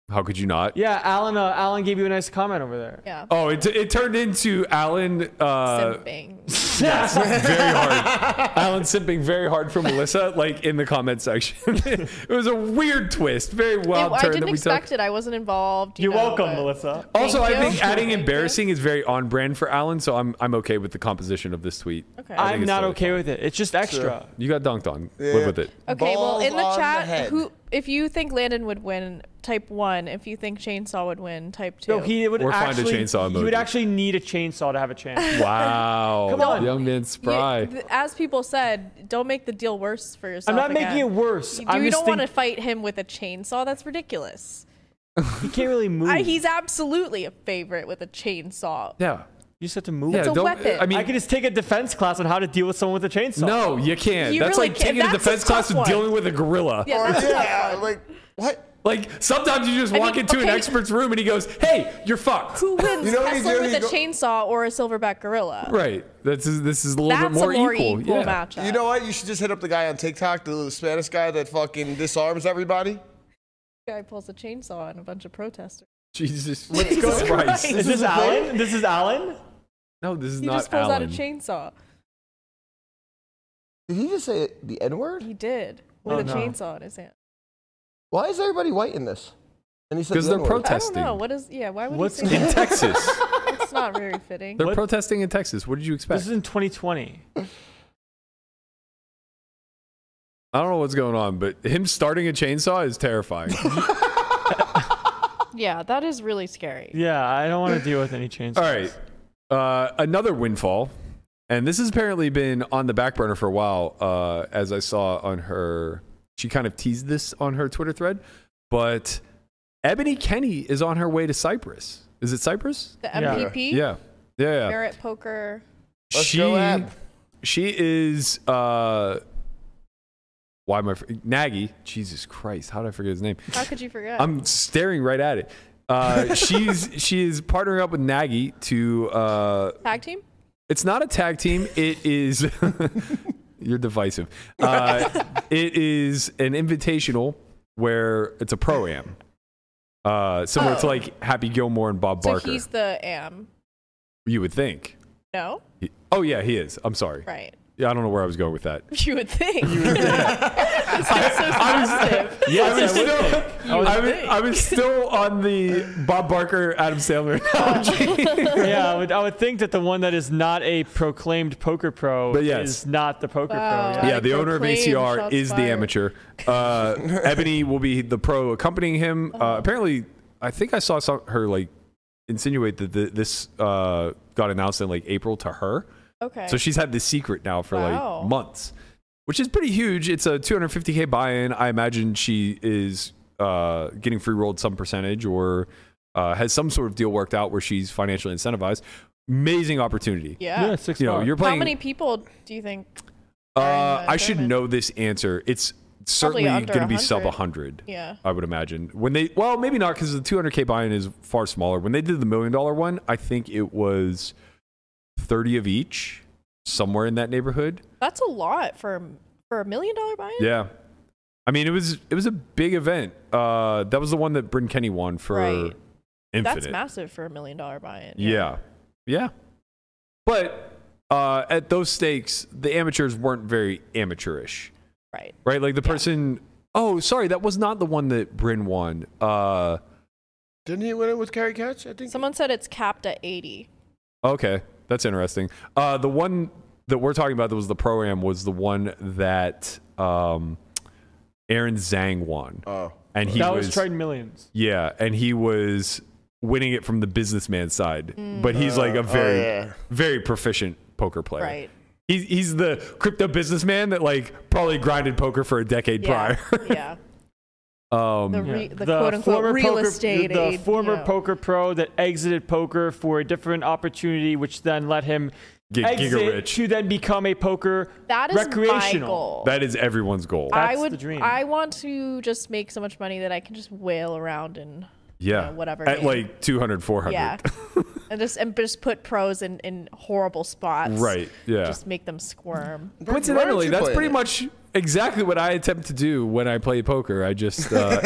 Speaker 2: How could you not?
Speaker 5: yeah, Alan. Uh, Alan gave you a nice comment over there.
Speaker 3: Yeah.
Speaker 2: Oh, it, it turned into Alan. Uh,
Speaker 3: Simping.
Speaker 2: very hard. Alan simping very hard for Melissa, like in the comment section. it was a weird twist, very wild
Speaker 3: It- I
Speaker 2: turn
Speaker 3: didn't
Speaker 2: that we
Speaker 3: expect
Speaker 2: took.
Speaker 3: it. I wasn't involved. You
Speaker 5: You're
Speaker 3: know,
Speaker 5: welcome,
Speaker 3: but-
Speaker 5: Melissa.
Speaker 2: Also,
Speaker 3: Thank
Speaker 2: I
Speaker 3: you.
Speaker 2: think adding
Speaker 3: Thank you.
Speaker 2: embarrassing is very on brand for Alan, so I'm I'm okay with the composition of this tweet.
Speaker 3: Okay.
Speaker 2: I think
Speaker 5: I'm
Speaker 2: it's
Speaker 5: not
Speaker 2: totally
Speaker 5: okay
Speaker 2: fine.
Speaker 5: with it. It's just extra.
Speaker 2: You got dunked on.
Speaker 4: Yeah.
Speaker 2: Live with it.
Speaker 3: Okay, well,
Speaker 4: Balls
Speaker 3: in the
Speaker 4: on the
Speaker 3: chat,
Speaker 4: head.
Speaker 3: who if you think Landon would win, type one. If you think Chainsaw would win, type two.
Speaker 5: No, he would
Speaker 2: Or find a
Speaker 5: actually.
Speaker 2: chainsaw
Speaker 5: You would
Speaker 2: emoji.
Speaker 5: actually need a chainsaw to have a chance.
Speaker 2: Wow.
Speaker 5: Come on.
Speaker 2: Young man
Speaker 3: You-
Speaker 2: spry.
Speaker 3: th- as people said, don't make the deal worse for yourself.
Speaker 5: I'm not making
Speaker 3: again.
Speaker 5: it worse.
Speaker 3: You,
Speaker 5: I'm
Speaker 3: you
Speaker 5: just
Speaker 3: don't
Speaker 5: think-
Speaker 3: want to fight him with a chainsaw. That's ridiculous.
Speaker 5: He can't really move.
Speaker 3: I, he's absolutely a favorite with a chainsaw.
Speaker 2: yeah.
Speaker 5: you just have to move.
Speaker 2: Yeah,
Speaker 3: It's a
Speaker 2: don't-
Speaker 3: weapon.
Speaker 2: I mean,
Speaker 5: I could just take a defense class on how to deal with someone with a chainsaw.
Speaker 2: no, you can't.
Speaker 3: You
Speaker 2: that's
Speaker 3: really
Speaker 2: like
Speaker 3: can't.
Speaker 2: taking a
Speaker 3: That's a
Speaker 2: defense
Speaker 3: tough
Speaker 2: class and
Speaker 3: one.
Speaker 2: dealing with a gorilla.
Speaker 3: Yeah, that's a tough
Speaker 4: yeah,
Speaker 3: one.
Speaker 4: like what?
Speaker 2: Like sometimes you just
Speaker 3: I
Speaker 2: walk
Speaker 3: mean,
Speaker 2: into an
Speaker 3: okay.
Speaker 2: expert's room and he goes, "Hey, you're fucked."
Speaker 3: Who wins,
Speaker 4: You know what you
Speaker 3: Kessler
Speaker 4: do?
Speaker 3: with
Speaker 4: You
Speaker 3: a
Speaker 4: go-
Speaker 3: chainsaw or a silverback gorilla?
Speaker 2: Right. This is this is a little
Speaker 3: That's
Speaker 2: bit more,
Speaker 3: a more
Speaker 2: equal.
Speaker 3: equal,
Speaker 2: yeah.
Speaker 3: matchup.
Speaker 4: You know what? You should just hit up the guy on TikTok, the little Spanish guy that fucking disarms everybody.
Speaker 3: guy pulls a chainsaw and a bunch of protesters.
Speaker 2: Jesus,
Speaker 3: Jesus Christ.
Speaker 5: Is this Alan? This is Alan.
Speaker 2: No, this is
Speaker 3: He
Speaker 2: not
Speaker 3: just pulls
Speaker 2: Alan.
Speaker 3: out a chainsaw.
Speaker 4: Did he just say the N word?
Speaker 3: He did with
Speaker 5: Oh,
Speaker 3: a
Speaker 5: no.
Speaker 3: chainsaw in his hand.
Speaker 4: Why is everybody white in this? And he said
Speaker 2: 'Cause
Speaker 4: the
Speaker 2: they're
Speaker 4: N-word.
Speaker 2: protest- Testing.
Speaker 3: I don't know. What is? Yeah. Why would
Speaker 5: What's
Speaker 3: he say
Speaker 2: in
Speaker 3: that?
Speaker 2: Texas.
Speaker 3: It's not very fitting.
Speaker 2: They're
Speaker 5: What?
Speaker 2: protesting in Texas. What did you expect?
Speaker 5: This is in 2020.
Speaker 2: I don't know what's going on, but him starting a chainsaw is terrifying.
Speaker 3: Yeah, that is really scary.
Speaker 5: Yeah, I don't want to deal with any chainsaws.
Speaker 2: All right. Uh, another windfall. And this has apparently been on the back burner for a while, uh, as I saw on her. She kind of teased this on her Twitter thread. But Ebony Kenny is on her way to Cyprus. Is it Cyprus?
Speaker 3: The
Speaker 5: Yeah.
Speaker 3: MPP,
Speaker 2: Yeah. Yeah. yeah.
Speaker 3: Merit Poker.
Speaker 4: Let's go, Ab.
Speaker 2: she is uh why am I fr- Nagy? Jesus Christ! How did I forget his name?
Speaker 3: How could you forget?
Speaker 2: I'm staring right at it. Uh, she's she is partnering up with Nagy to. Uh,
Speaker 3: Tag team.
Speaker 2: it's not a tag team. It is. you're divisive. Uh, it is an invitational where it's a pro am, uh, similar to
Speaker 3: Oh.
Speaker 2: like Happy Gilmore and Bob
Speaker 3: So
Speaker 2: Barker.
Speaker 3: he's the AM.
Speaker 2: you would think.
Speaker 3: No,
Speaker 2: He- oh yeah, he is. I'm sorry.
Speaker 3: right?
Speaker 2: Yeah, I don't know where I was going with that.
Speaker 3: You would think. You would think. so positive.
Speaker 2: I was, still, I, was,
Speaker 3: would
Speaker 2: I, was,
Speaker 3: think.
Speaker 2: still on the Bob Barker, Adam Sandler analogy.
Speaker 5: yeah, I would, I would think that the one that is not a proclaimed poker pro
Speaker 2: But yes.
Speaker 5: is not the poker
Speaker 3: Wow.
Speaker 5: pro. Yeah.
Speaker 2: yeah, the owner of
Speaker 3: Proclaimed
Speaker 2: ACR
Speaker 3: shots
Speaker 2: is the
Speaker 3: fired.
Speaker 2: amateur. Uh, Ebony will be the pro accompanying him. Uh,
Speaker 3: Uh-huh.
Speaker 2: apparently, I think I saw some, her like insinuate that the, this uh, got announced in like April to her.
Speaker 3: Okay.
Speaker 2: So she's had this secret now for
Speaker 3: Wow.
Speaker 2: like months, which is pretty huge. It's a 250k buy-in. I imagine she is uh, getting free rolled some percentage or uh, has some sort of deal worked out where she's financially incentivized. Amazing opportunity.
Speaker 3: yeah.
Speaker 5: six
Speaker 2: You know, you're playing.
Speaker 3: How many people do you think?
Speaker 2: uh,
Speaker 3: during the
Speaker 2: I should
Speaker 3: tournament?
Speaker 2: know this answer. It's certainly
Speaker 3: under
Speaker 2: going to be sub 100.
Speaker 3: 100. Yeah.
Speaker 2: I would imagine when they well maybe not because the 200k buy-in is far smaller. When they did the million dollar one, I think it was 30 of each, somewhere in that neighborhood.
Speaker 3: That's a lot for for a million dollar buy-in.
Speaker 2: Yeah. I mean, it was it was a big event. Uh, that was the one that Bryn Kenny won for
Speaker 3: Right.
Speaker 2: Infinite.
Speaker 3: That's massive for a million dollar buy-in.
Speaker 2: Yeah. Yeah. But uh, at those stakes, the amateurs weren't very amateurish,
Speaker 3: Right.
Speaker 2: right? Like the person. Oh, sorry, that was not the one that Bryn won. Uh,
Speaker 4: Didn't he win it with Carrie Catch? I think.
Speaker 3: Someone said it's capped at 80.
Speaker 2: okay, that's interesting. Uh, the one that we're talking about that was the pro am was the one that um, Aaron Zhang won,
Speaker 4: Oh.
Speaker 2: and he
Speaker 5: that was, Trident Millions.
Speaker 2: Yeah, and he was winning it from the businessman side, but he's like a very,
Speaker 4: oh, yeah.
Speaker 2: very proficient poker player.
Speaker 3: Right.
Speaker 2: He's he's the crypto businessman that like probably grinded poker for a decade
Speaker 3: Yeah.
Speaker 2: prior.
Speaker 3: yeah.
Speaker 2: um,
Speaker 3: The, re, the, quote unquote real
Speaker 5: poker,
Speaker 3: estate.
Speaker 5: the
Speaker 3: aid,
Speaker 5: former
Speaker 3: you know.
Speaker 5: poker pro that exited poker for a different opportunity, which then let him
Speaker 2: Gi- giga
Speaker 5: exit
Speaker 2: rich.
Speaker 5: to then become a poker
Speaker 3: That is my
Speaker 5: recreational.
Speaker 3: goal.
Speaker 2: that is everyone's goal.
Speaker 3: I
Speaker 5: That's
Speaker 3: would.
Speaker 5: the dream.
Speaker 3: I want to just make so much money that I can just wail around and
Speaker 2: yeah,
Speaker 3: know, whatever
Speaker 2: At
Speaker 3: game.
Speaker 2: like 200, 400.
Speaker 3: yeah, and just and just put pros in in horrible spots.
Speaker 2: Right. Yeah.
Speaker 3: Just make them squirm.
Speaker 2: Coincidentally, that's pretty much exactly what I attempt to do when I play poker. I just uh,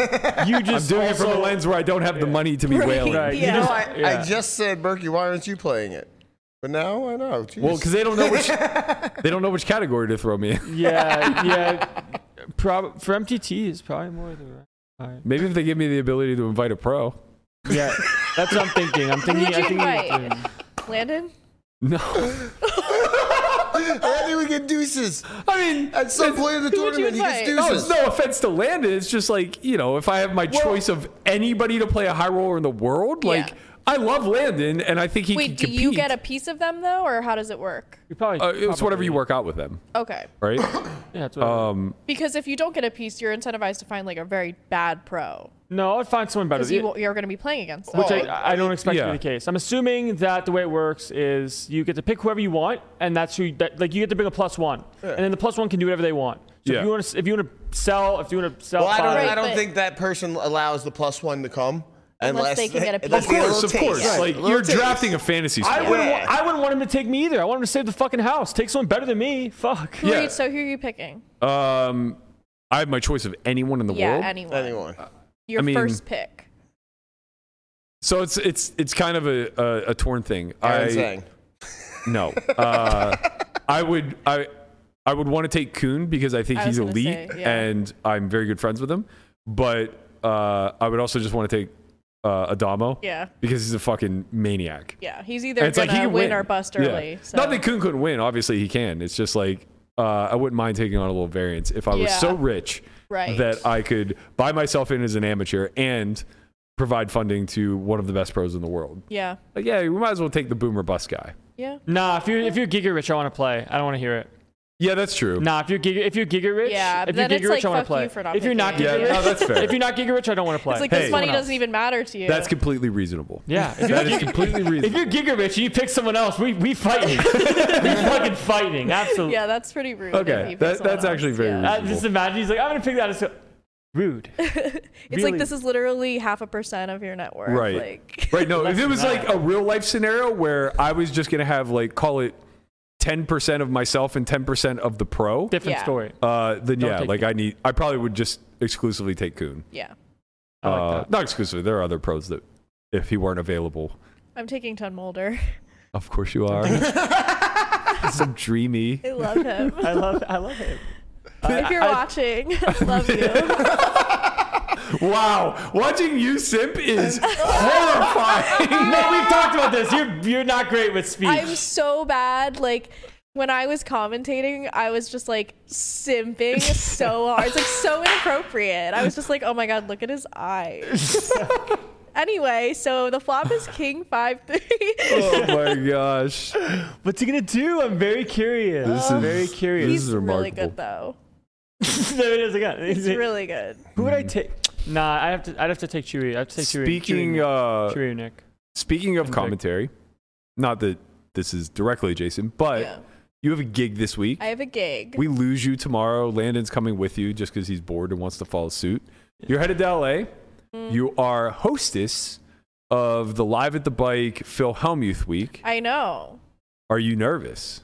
Speaker 5: You just
Speaker 2: I'm doing it from a
Speaker 5: also-
Speaker 2: lens where I don't have the money to be
Speaker 3: Right.
Speaker 2: wailing.
Speaker 5: Right. you
Speaker 3: Yeah.
Speaker 5: just-
Speaker 3: No,
Speaker 4: I,
Speaker 5: yeah.
Speaker 4: I just said, Berkey, why aren't you playing it? But now I know. Jeez.
Speaker 2: Well, because they don't know which they don't know which category to throw me in.
Speaker 5: yeah, yeah. Prob- for MTT is probably more the right. time.
Speaker 2: Maybe if they give me the ability to invite a pro.
Speaker 5: Yeah, that's what I'm thinking. I'm thinking.
Speaker 3: would
Speaker 5: I
Speaker 3: you
Speaker 5: think
Speaker 3: invite? Landon.
Speaker 2: No.
Speaker 4: Andy would get deuces
Speaker 2: I mean,
Speaker 3: Uh,
Speaker 4: at some point in the
Speaker 3: would you
Speaker 4: tournament. He gets
Speaker 3: invite?
Speaker 2: no,
Speaker 4: deuces.
Speaker 2: it's no offense to Landon. It's just like, you know, if I have my choice of anybody to play a high roller in the world, like,
Speaker 3: Yeah.
Speaker 2: I love Landon and I think he
Speaker 3: Wait,
Speaker 2: can
Speaker 3: do
Speaker 2: compete.
Speaker 3: you get a piece of them though, or how does it work?
Speaker 5: You probably,
Speaker 2: uh, it's whatever
Speaker 5: probably-
Speaker 2: you Um, work out with them,
Speaker 3: Okay.
Speaker 2: right?
Speaker 5: Yeah, it's whatever.
Speaker 3: Because if you don't get a piece, you're incentivized to find like a very bad pro
Speaker 5: no, I'd find someone better.
Speaker 3: because you, won't- you're going to be playing against them.
Speaker 5: which I, I don't expect to
Speaker 2: Oh, Yeah.
Speaker 5: be the case. I'm assuming that the way it works is you get to pick whoever you want, and that's who that, like you get to bring a plus one, and then the plus one can do whatever they want. So
Speaker 2: Yeah.
Speaker 5: if you want to, if you want to sell, if you want to sell,
Speaker 4: Well, I don't,
Speaker 5: buy-
Speaker 4: I don't
Speaker 3: but-
Speaker 4: think that person allows the plus one to come. Unless,
Speaker 3: Unless they can get a piece.
Speaker 4: unless
Speaker 2: Of
Speaker 4: they get a
Speaker 2: course, of
Speaker 4: little
Speaker 2: course.
Speaker 4: taste. Yeah,
Speaker 2: Like,
Speaker 4: little
Speaker 2: you're
Speaker 4: taste.
Speaker 2: drafting a fantasy
Speaker 5: I
Speaker 2: squad.
Speaker 5: wouldn't,
Speaker 4: Yeah.
Speaker 5: want, I wouldn't want him to take me either. I want him to save the fucking house. Take someone better than me. Fuck.
Speaker 2: yeah.
Speaker 3: Wait, so who are you picking?
Speaker 2: Um, I have my choice of anyone in the
Speaker 3: yeah,
Speaker 2: world.
Speaker 3: anyone.
Speaker 4: Anyone.
Speaker 3: Your
Speaker 2: I mean-
Speaker 3: first pick.
Speaker 2: So it's it's it's kind of a a, a torn thing.
Speaker 4: Aaron
Speaker 2: I
Speaker 4: Zhang.
Speaker 2: no. Uh, I would I I would want to take Kuhn because I think
Speaker 3: I
Speaker 2: he's
Speaker 3: was gonna
Speaker 2: elite
Speaker 3: say, yeah.
Speaker 2: and I'm very good friends with him. But uh, I would also just want to take uh, Adamo.
Speaker 3: Yeah.
Speaker 2: Because he's a fucking maniac.
Speaker 3: Yeah, he's
Speaker 2: And
Speaker 3: either
Speaker 2: it's like
Speaker 3: going
Speaker 2: he
Speaker 3: to
Speaker 2: can
Speaker 3: win,
Speaker 2: win,
Speaker 3: or bust
Speaker 2: Yeah.
Speaker 3: early. So.
Speaker 2: Not that Kuhn couldn't win. Obviously he can. It's just like uh, I wouldn't mind taking on a little variance if I was
Speaker 3: Yeah.
Speaker 2: so rich
Speaker 3: Right.
Speaker 2: that I could buy myself in as an amateur and provide funding to one of the best pros in the world.
Speaker 3: yeah.
Speaker 2: Like yeah, we might as well take the boomer bust guy.
Speaker 3: Yeah.
Speaker 5: Nah, if you're if you're Giga Rich, I want to play. I don't want to hear it.
Speaker 2: Yeah, that's true.
Speaker 5: Nah, if you're Giga if you're Giga Rich,
Speaker 3: Yeah,
Speaker 5: if you're
Speaker 3: then
Speaker 5: Giga
Speaker 3: it's
Speaker 5: Rich,
Speaker 3: like,
Speaker 5: I want
Speaker 3: fuck
Speaker 5: to play.
Speaker 3: you for not
Speaker 5: if you're not Giga
Speaker 3: picking
Speaker 2: Yeah,
Speaker 3: it.
Speaker 5: Rich,
Speaker 2: no, that's fair.
Speaker 5: if you're not Giga Rich, I don't want to play.
Speaker 3: It's like
Speaker 2: Hey.
Speaker 3: this money
Speaker 5: Someone
Speaker 3: doesn't
Speaker 5: else.
Speaker 3: even matter to you.
Speaker 2: That's completely reasonable.
Speaker 5: yeah, if you're
Speaker 2: That is completely
Speaker 5: If
Speaker 2: reasonable.
Speaker 5: you're Giga Rich and you pick someone else, we we fighting. we fucking fighting. Absolutely.
Speaker 3: yeah, that's pretty rude. if
Speaker 2: Okay,
Speaker 3: you pick
Speaker 2: that,
Speaker 3: someone
Speaker 2: that's actually
Speaker 3: else.
Speaker 2: very
Speaker 3: Yeah.
Speaker 5: Uh,
Speaker 2: reasonable.
Speaker 5: just imagine he's like, I'm gonna pick that as rude.
Speaker 3: It's like this is literally half a percent of your net worth.
Speaker 2: right,
Speaker 3: Like,
Speaker 2: right. No, if it was
Speaker 5: than that.
Speaker 2: like a real life scenario where I was just gonna have like call it ten percent of myself and ten percent of the pro,
Speaker 5: Different
Speaker 3: Yeah.
Speaker 5: story.
Speaker 2: uh, then
Speaker 5: Don't
Speaker 2: yeah,
Speaker 5: take
Speaker 2: like
Speaker 5: me.
Speaker 2: I need, I probably would just exclusively take Kuhn.
Speaker 3: yeah.
Speaker 5: I like
Speaker 2: uh,
Speaker 5: that.
Speaker 2: Not exclusively. There are other pros that, if he weren't available,
Speaker 3: I'm taking Ton Mulder.
Speaker 2: of course you are. Some dreamy.
Speaker 3: I love him.
Speaker 5: I love I love him.
Speaker 3: if you're watching, love you.
Speaker 2: Wow, watching you simp is horrifying.
Speaker 5: No, we've talked about this. You're you're not great with speech.
Speaker 3: I'm so bad. Like when I was commentating, I was just like simping so hard. It's like so inappropriate. I was just like, oh my god, look at his eyes. anyway, so the flop is king five three.
Speaker 2: oh my gosh, this
Speaker 5: What's he gonna do? I'm very curious.
Speaker 2: is
Speaker 5: very curious.
Speaker 2: This
Speaker 3: He's
Speaker 2: is
Speaker 3: really
Speaker 2: remarkable.
Speaker 3: good though.
Speaker 5: there it is again.
Speaker 3: He's really good.
Speaker 5: Who would I take? Nah, I have to. I'd have to take Chewie. I have to take Chewie.
Speaker 2: Speaking
Speaker 5: Chewie,
Speaker 2: uh,
Speaker 5: Chewie Nick.
Speaker 2: speaking of
Speaker 5: Nick.
Speaker 2: commentary, not that this is directly Jason, but
Speaker 3: Yeah.
Speaker 2: you have a gig this week.
Speaker 3: I have a gig.
Speaker 2: We lose you tomorrow. Landon's coming with you just because he's bored and wants to follow suit. You're headed to LA.
Speaker 3: Mm.
Speaker 2: You are hostess of the Live at the Bike Phil Hellmuth Week.
Speaker 3: I know.
Speaker 2: Are you nervous?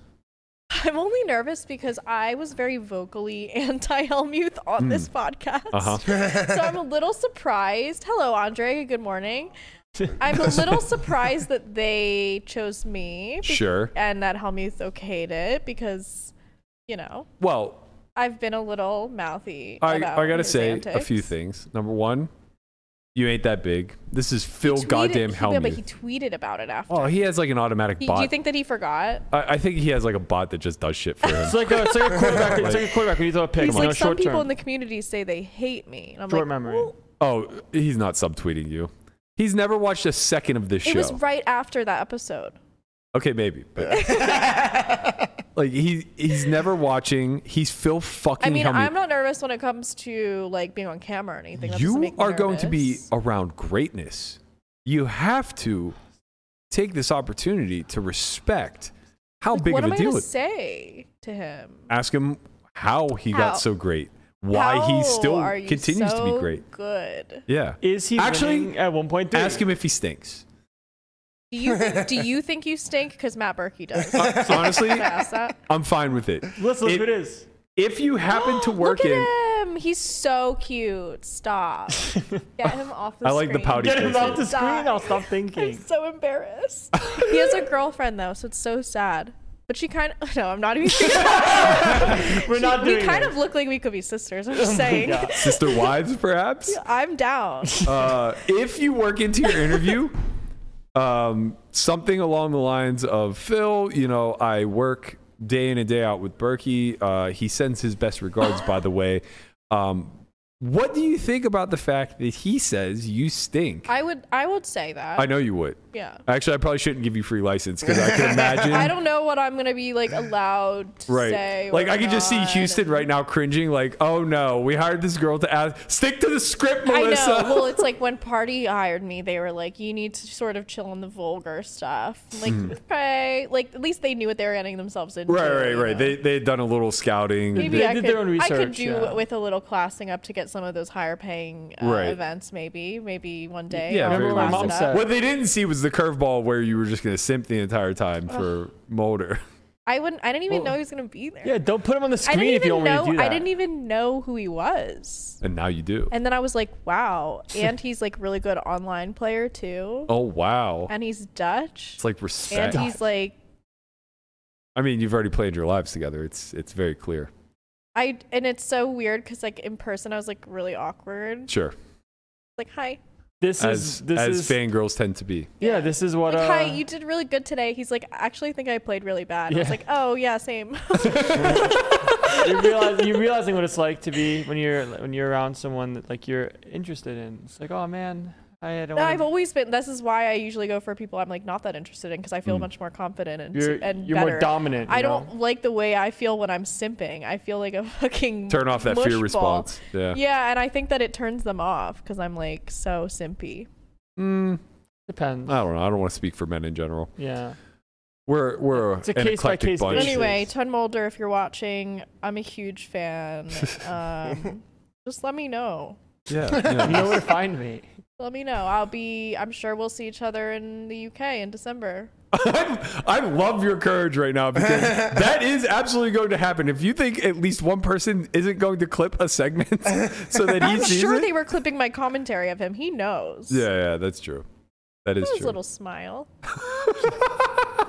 Speaker 3: I'm only nervous because I was very vocally anti Helmuth on this podcast.
Speaker 2: Uh huh.
Speaker 3: so I'm a little surprised. Hello, Andre. Good morning. I'm a little surprised that they chose me. be-
Speaker 2: Sure.
Speaker 3: And that Helmuth okayed it because, you know,
Speaker 2: Well,
Speaker 3: I've been a little mouthy.
Speaker 2: I,
Speaker 3: about
Speaker 2: I gotta
Speaker 3: his
Speaker 2: say a
Speaker 3: antics.
Speaker 2: few things. Number one, you ain't that big. This is Phil
Speaker 3: Tweeted-
Speaker 2: oh, goddamn
Speaker 3: he- yeah, But
Speaker 2: Hellmuth.
Speaker 3: he tweeted about it after.
Speaker 2: oh, he has like an automatic
Speaker 3: He-
Speaker 2: bot.
Speaker 3: do you think that he forgot?
Speaker 2: I, I think he has like a bot that just does shit for him.
Speaker 5: It's like a, it's like a quarterback. It's like a quarterback when you throw a pick.
Speaker 3: He's
Speaker 5: you know,
Speaker 3: like, some
Speaker 5: short
Speaker 3: people
Speaker 5: term.
Speaker 3: in the community say they hate me. And I'm
Speaker 5: short
Speaker 3: like,
Speaker 5: memory.
Speaker 3: well,
Speaker 2: oh, he's not subtweeting you. He's never watched a second of this
Speaker 3: it
Speaker 2: show.
Speaker 3: was right after that episode.
Speaker 2: Okay, maybe. But like he he's never watching. He's Phil fucking
Speaker 3: I mean,
Speaker 2: Hellmuth.
Speaker 3: I'm not nervous when it comes to like being on camera or anything. That doesn't
Speaker 2: you
Speaker 3: make me
Speaker 2: are going to be
Speaker 3: nervous.
Speaker 2: around greatness. You have to take this opportunity to respect how
Speaker 3: Like,
Speaker 2: big
Speaker 3: what
Speaker 2: of
Speaker 3: am
Speaker 2: a
Speaker 3: I
Speaker 2: deal
Speaker 3: gonna
Speaker 2: it is.
Speaker 3: say to him?
Speaker 2: Ask him how he
Speaker 3: How?
Speaker 2: got so great, why
Speaker 3: How
Speaker 2: he still
Speaker 3: are you
Speaker 2: continues to
Speaker 3: so
Speaker 2: be great.
Speaker 3: Good.
Speaker 2: Yeah.
Speaker 5: Is he
Speaker 2: Actually,
Speaker 5: winning at one point three?
Speaker 2: Ask him if he stinks.
Speaker 3: Do you do you think you stink? Because Matt Berkey does. Can
Speaker 2: Hon- Uh, Honestly,
Speaker 3: I ask that?
Speaker 2: I'm fine with it.
Speaker 5: Let's look
Speaker 2: It-
Speaker 5: who it is.
Speaker 2: If you happen to work
Speaker 3: Look at
Speaker 2: in,
Speaker 3: him. He's so cute. Stop. Get him off the.
Speaker 2: I like the
Speaker 3: screen.
Speaker 2: pouty
Speaker 5: Get him
Speaker 2: face.
Speaker 5: off the screen.
Speaker 3: Die.
Speaker 5: I'll stop
Speaker 3: I'm
Speaker 5: thinking.
Speaker 3: so embarrassed. he has a girlfriend though, so it's so sad. But she kind of. No, I'm not even.
Speaker 5: We're not
Speaker 3: we
Speaker 5: doing
Speaker 3: kind
Speaker 5: it. Oh
Speaker 3: of look like we could be sisters. I'm just saying.
Speaker 5: God.
Speaker 2: sister wives, perhaps.
Speaker 3: I'm down.
Speaker 2: Uh, if you work into your interview, um, something along the lines of Phil, you know, I work day in and day out with Berkey. Uh, he sends his best regards, by the way. Um, what do you think about the fact that he says you stink? I,
Speaker 3: I would. I would say that.
Speaker 2: know you would.
Speaker 3: yeah.
Speaker 2: Actually, I probably shouldn't give you free license because I can imagine.
Speaker 3: I don't know what I'm gonna be like allowed to
Speaker 2: Right.
Speaker 3: say.
Speaker 2: like
Speaker 3: or
Speaker 2: I could just see
Speaker 3: not.
Speaker 2: Houston right now cringing, like, oh no, we hired this girl to ask stick to the script,
Speaker 3: I know.
Speaker 2: Melissa.
Speaker 3: Well, it's like when Party hired me, they were like, "You need to sort of chill on the vulgar stuff." I'm like, okay. Like at least they knew what they were getting themselves into.
Speaker 2: Hmm. right, right,
Speaker 3: you
Speaker 2: right.
Speaker 3: know?
Speaker 2: They they had done a little scouting.
Speaker 3: Maybe
Speaker 5: They
Speaker 3: I
Speaker 5: did
Speaker 3: could,
Speaker 5: their own
Speaker 3: I could
Speaker 5: research,
Speaker 3: do
Speaker 5: yeah.
Speaker 3: with a little classing up to get some of those higher paying uh,
Speaker 2: Right.
Speaker 3: events. Maybe, maybe one day.
Speaker 2: Yeah,
Speaker 3: I'll
Speaker 2: very
Speaker 3: class
Speaker 5: well.
Speaker 3: it
Speaker 5: Mom
Speaker 3: up.
Speaker 5: said-
Speaker 2: What they didn't see was the curveball where you were just going to simp the entire time for Mulder.
Speaker 3: I wouldn't. I didn't even know he was gonna be there.
Speaker 5: Yeah, don't put him on the
Speaker 3: I
Speaker 5: screen
Speaker 3: didn't
Speaker 5: if you
Speaker 3: even
Speaker 5: don't want
Speaker 3: know.
Speaker 5: to do that.
Speaker 3: I didn't even know who he was.
Speaker 2: And now you do.
Speaker 3: And then I was like, wow. And he's like really good online player too.
Speaker 2: Oh, wow.
Speaker 3: And he's Dutch.
Speaker 2: It's like
Speaker 3: and
Speaker 2: respect.
Speaker 3: he's like,
Speaker 2: I mean, you've already played your lives together. It's it's very clear.
Speaker 3: I, and it's so weird because like in person, I was like really awkward.
Speaker 2: Sure.
Speaker 3: Like, hi.
Speaker 5: This is
Speaker 2: As
Speaker 5: this
Speaker 2: as
Speaker 5: is
Speaker 2: fangirls tend to be.
Speaker 5: yeah. This is what
Speaker 3: Like,
Speaker 5: uh,
Speaker 3: hi, you did really good today. He's like, I actually think I played really bad. I was
Speaker 5: Yeah.
Speaker 3: like, oh, yeah, same.
Speaker 5: you realize you're realizing what it's like to be when you're when you're around someone that like you're interested in. It's like, oh man, I don't.
Speaker 3: No, I've
Speaker 5: wanna,
Speaker 3: always been, this is why I usually go for people I'm like not that interested in because I
Speaker 2: Mm.
Speaker 3: feel much more confident and,
Speaker 5: you're
Speaker 3: and
Speaker 5: you're
Speaker 3: better.
Speaker 5: more dominant.
Speaker 3: I
Speaker 5: you know?
Speaker 3: don't like the way I feel when I'm simping. I feel like a fucking
Speaker 2: Turn off that
Speaker 3: mush
Speaker 2: fear
Speaker 3: ball.
Speaker 2: response. Yeah.
Speaker 3: Yeah, and I think that it turns them off because I'm like so simpy.
Speaker 2: Mm,
Speaker 3: uh,
Speaker 5: depends.
Speaker 2: I don't know. I don't want to speak for men in general.
Speaker 5: yeah.
Speaker 2: We're we're
Speaker 5: It's a
Speaker 2: an
Speaker 5: case by
Speaker 2: eclectic
Speaker 5: case
Speaker 2: bunch.
Speaker 5: basis.
Speaker 3: Anyway,
Speaker 5: Yes.
Speaker 3: Ton Mulder, if you're watching, I'm a huge fan. Um, just let me know.
Speaker 2: Yeah.
Speaker 5: You
Speaker 2: yeah.
Speaker 5: know where to find me.
Speaker 3: Let me know. I'll be. I'm sure we'll see each other in the UK in December.
Speaker 2: I, I love your courage right now because that is absolutely going to happen. If you think at least one person isn't going to clip a segment so that he
Speaker 3: I'm
Speaker 2: sees
Speaker 3: sure
Speaker 2: it,
Speaker 3: they were clipping my commentary of him. He knows.
Speaker 2: Yeah, yeah, that's true. That is
Speaker 3: His
Speaker 2: true.
Speaker 3: little smile.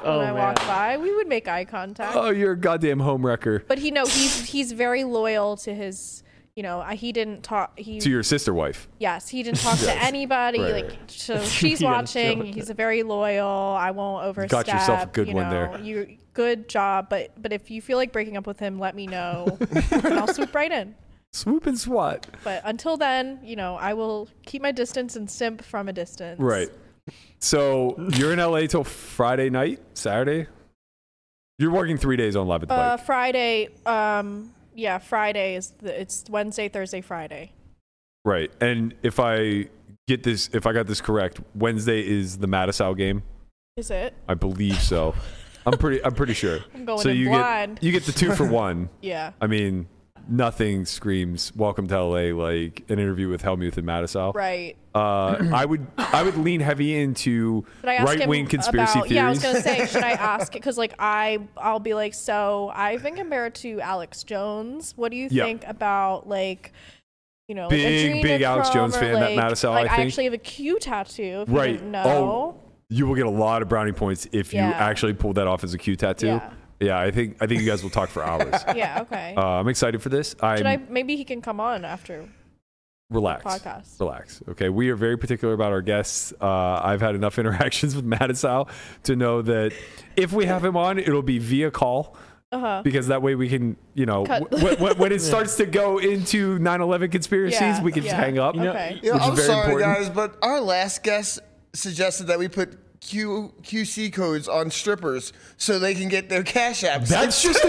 Speaker 5: Oh,
Speaker 3: when I walked by.
Speaker 5: man.
Speaker 3: We would make eye contact.
Speaker 2: Oh, you're a goddamn homewrecker
Speaker 3: but he no, he's he's very loyal to his. You know, I- he didn't talk. He
Speaker 2: to your sister wife.
Speaker 3: yes, he didn't talk to anybody.
Speaker 2: Right,
Speaker 3: like so, she's
Speaker 5: You gotta
Speaker 3: watching.
Speaker 5: chill with
Speaker 3: He's a very loyal. I won't overstep.
Speaker 2: yourself a good
Speaker 3: you
Speaker 2: one
Speaker 3: know,
Speaker 2: there.
Speaker 3: You good job. But but if you feel like breaking up with him, let me know. and I'll swoop right in.
Speaker 2: Swoop and swat.
Speaker 3: But until then, you know, I will keep my distance and simp from a distance.
Speaker 2: Right. So you're in LA till Friday night, Saturday. You're working three days on Live at the
Speaker 3: Uh,
Speaker 2: Bike.
Speaker 3: Friday. Um, yeah, Friday is the, it's Wednesday, Thursday, Friday.
Speaker 2: Right. And if I get this, if I got this correct, Wednesday is the Mattisau game.
Speaker 3: Is it?
Speaker 2: I believe so. I'm pretty. I'm pretty sure.
Speaker 3: I'm going
Speaker 2: so
Speaker 3: in
Speaker 2: you
Speaker 3: blind.
Speaker 2: get you get the two for one.
Speaker 3: Yeah.
Speaker 2: I mean, nothing screams "Welcome to LA" like an interview with Helmuth and Mattisau.
Speaker 3: Right.
Speaker 2: Uh, I would I would lean heavy into
Speaker 3: Should I ask
Speaker 2: right wing
Speaker 3: him
Speaker 2: conspiracy
Speaker 3: about,
Speaker 2: theories.
Speaker 3: Yeah, I was gonna say, should I ask? Because like I, I'll be like, so I've been compared to Alex Jones. What do you
Speaker 2: Yeah.
Speaker 3: think about like, you know,
Speaker 2: Big,
Speaker 3: like
Speaker 2: big Alex
Speaker 3: adrenochrome
Speaker 2: Jones
Speaker 3: or,
Speaker 2: fan, that
Speaker 3: like,
Speaker 2: Mattisau,
Speaker 3: Like
Speaker 2: I think.
Speaker 3: actually have a Q tattoo. If
Speaker 2: Right.
Speaker 3: You didn't know.
Speaker 2: Oh, you will get a lot of brownie points if you
Speaker 3: Yeah.
Speaker 2: actually pull that off as a Q tattoo.
Speaker 3: Yeah.
Speaker 2: Yeah, I think I think you guys will talk for hours. uh,
Speaker 3: Yeah. Okay.
Speaker 2: I'm excited for this. I'm
Speaker 3: should I? Maybe he can come on after.
Speaker 2: relax.
Speaker 3: podcast?
Speaker 2: Relax. Okay, we are very particular about our guests. Uh, I've had enough interactions with Mattisau to know that if we have him on, it'll be via call.
Speaker 3: Uh-huh.
Speaker 2: Because that way we can, you know,
Speaker 3: Cut.
Speaker 2: w- w- when it starts to go into 9/11 conspiracies,
Speaker 3: Yeah,
Speaker 2: we can just
Speaker 3: yeah.
Speaker 2: hang up.
Speaker 5: You know,
Speaker 3: Okay.
Speaker 4: You know,
Speaker 2: Which is
Speaker 4: I'm
Speaker 2: very
Speaker 4: sorry,
Speaker 2: important.
Speaker 4: guys, but our last guest suggested that we put Q QC codes on strippers so they can get their cash apps.
Speaker 2: That's just a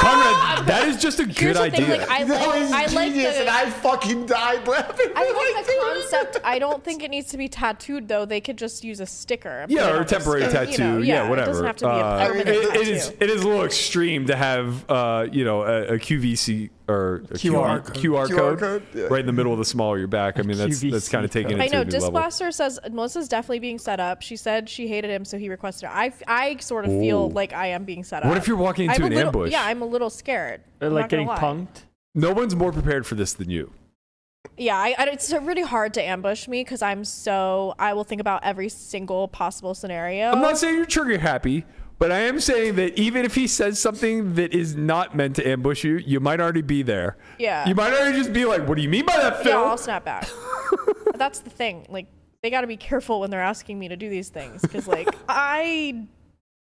Speaker 2: Conrad. That is just a
Speaker 3: Here's
Speaker 2: good
Speaker 3: the
Speaker 2: idea.
Speaker 3: thing. Like I like. I like
Speaker 4: genius,
Speaker 3: the.
Speaker 4: and I fucking died laughing.
Speaker 3: I like,
Speaker 4: Like,
Speaker 3: the
Speaker 4: dude.
Speaker 3: concept. I don't think it needs to be tattooed though. They could just use a sticker. and put
Speaker 2: Yeah, or
Speaker 3: it on
Speaker 2: a
Speaker 3: their
Speaker 2: temporary
Speaker 3: skin, you
Speaker 2: tattoo.
Speaker 3: know?
Speaker 2: yeah, whatever.
Speaker 3: It doesn't have to be
Speaker 2: Uh,
Speaker 3: a permanent
Speaker 2: it- it
Speaker 3: tattoo.
Speaker 2: is. It is a little extreme to have, uh, you know, a, a QVC or a
Speaker 5: QR
Speaker 2: QR,
Speaker 5: code.
Speaker 2: QR,
Speaker 4: QR
Speaker 2: code,
Speaker 4: code, yeah.
Speaker 2: right in the middle of the small of your back. I mean, that's that's
Speaker 5: QVC
Speaker 2: kind of taking
Speaker 5: code.
Speaker 2: it
Speaker 3: I
Speaker 2: to
Speaker 3: know.
Speaker 2: a new level.
Speaker 3: Disblaster says Melissa's definitely being set up. She said she hated him, so he requested her. I, I sort of
Speaker 2: Ooh.
Speaker 3: feel like I am being set up.
Speaker 2: What if you're walking
Speaker 3: I'm
Speaker 2: into
Speaker 3: a
Speaker 2: an
Speaker 3: little,
Speaker 2: ambush?
Speaker 3: Yeah, I'm a little scared.
Speaker 5: They're
Speaker 3: I'm
Speaker 5: like
Speaker 3: not gonna
Speaker 5: getting
Speaker 3: lie.
Speaker 5: punked.
Speaker 2: No one's more prepared for this than you.
Speaker 3: Yeah, I, I, it's really hard to ambush me because I'm so I will think about every single possible scenario.
Speaker 2: I'm not saying you're trigger happy, but I am saying that even if he says something that is not meant to ambush you, you might already be there.
Speaker 3: Yeah.
Speaker 2: You might already just be like, "What do you mean by that, Phil?"
Speaker 3: yeah, I'll snap back. That's the thing. Like they got to be careful when they're asking me to do these things because like I,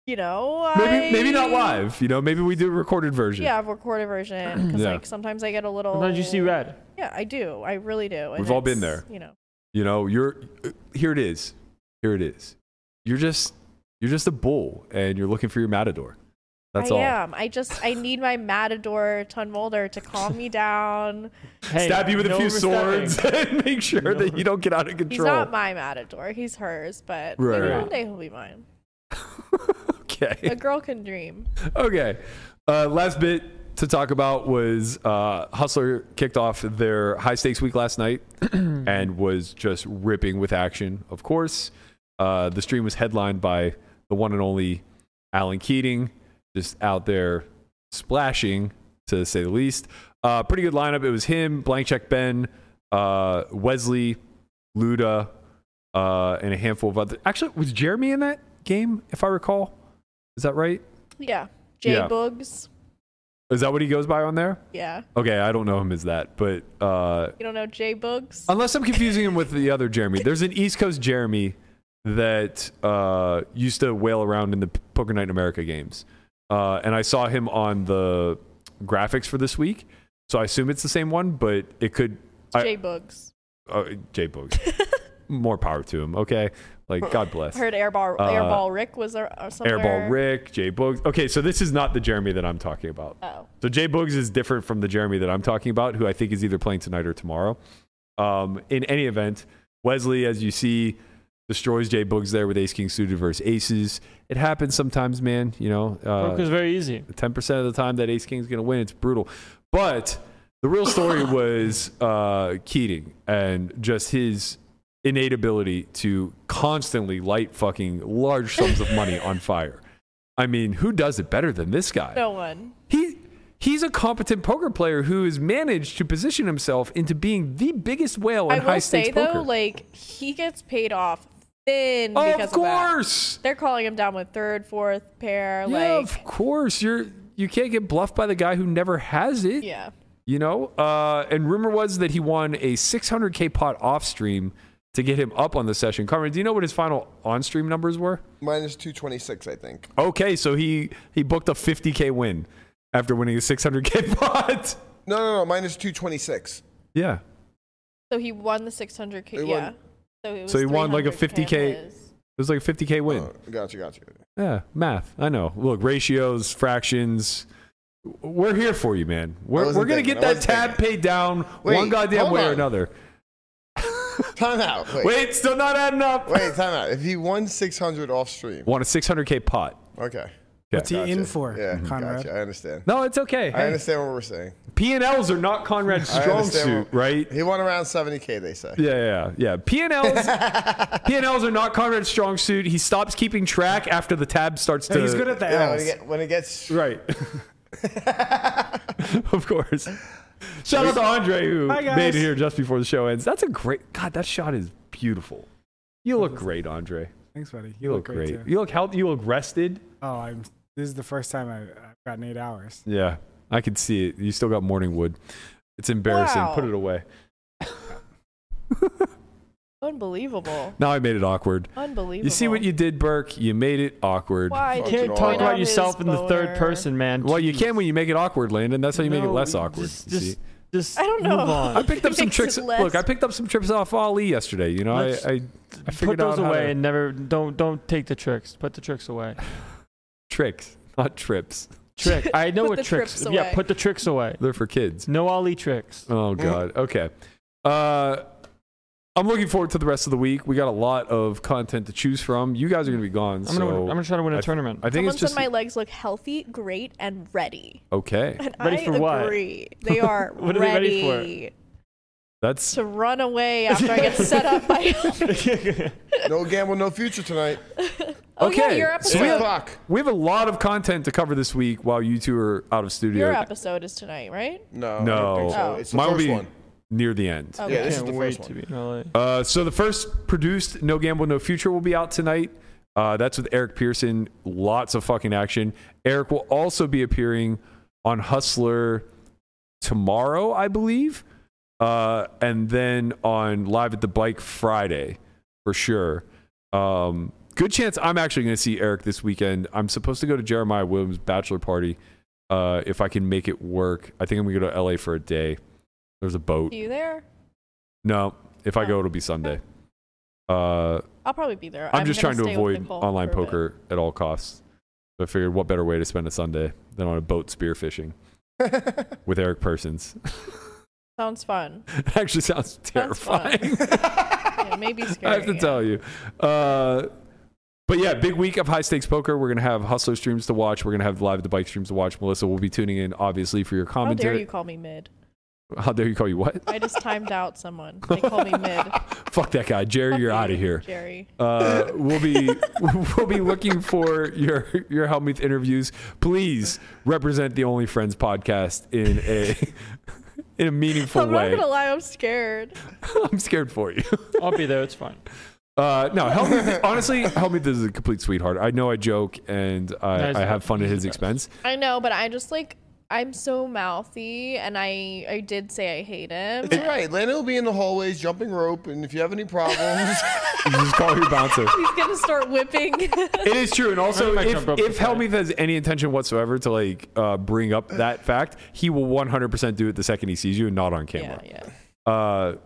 Speaker 3: you know, I,
Speaker 2: maybe maybe not live. You know, maybe we do a recorded version.
Speaker 3: Yeah, I've recorded version because
Speaker 2: Yeah.
Speaker 3: like sometimes I get a little.
Speaker 5: Sometimes you see red.
Speaker 3: Yeah, I do. I really do. and
Speaker 2: We've all been
Speaker 3: it's,
Speaker 2: there.
Speaker 3: You know.
Speaker 2: You know, you're here it is. Here it is. You're just you're just a bull and you're looking for your matador. That's
Speaker 3: I
Speaker 2: all.
Speaker 3: am. I just I need my matador Ton Mulder to calm me down.
Speaker 5: Hey,
Speaker 2: Stab you with
Speaker 5: no
Speaker 2: a few
Speaker 5: overstepping.
Speaker 2: swords and make sure that you don't get out of
Speaker 3: He's
Speaker 2: control.
Speaker 3: not my matador. He's hers, but
Speaker 2: Right,
Speaker 3: maybe
Speaker 2: right.
Speaker 3: one day he'll be mine. A
Speaker 2: okay.
Speaker 3: girl can dream.
Speaker 2: Okay. Uh, last bit to talk about was uh, Hustler kicked off their high stakes week last night and was just ripping with action, of course. Uh, the stream was headlined by the one and only Alan Keating, just out there splashing, to say the least. Uh, pretty good lineup. It was him, Blank Check Ben, uh, Wesley, Luda, uh, and a handful of other. Actually, was Jeremy in that game, if I recall? Is that right?
Speaker 3: Yeah. J
Speaker 2: Yeah.
Speaker 3: Boogs.
Speaker 2: Is that what he goes by on there?
Speaker 3: Yeah.
Speaker 2: Okay, I don't know him as that, but uh,
Speaker 3: You don't know J Boogs?
Speaker 2: unless I'm confusing him with the other Jeremy, there's an East Coast Jeremy that uh, used to wail around in the P- Poker Night in America games, uh, and I saw him on the graphics for this week, so I assume it's the same one, but it could. I,
Speaker 3: J Boogs.
Speaker 2: uh, J Boogs. More power to him. Okay, like God bless.
Speaker 3: Heard Airball
Speaker 2: Uh,
Speaker 3: Airball Rick was there or somewhere.
Speaker 2: Airball Rick, J Boogs. Okay, so this is not the Jeremy that I'm talking about.
Speaker 3: Oh.
Speaker 2: So Jay Boogs is different from the Jeremy that I'm talking about, who I think is either playing tonight or tomorrow. Um, in any event, Wesley, as you see, destroys Jay Boogs there with Ace King suited versus Aces. It happens sometimes, man. You know,
Speaker 5: Poker
Speaker 2: uh,
Speaker 5: is very easy.
Speaker 2: ten percent of the time that Ace King's going to win. It's brutal, but the real story was uh, Keating and just his innate ability to constantly light fucking large sums of money on fire. I mean, who does it better than this guy?
Speaker 3: No one.
Speaker 2: he he's a competent poker player who has managed to position himself into being the biggest whale in
Speaker 3: I
Speaker 2: high
Speaker 3: will say
Speaker 2: stakes poker.
Speaker 3: though, like he gets paid off thin because
Speaker 2: Of
Speaker 3: of that.
Speaker 2: course.
Speaker 3: They're calling him down with third, fourth pair.
Speaker 2: yeah,
Speaker 3: like,
Speaker 2: of course. You're you can't get bluffed by the guy who never has it.
Speaker 3: yeah.
Speaker 2: You know? Uh and rumor was that he won a 600k pot off stream to get him up on the session. Carmen, do you know what his final on stream numbers were?
Speaker 4: Minus 226, I think.
Speaker 2: Okay, so he he booked a 50k win after winning a 600k pot.
Speaker 4: No, no, no. Minus 226.
Speaker 2: Yeah.
Speaker 3: So he won the 600k.
Speaker 4: He won-
Speaker 3: yeah. So, it was
Speaker 2: So he won, like, a
Speaker 3: 300K
Speaker 2: 50K
Speaker 3: his.
Speaker 2: It was like a 50k win.
Speaker 4: Oh, gotcha, gotcha.
Speaker 2: Yeah, math. I know. Look, ratios, fractions. We're here for you, man. We're,
Speaker 4: wasn't
Speaker 2: we're gonna
Speaker 4: thinking,
Speaker 2: get
Speaker 4: I
Speaker 2: that
Speaker 4: wasn't
Speaker 2: tab paid down one
Speaker 4: Wait,
Speaker 2: goddamn
Speaker 4: hold
Speaker 2: way or
Speaker 4: on.
Speaker 2: another.
Speaker 4: Time out. Wait. Wait.
Speaker 2: Wait, still not adding up.
Speaker 4: time out. If he won 600 off stream.
Speaker 2: Want a 600k pot?
Speaker 4: Okay.
Speaker 7: What's he in for,
Speaker 4: Yeah,
Speaker 7: Conrad?
Speaker 4: gotcha. I understand.
Speaker 2: No, it's okay.
Speaker 4: I understand what we're saying.
Speaker 2: P and Ls are not Conrad's
Speaker 4: I
Speaker 2: strong
Speaker 4: understand
Speaker 2: suit,
Speaker 4: what-
Speaker 2: right?
Speaker 4: He won around 70K, they say.
Speaker 2: Yeah, yeah, yeah. P and Ls, P and Ls are not Conrad's strong suit. He stops keeping track after the tab starts to.
Speaker 7: No, he's good at the
Speaker 4: Yeah, when,
Speaker 7: L's.
Speaker 4: it get, when it gets.
Speaker 2: right. of course. Shout out to Andre who
Speaker 7: Hi, guys.
Speaker 2: made it here just before the show ends. That's a great God. That shot is beautiful. You look great, Andre.
Speaker 7: Thanks, buddy.
Speaker 2: You look, great.
Speaker 7: too.
Speaker 2: You look healthy. You look rested.
Speaker 7: Oh, I'm. This is the first time I, I've gotten eight hours.
Speaker 2: Yeah, I can see it. You still got morning wood. It's embarrassing.
Speaker 3: Wow.
Speaker 2: Put it away.
Speaker 3: Unbelievable.
Speaker 2: Now I made it awkward.
Speaker 3: Unbelievable.
Speaker 2: You see what you did, Burke? You made it awkward.
Speaker 3: Why
Speaker 4: You
Speaker 3: did
Speaker 5: can't
Speaker 3: you
Speaker 4: Fucking
Speaker 5: talk
Speaker 3: point
Speaker 5: about
Speaker 3: out his
Speaker 5: yourself in the third
Speaker 3: boner?
Speaker 5: person, man.
Speaker 2: Well, you
Speaker 5: Jeez.
Speaker 2: can when you make it awkward, Landon. That's how you make it
Speaker 5: No,
Speaker 2: less awkward.
Speaker 5: Just,
Speaker 2: you see?
Speaker 5: just, just
Speaker 3: I don't know.
Speaker 5: Move on.
Speaker 2: I picked up some
Speaker 3: Makes it
Speaker 2: tricks.
Speaker 3: less-
Speaker 2: Look, I picked up some trips off Ali yesterday. You know, I,
Speaker 5: Let's
Speaker 2: I, I
Speaker 5: Put
Speaker 2: figured
Speaker 5: those
Speaker 2: out how
Speaker 5: away
Speaker 2: to-
Speaker 5: and never don't don't take the tricks. Put the tricks away.
Speaker 2: tricks, not trips.
Speaker 5: Trick. I know
Speaker 3: Put
Speaker 5: what
Speaker 3: the
Speaker 5: tricks.
Speaker 3: trips away.
Speaker 5: Yeah, put the tricks away.
Speaker 2: They're for kids.
Speaker 5: No Ali tricks.
Speaker 4: Mm-hmm.
Speaker 2: Oh God. Okay. Uh, I'm looking forward to the rest of the week. We got a lot of content to choose from. You guys are gonna be gone.
Speaker 5: I'm
Speaker 2: so
Speaker 5: gonna win- I'm gonna try to win a
Speaker 2: I-
Speaker 5: tournament.
Speaker 2: I think
Speaker 3: Someone
Speaker 2: it's just
Speaker 3: said my legs look healthy, great, and ready.
Speaker 2: okay.
Speaker 3: And
Speaker 5: Ready
Speaker 3: I
Speaker 5: for what?
Speaker 3: agree. They are
Speaker 5: What are they
Speaker 3: ready,
Speaker 5: ready for?
Speaker 2: That's
Speaker 3: to run away after I get set up by.
Speaker 4: No gamble, no future tonight.
Speaker 3: oh yeah,
Speaker 2: Okay,
Speaker 3: your
Speaker 2: so
Speaker 3: episode.
Speaker 2: we
Speaker 4: Eight
Speaker 2: have-
Speaker 4: o'clock.
Speaker 2: we have a lot of content to cover this week while you two are out of studio.
Speaker 3: your episode is tonight, right?
Speaker 4: No. I
Speaker 2: No,
Speaker 4: don't think so.
Speaker 3: Oh.
Speaker 4: It's the
Speaker 2: mine will
Speaker 4: first
Speaker 2: be
Speaker 4: one.
Speaker 2: near the end.
Speaker 3: Okay.
Speaker 4: Yeah, this is
Speaker 5: Can't
Speaker 4: the
Speaker 5: wait
Speaker 4: first
Speaker 5: to
Speaker 4: one.
Speaker 5: be in LA.
Speaker 2: Uh, so the first produced No Gamble No Future will be out tonight. Uh, that's with Eric Pearson. Lots of fucking action. Eric will also be appearing on Hustler tomorrow, I believe, uh, and then on Live at the Bike Friday for sure. Um, good chance I'm actually going to see Eric this weekend. I'm supposed to go to Jeremiah Williams' bachelor party uh, if I can make it work. I think I'm going to go to LA for a day. There's a boat.
Speaker 3: you there?
Speaker 2: No, if
Speaker 3: Oh.
Speaker 2: I go, it'll be Sunday. Uh,
Speaker 3: I'll probably be there.
Speaker 2: I'm, just
Speaker 3: gonna
Speaker 2: trying to
Speaker 3: stay with
Speaker 2: avoid
Speaker 3: Nicole
Speaker 2: online
Speaker 3: for a bit.
Speaker 2: poker at all costs. So I figured, what better way to spend a Sunday than on a boat spear fishing with Eric Persons?
Speaker 3: Sounds fun.
Speaker 2: it actually sounds
Speaker 3: Sounds fun.
Speaker 2: terrifying.
Speaker 3: Yeah, maybe scary.
Speaker 2: I have to
Speaker 3: yeah.
Speaker 2: tell you. Uh, but yeah, big week of high stakes poker. We're gonna have hustler streams to watch. We're gonna have live at the bike streams to watch. Melissa will be tuning in, obviously, for your
Speaker 3: How dare you
Speaker 2: commentary.
Speaker 3: call me mid?
Speaker 2: How dare you, call you what?
Speaker 3: I just timed out someone. They call me mid.
Speaker 2: Fuck that guy, Jerry. You're out of here.
Speaker 3: Jerry.
Speaker 2: uh, we'll be we'll be looking for your your Helmuth interviews. Please represent the Only Friends podcast in a in a meaningful
Speaker 3: I'm
Speaker 2: way.
Speaker 3: not gonna lie, I'm scared.
Speaker 2: I'm scared for you.
Speaker 5: I'll be there. It's fine.
Speaker 2: Uh, no, Helmuth. honestly, Helmuth is a complete sweetheart. I know I joke and I,
Speaker 5: Nice.
Speaker 2: I have fun at his
Speaker 5: He's the best.
Speaker 2: expense.
Speaker 3: I know, but I just like I'm so mouthy, and I I did say I hate him.
Speaker 4: It's all right. Landon will be in the hallways jumping rope, and if you have any problems,
Speaker 2: You just call your bouncer.
Speaker 3: He's gonna start whipping.
Speaker 2: It is true, and also
Speaker 5: might
Speaker 2: if,
Speaker 5: jump up
Speaker 2: if
Speaker 5: the side.
Speaker 2: Helmuth has any intention whatsoever to like uh, bring up that fact, he will 100% do it the second he sees you and not on camera.
Speaker 3: yeah, yeah.
Speaker 2: uh,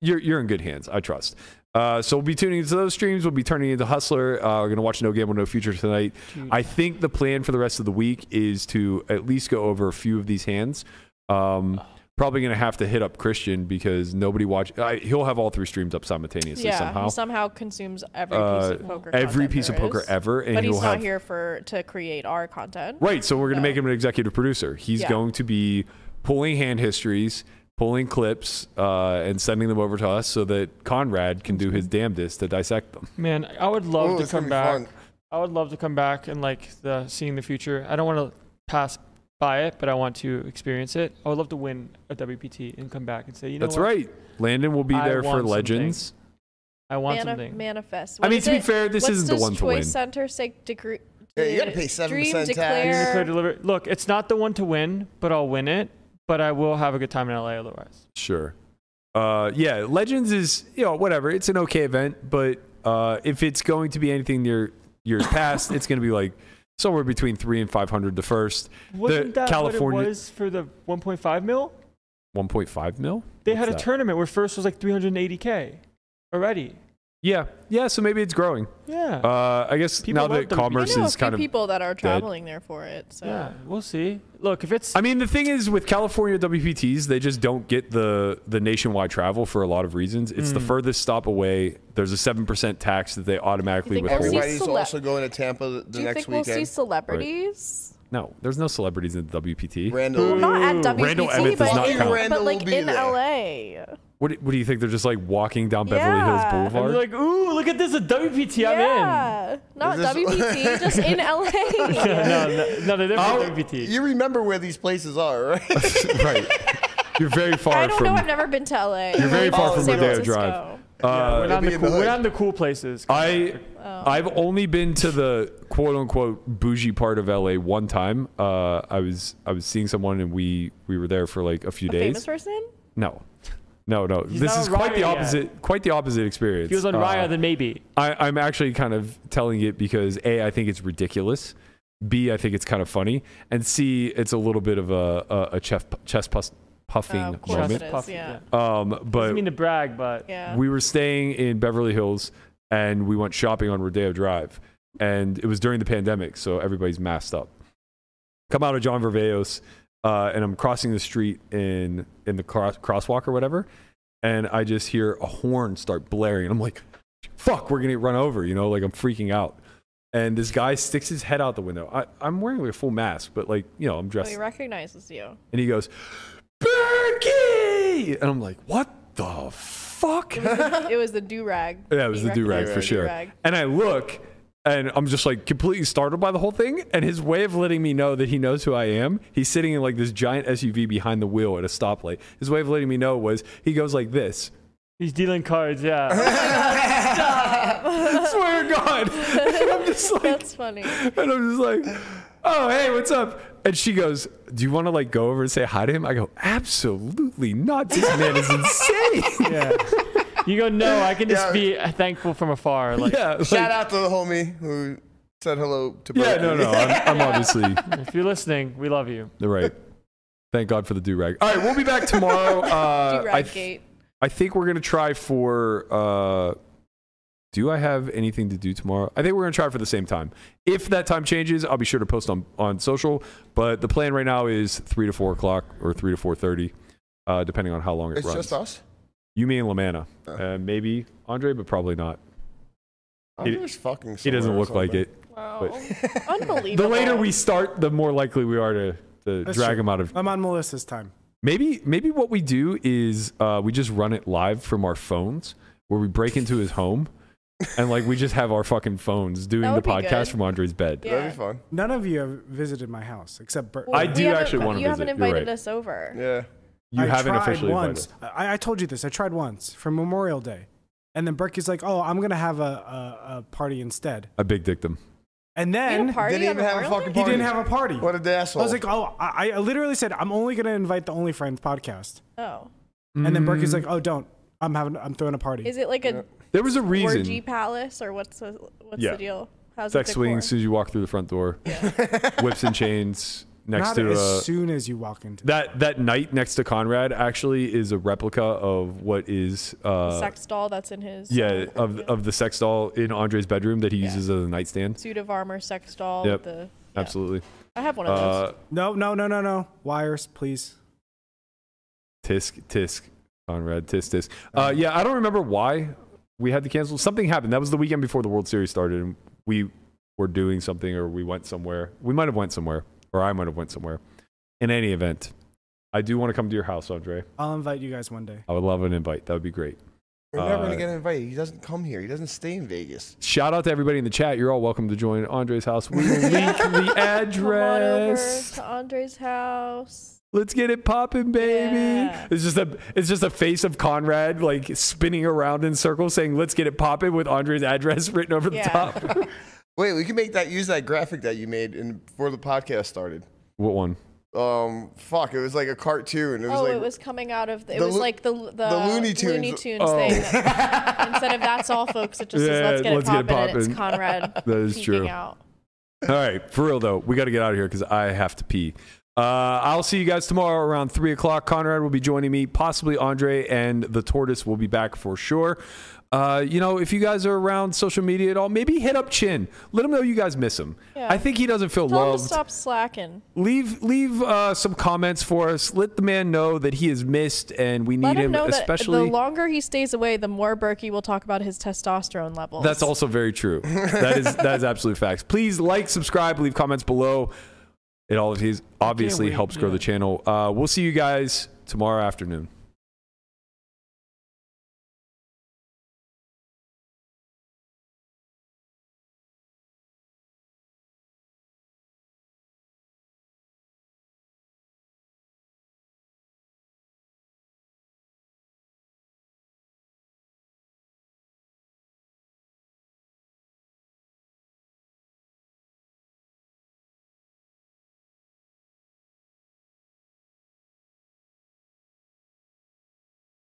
Speaker 2: you're you're in good hands, I trust. Uh, so we'll be tuning into those streams. We'll be turning into Hustler. Uh, we're gonna watch No Gamble, No Future tonight. I think the plan for the rest of the week is to at least go over a few of these hands.
Speaker 3: Oh.
Speaker 2: Um, probably gonna have to hit up Christian because nobody watch. I, he'll have all three streams up simultaneously
Speaker 3: yeah,
Speaker 2: somehow.
Speaker 3: he somehow consumes every
Speaker 2: Uh,
Speaker 3: piece of poker.
Speaker 2: every
Speaker 3: content
Speaker 2: piece of
Speaker 3: there
Speaker 2: poker
Speaker 3: is.
Speaker 2: ever, and
Speaker 3: but he's
Speaker 2: he'll
Speaker 3: not
Speaker 2: have
Speaker 3: here for to create our content.
Speaker 2: Right. So we're going to
Speaker 3: So-
Speaker 2: make him an executive producer. He's
Speaker 3: Yeah.
Speaker 2: going to be pulling hand histories, pulling clips, uh, and sending them over to us so that Conrad can do his damnedest to dissect them.
Speaker 5: Man, I would love
Speaker 4: Ooh,
Speaker 5: to
Speaker 4: it's gonna
Speaker 5: come
Speaker 4: be
Speaker 5: back.
Speaker 4: fun.
Speaker 5: I would love to come back and like the seeing the future. I don't want to pass by it, but I want to experience it. I would love to win a WPT and come back and say, you know,
Speaker 2: That's
Speaker 5: what?
Speaker 2: right. Landon will be
Speaker 5: I
Speaker 2: there
Speaker 5: want
Speaker 2: for
Speaker 5: something.
Speaker 2: Legends.
Speaker 5: I want
Speaker 3: Manif-
Speaker 5: something.
Speaker 3: Manifest.
Speaker 2: I
Speaker 3: What
Speaker 2: mean,
Speaker 3: is
Speaker 2: to be
Speaker 3: it?
Speaker 2: fair, this
Speaker 3: What
Speaker 2: isn't the
Speaker 3: does
Speaker 2: one to
Speaker 3: Choice
Speaker 2: win.
Speaker 3: Center say degree.
Speaker 4: Yeah, you gotta pay 7% tax.
Speaker 5: Dream
Speaker 3: declare-
Speaker 5: Declare Deliver- Look, it's not the one to win, but I'll win it. But I will have a good time in LA otherwise.
Speaker 2: Sure. Uh, yeah, Legends is you know whatever. It's an okay event, but uh, if it's going to be anything near your past, it's going to be like somewhere between three and five hundred. The first,
Speaker 5: Wasn't
Speaker 2: the
Speaker 5: that what
Speaker 2: California
Speaker 5: it was for the 1.5 mil?
Speaker 2: one point five mil.
Speaker 5: They
Speaker 2: What's
Speaker 5: had a
Speaker 2: that?
Speaker 5: tournament where first was like 380k already.
Speaker 2: Yeah, yeah. So maybe it's growing.
Speaker 5: Yeah.
Speaker 2: Uh, I guess
Speaker 5: People
Speaker 2: now
Speaker 5: love
Speaker 2: that
Speaker 5: them. I know,
Speaker 2: commerce
Speaker 3: I know a
Speaker 2: is
Speaker 3: few
Speaker 2: kind of.
Speaker 3: people that are traveling there for it. So
Speaker 5: yeah. We'll see. Look, if it's
Speaker 2: I mean, the thing is with California WPTs, they just don't get the the nationwide travel for a lot of reasons. It's
Speaker 3: Hmm.
Speaker 2: the furthest stop away. There's a seven percent tax that they automatically
Speaker 3: think
Speaker 2: withhold.
Speaker 3: everybody-
Speaker 4: Everybody's
Speaker 3: cele-
Speaker 4: also going to Tampa the,
Speaker 3: do
Speaker 4: the
Speaker 3: you
Speaker 4: next
Speaker 3: think we'll see
Speaker 4: weekend.
Speaker 3: celebrities?
Speaker 2: No, there's no celebrities in the WPT.
Speaker 4: Randall.
Speaker 3: Well, not at WPT,
Speaker 2: Randall Emmett does
Speaker 3: but,
Speaker 2: not
Speaker 3: in,
Speaker 2: count.
Speaker 3: but
Speaker 4: Randall will
Speaker 3: like
Speaker 4: be
Speaker 3: in
Speaker 4: there.
Speaker 3: LA.
Speaker 2: What do, what do you think? They're just like walking down Beverly
Speaker 3: Yeah.
Speaker 2: Hills
Speaker 5: I'm
Speaker 2: Boulevard?
Speaker 5: like, ooh, look at this, a WPT. I'm in.
Speaker 3: yeah, not
Speaker 4: Is this-
Speaker 3: WPT, just in LA.
Speaker 5: No, no, no, they're
Speaker 2: I'll-
Speaker 5: different WPT.
Speaker 4: You remember where these places are, right?
Speaker 2: right. You're very far
Speaker 3: I don't
Speaker 2: from.
Speaker 3: know. I've never been to LA.
Speaker 2: You're very far
Speaker 4: Oh,
Speaker 2: from
Speaker 4: San
Speaker 2: Rodeo
Speaker 3: Francisco.
Speaker 2: Drive.
Speaker 5: Yeah,
Speaker 2: Uh,
Speaker 5: we're, not
Speaker 4: It'll
Speaker 5: in
Speaker 4: be
Speaker 5: the
Speaker 4: in the
Speaker 5: cool, we're
Speaker 4: hood.
Speaker 5: not in the cool places.
Speaker 2: I
Speaker 3: Oh.
Speaker 2: I've only been to the quote unquote bougie part of LA one time. Uh, I was I was seeing someone and we we were there for like a few
Speaker 3: A
Speaker 2: days.
Speaker 3: famous person?
Speaker 2: No. No, no. this
Speaker 5: not
Speaker 2: is
Speaker 5: on
Speaker 2: quite the
Speaker 5: Raya yet.
Speaker 2: opposite. Quite the opposite experience.
Speaker 5: If he was on
Speaker 2: Uh,
Speaker 5: Raya, then maybe.
Speaker 2: I, I'm actually kind of telling it because a, I think it's ridiculous. B, I think it's kind of funny, and C, it's a little bit of a a, a chest chest pus, puffing
Speaker 3: Oh, of course
Speaker 2: moment.
Speaker 3: it is.
Speaker 5: Puffy,
Speaker 3: yeah.
Speaker 2: Um,
Speaker 5: I
Speaker 2: but
Speaker 5: mean to brag, but
Speaker 3: Yeah.
Speaker 2: we were staying in Beverly Hills and we went shopping on Rodeo Drive. And it was during the pandemic, so everybody's masked up. Come out of John Verveos, uh, and I'm crossing the street in, in the cross, crosswalk or whatever. And I just hear a horn start blaring. I'm like, fuck, we're going to get run over. You know, like I'm freaking out. And this guy sticks his head out the window. I, I'm wearing like a full mask, but like, you know, I'm
Speaker 3: Oh,
Speaker 2: dressed
Speaker 3: he recognizes you.
Speaker 2: and he goes, Berkey! And I'm like, what the fuck? yeah,
Speaker 3: It was the do rag.
Speaker 2: it was the do rag for sure. And I look and I'm just like completely startled by the whole thing. And his way of letting me know that he knows who I am, he's sitting in like this giant SUV behind the wheel at a stoplight. His way of letting me know was he goes like this.
Speaker 5: he's dealing cards. Yeah.
Speaker 2: Swear to God. And I'm just like,
Speaker 3: That's funny.
Speaker 2: And I'm just like, oh, hey, what's up? And she goes, do you want to like go over and say hi to him? I go, absolutely not. This man is insane.
Speaker 5: yeah. You go, no, I can just
Speaker 4: Yeah.
Speaker 5: be uh, thankful from afar. Like,
Speaker 2: yeah. like-
Speaker 4: Shout out to the homie who said hello to
Speaker 2: Yeah,
Speaker 4: Berkeley.
Speaker 2: no, no. I'm, I'm obviously
Speaker 5: if you're listening, we love you.
Speaker 2: right. Thank God for the do rag. All right, we'll be back tomorrow. Uh,
Speaker 3: do
Speaker 2: I,
Speaker 3: rag
Speaker 2: th-
Speaker 3: gate.
Speaker 2: I think we're gonna try for. Uh, do I have anything to do tomorrow? I think we're gonna try for the same time. If that time changes, I'll be sure to post on on social. But the plan right now is three to four o'clock or three to four thirty, uh, depending on how long it
Speaker 4: It's
Speaker 2: runs.
Speaker 4: just us.
Speaker 2: You mean Lamanna? Uh, maybe Andre, but probably not.
Speaker 4: I'm just fucking.
Speaker 2: He doesn't look like it.
Speaker 3: Wow. Unbelievable.
Speaker 2: The later we start, the more likely we are to, to
Speaker 7: That's
Speaker 2: drag
Speaker 7: true.
Speaker 2: him out of
Speaker 7: I'm on Melissa's time.
Speaker 2: Maybe maybe what we do is uh, we just run it live from our phones, where we break into his home, and like we just have our fucking phones doing
Speaker 3: That
Speaker 2: the
Speaker 3: would be
Speaker 2: podcast
Speaker 3: good.
Speaker 2: from Andre's bed.
Speaker 3: Yeah.
Speaker 4: That'd be fun.
Speaker 7: None of you have visited my house except Bert.
Speaker 2: I do
Speaker 3: we haven't-
Speaker 2: actually wanna
Speaker 3: You haven't
Speaker 2: visit, you're
Speaker 3: invited
Speaker 2: right.
Speaker 3: us over.
Speaker 4: Yeah.
Speaker 2: You
Speaker 7: I
Speaker 2: haven't
Speaker 7: tried
Speaker 2: officially
Speaker 7: once.
Speaker 2: invited.
Speaker 7: I, I told you this. I tried once for Memorial Day, and then Berkey's like, "Oh, I'm gonna have a, a, a party instead."
Speaker 2: I big dicked him.
Speaker 7: And
Speaker 3: You had
Speaker 7: then
Speaker 3: a party
Speaker 4: Didn't
Speaker 3: on
Speaker 4: even have a
Speaker 3: Memorial Day?
Speaker 4: fucking
Speaker 7: he
Speaker 4: party.
Speaker 7: didn't have a party.
Speaker 4: What a
Speaker 7: I
Speaker 4: asshole.
Speaker 7: was like, "Oh, I, I literally said I'm only gonna invite the Only Friends podcast,"
Speaker 3: Oh.
Speaker 7: and then Berkey's like, "Oh, don't. I'm having. I'm throwing a party."
Speaker 3: Is it like a
Speaker 2: There was a
Speaker 3: orgy
Speaker 2: reason.
Speaker 3: palace or what's the what's
Speaker 2: Yeah.
Speaker 3: the deal? How's
Speaker 2: Sex
Speaker 3: the
Speaker 2: swing
Speaker 3: decor?
Speaker 2: as soon as you walk through the front door. Whips and chains next
Speaker 7: Not
Speaker 2: to uh,
Speaker 7: as
Speaker 2: a,
Speaker 7: soon as you walk into.
Speaker 2: that that night next to Conrad actually is a replica of what is uh,
Speaker 3: sex doll that's in his uh,
Speaker 2: yeah of of the sex doll in Andre's bedroom that he uses as a nightstand.
Speaker 3: suit of armor sex doll.
Speaker 2: Yep.
Speaker 3: with The, yeah.
Speaker 2: Absolutely.
Speaker 3: I have one of those.
Speaker 2: Uh,
Speaker 7: No, no, no, no, no. Wires, please.
Speaker 2: Tisk Tisk Conrad Tisk Tisk. Uh, yeah, I don't remember why we had to cancel. Something happened. That was the weekend before the World Series started, and we were doing something, or we went somewhere. We might have went somewhere, or I might have went somewhere. In any event, I do want to come to your house, Andre.
Speaker 7: I'll invite you guys one day.
Speaker 2: I would love an invite. That would be great.
Speaker 4: We're never
Speaker 2: uh,
Speaker 4: gonna get invited. He doesn't come here. He doesn't stay in Vegas.
Speaker 2: Shout out to everybody in the chat. You're all welcome to join Andre's house. We will link the
Speaker 3: Come on over
Speaker 2: address.
Speaker 3: to Andre's house.
Speaker 2: Let's get it popping, baby.
Speaker 3: Yeah.
Speaker 2: It's just a it's just a face of Conrad like spinning around in circles saying, Let's get it popping with Andre's address written over the
Speaker 3: Yeah.
Speaker 2: top.
Speaker 4: Wait, we can make that use that graphic that you made in, before the podcast started.
Speaker 2: what one?
Speaker 4: Um, fuck, it was like a cartoon. It was
Speaker 3: oh,
Speaker 4: like
Speaker 3: it was coming out of the, it
Speaker 4: The
Speaker 3: was
Speaker 4: Loo-
Speaker 3: like the the,
Speaker 4: the Looney Tunes.
Speaker 3: Tunes
Speaker 2: Oh.
Speaker 3: thing. Instead of that's all, folks, it just says
Speaker 2: Yeah,
Speaker 3: let's get
Speaker 2: let's
Speaker 3: it
Speaker 2: get it
Speaker 3: poppin'. and it's
Speaker 2: poppin'.
Speaker 3: Conrad.
Speaker 2: That is
Speaker 3: peeking
Speaker 2: true.
Speaker 3: Out.
Speaker 2: All right, for real though, we got to get out of here because I have to pee. Uh, I'll see you guys tomorrow around three o'clock. Conrad will be joining me, possibly Andre and the Tortoise will be back for sure. Uh, you know, if you guys are around social media at all, maybe hit up Chin. Let him know you guys miss him.
Speaker 3: Yeah.
Speaker 2: I think he doesn't feel
Speaker 3: Tell him to
Speaker 2: loved.
Speaker 3: stop slacking.
Speaker 2: Leave leave uh, some comments for us. Let the man know that he is missed and we need
Speaker 3: Let him,
Speaker 2: him,
Speaker 3: know that
Speaker 2: especially.
Speaker 3: the longer he stays away, the more Berkey will talk about his testosterone levels.
Speaker 2: That's also very true. That is that is absolute facts. Please like, subscribe, leave comments below. It all obviously
Speaker 5: wait,
Speaker 2: helps grow
Speaker 5: yeah.
Speaker 2: the channel. Uh, we'll see you guys tomorrow afternoon.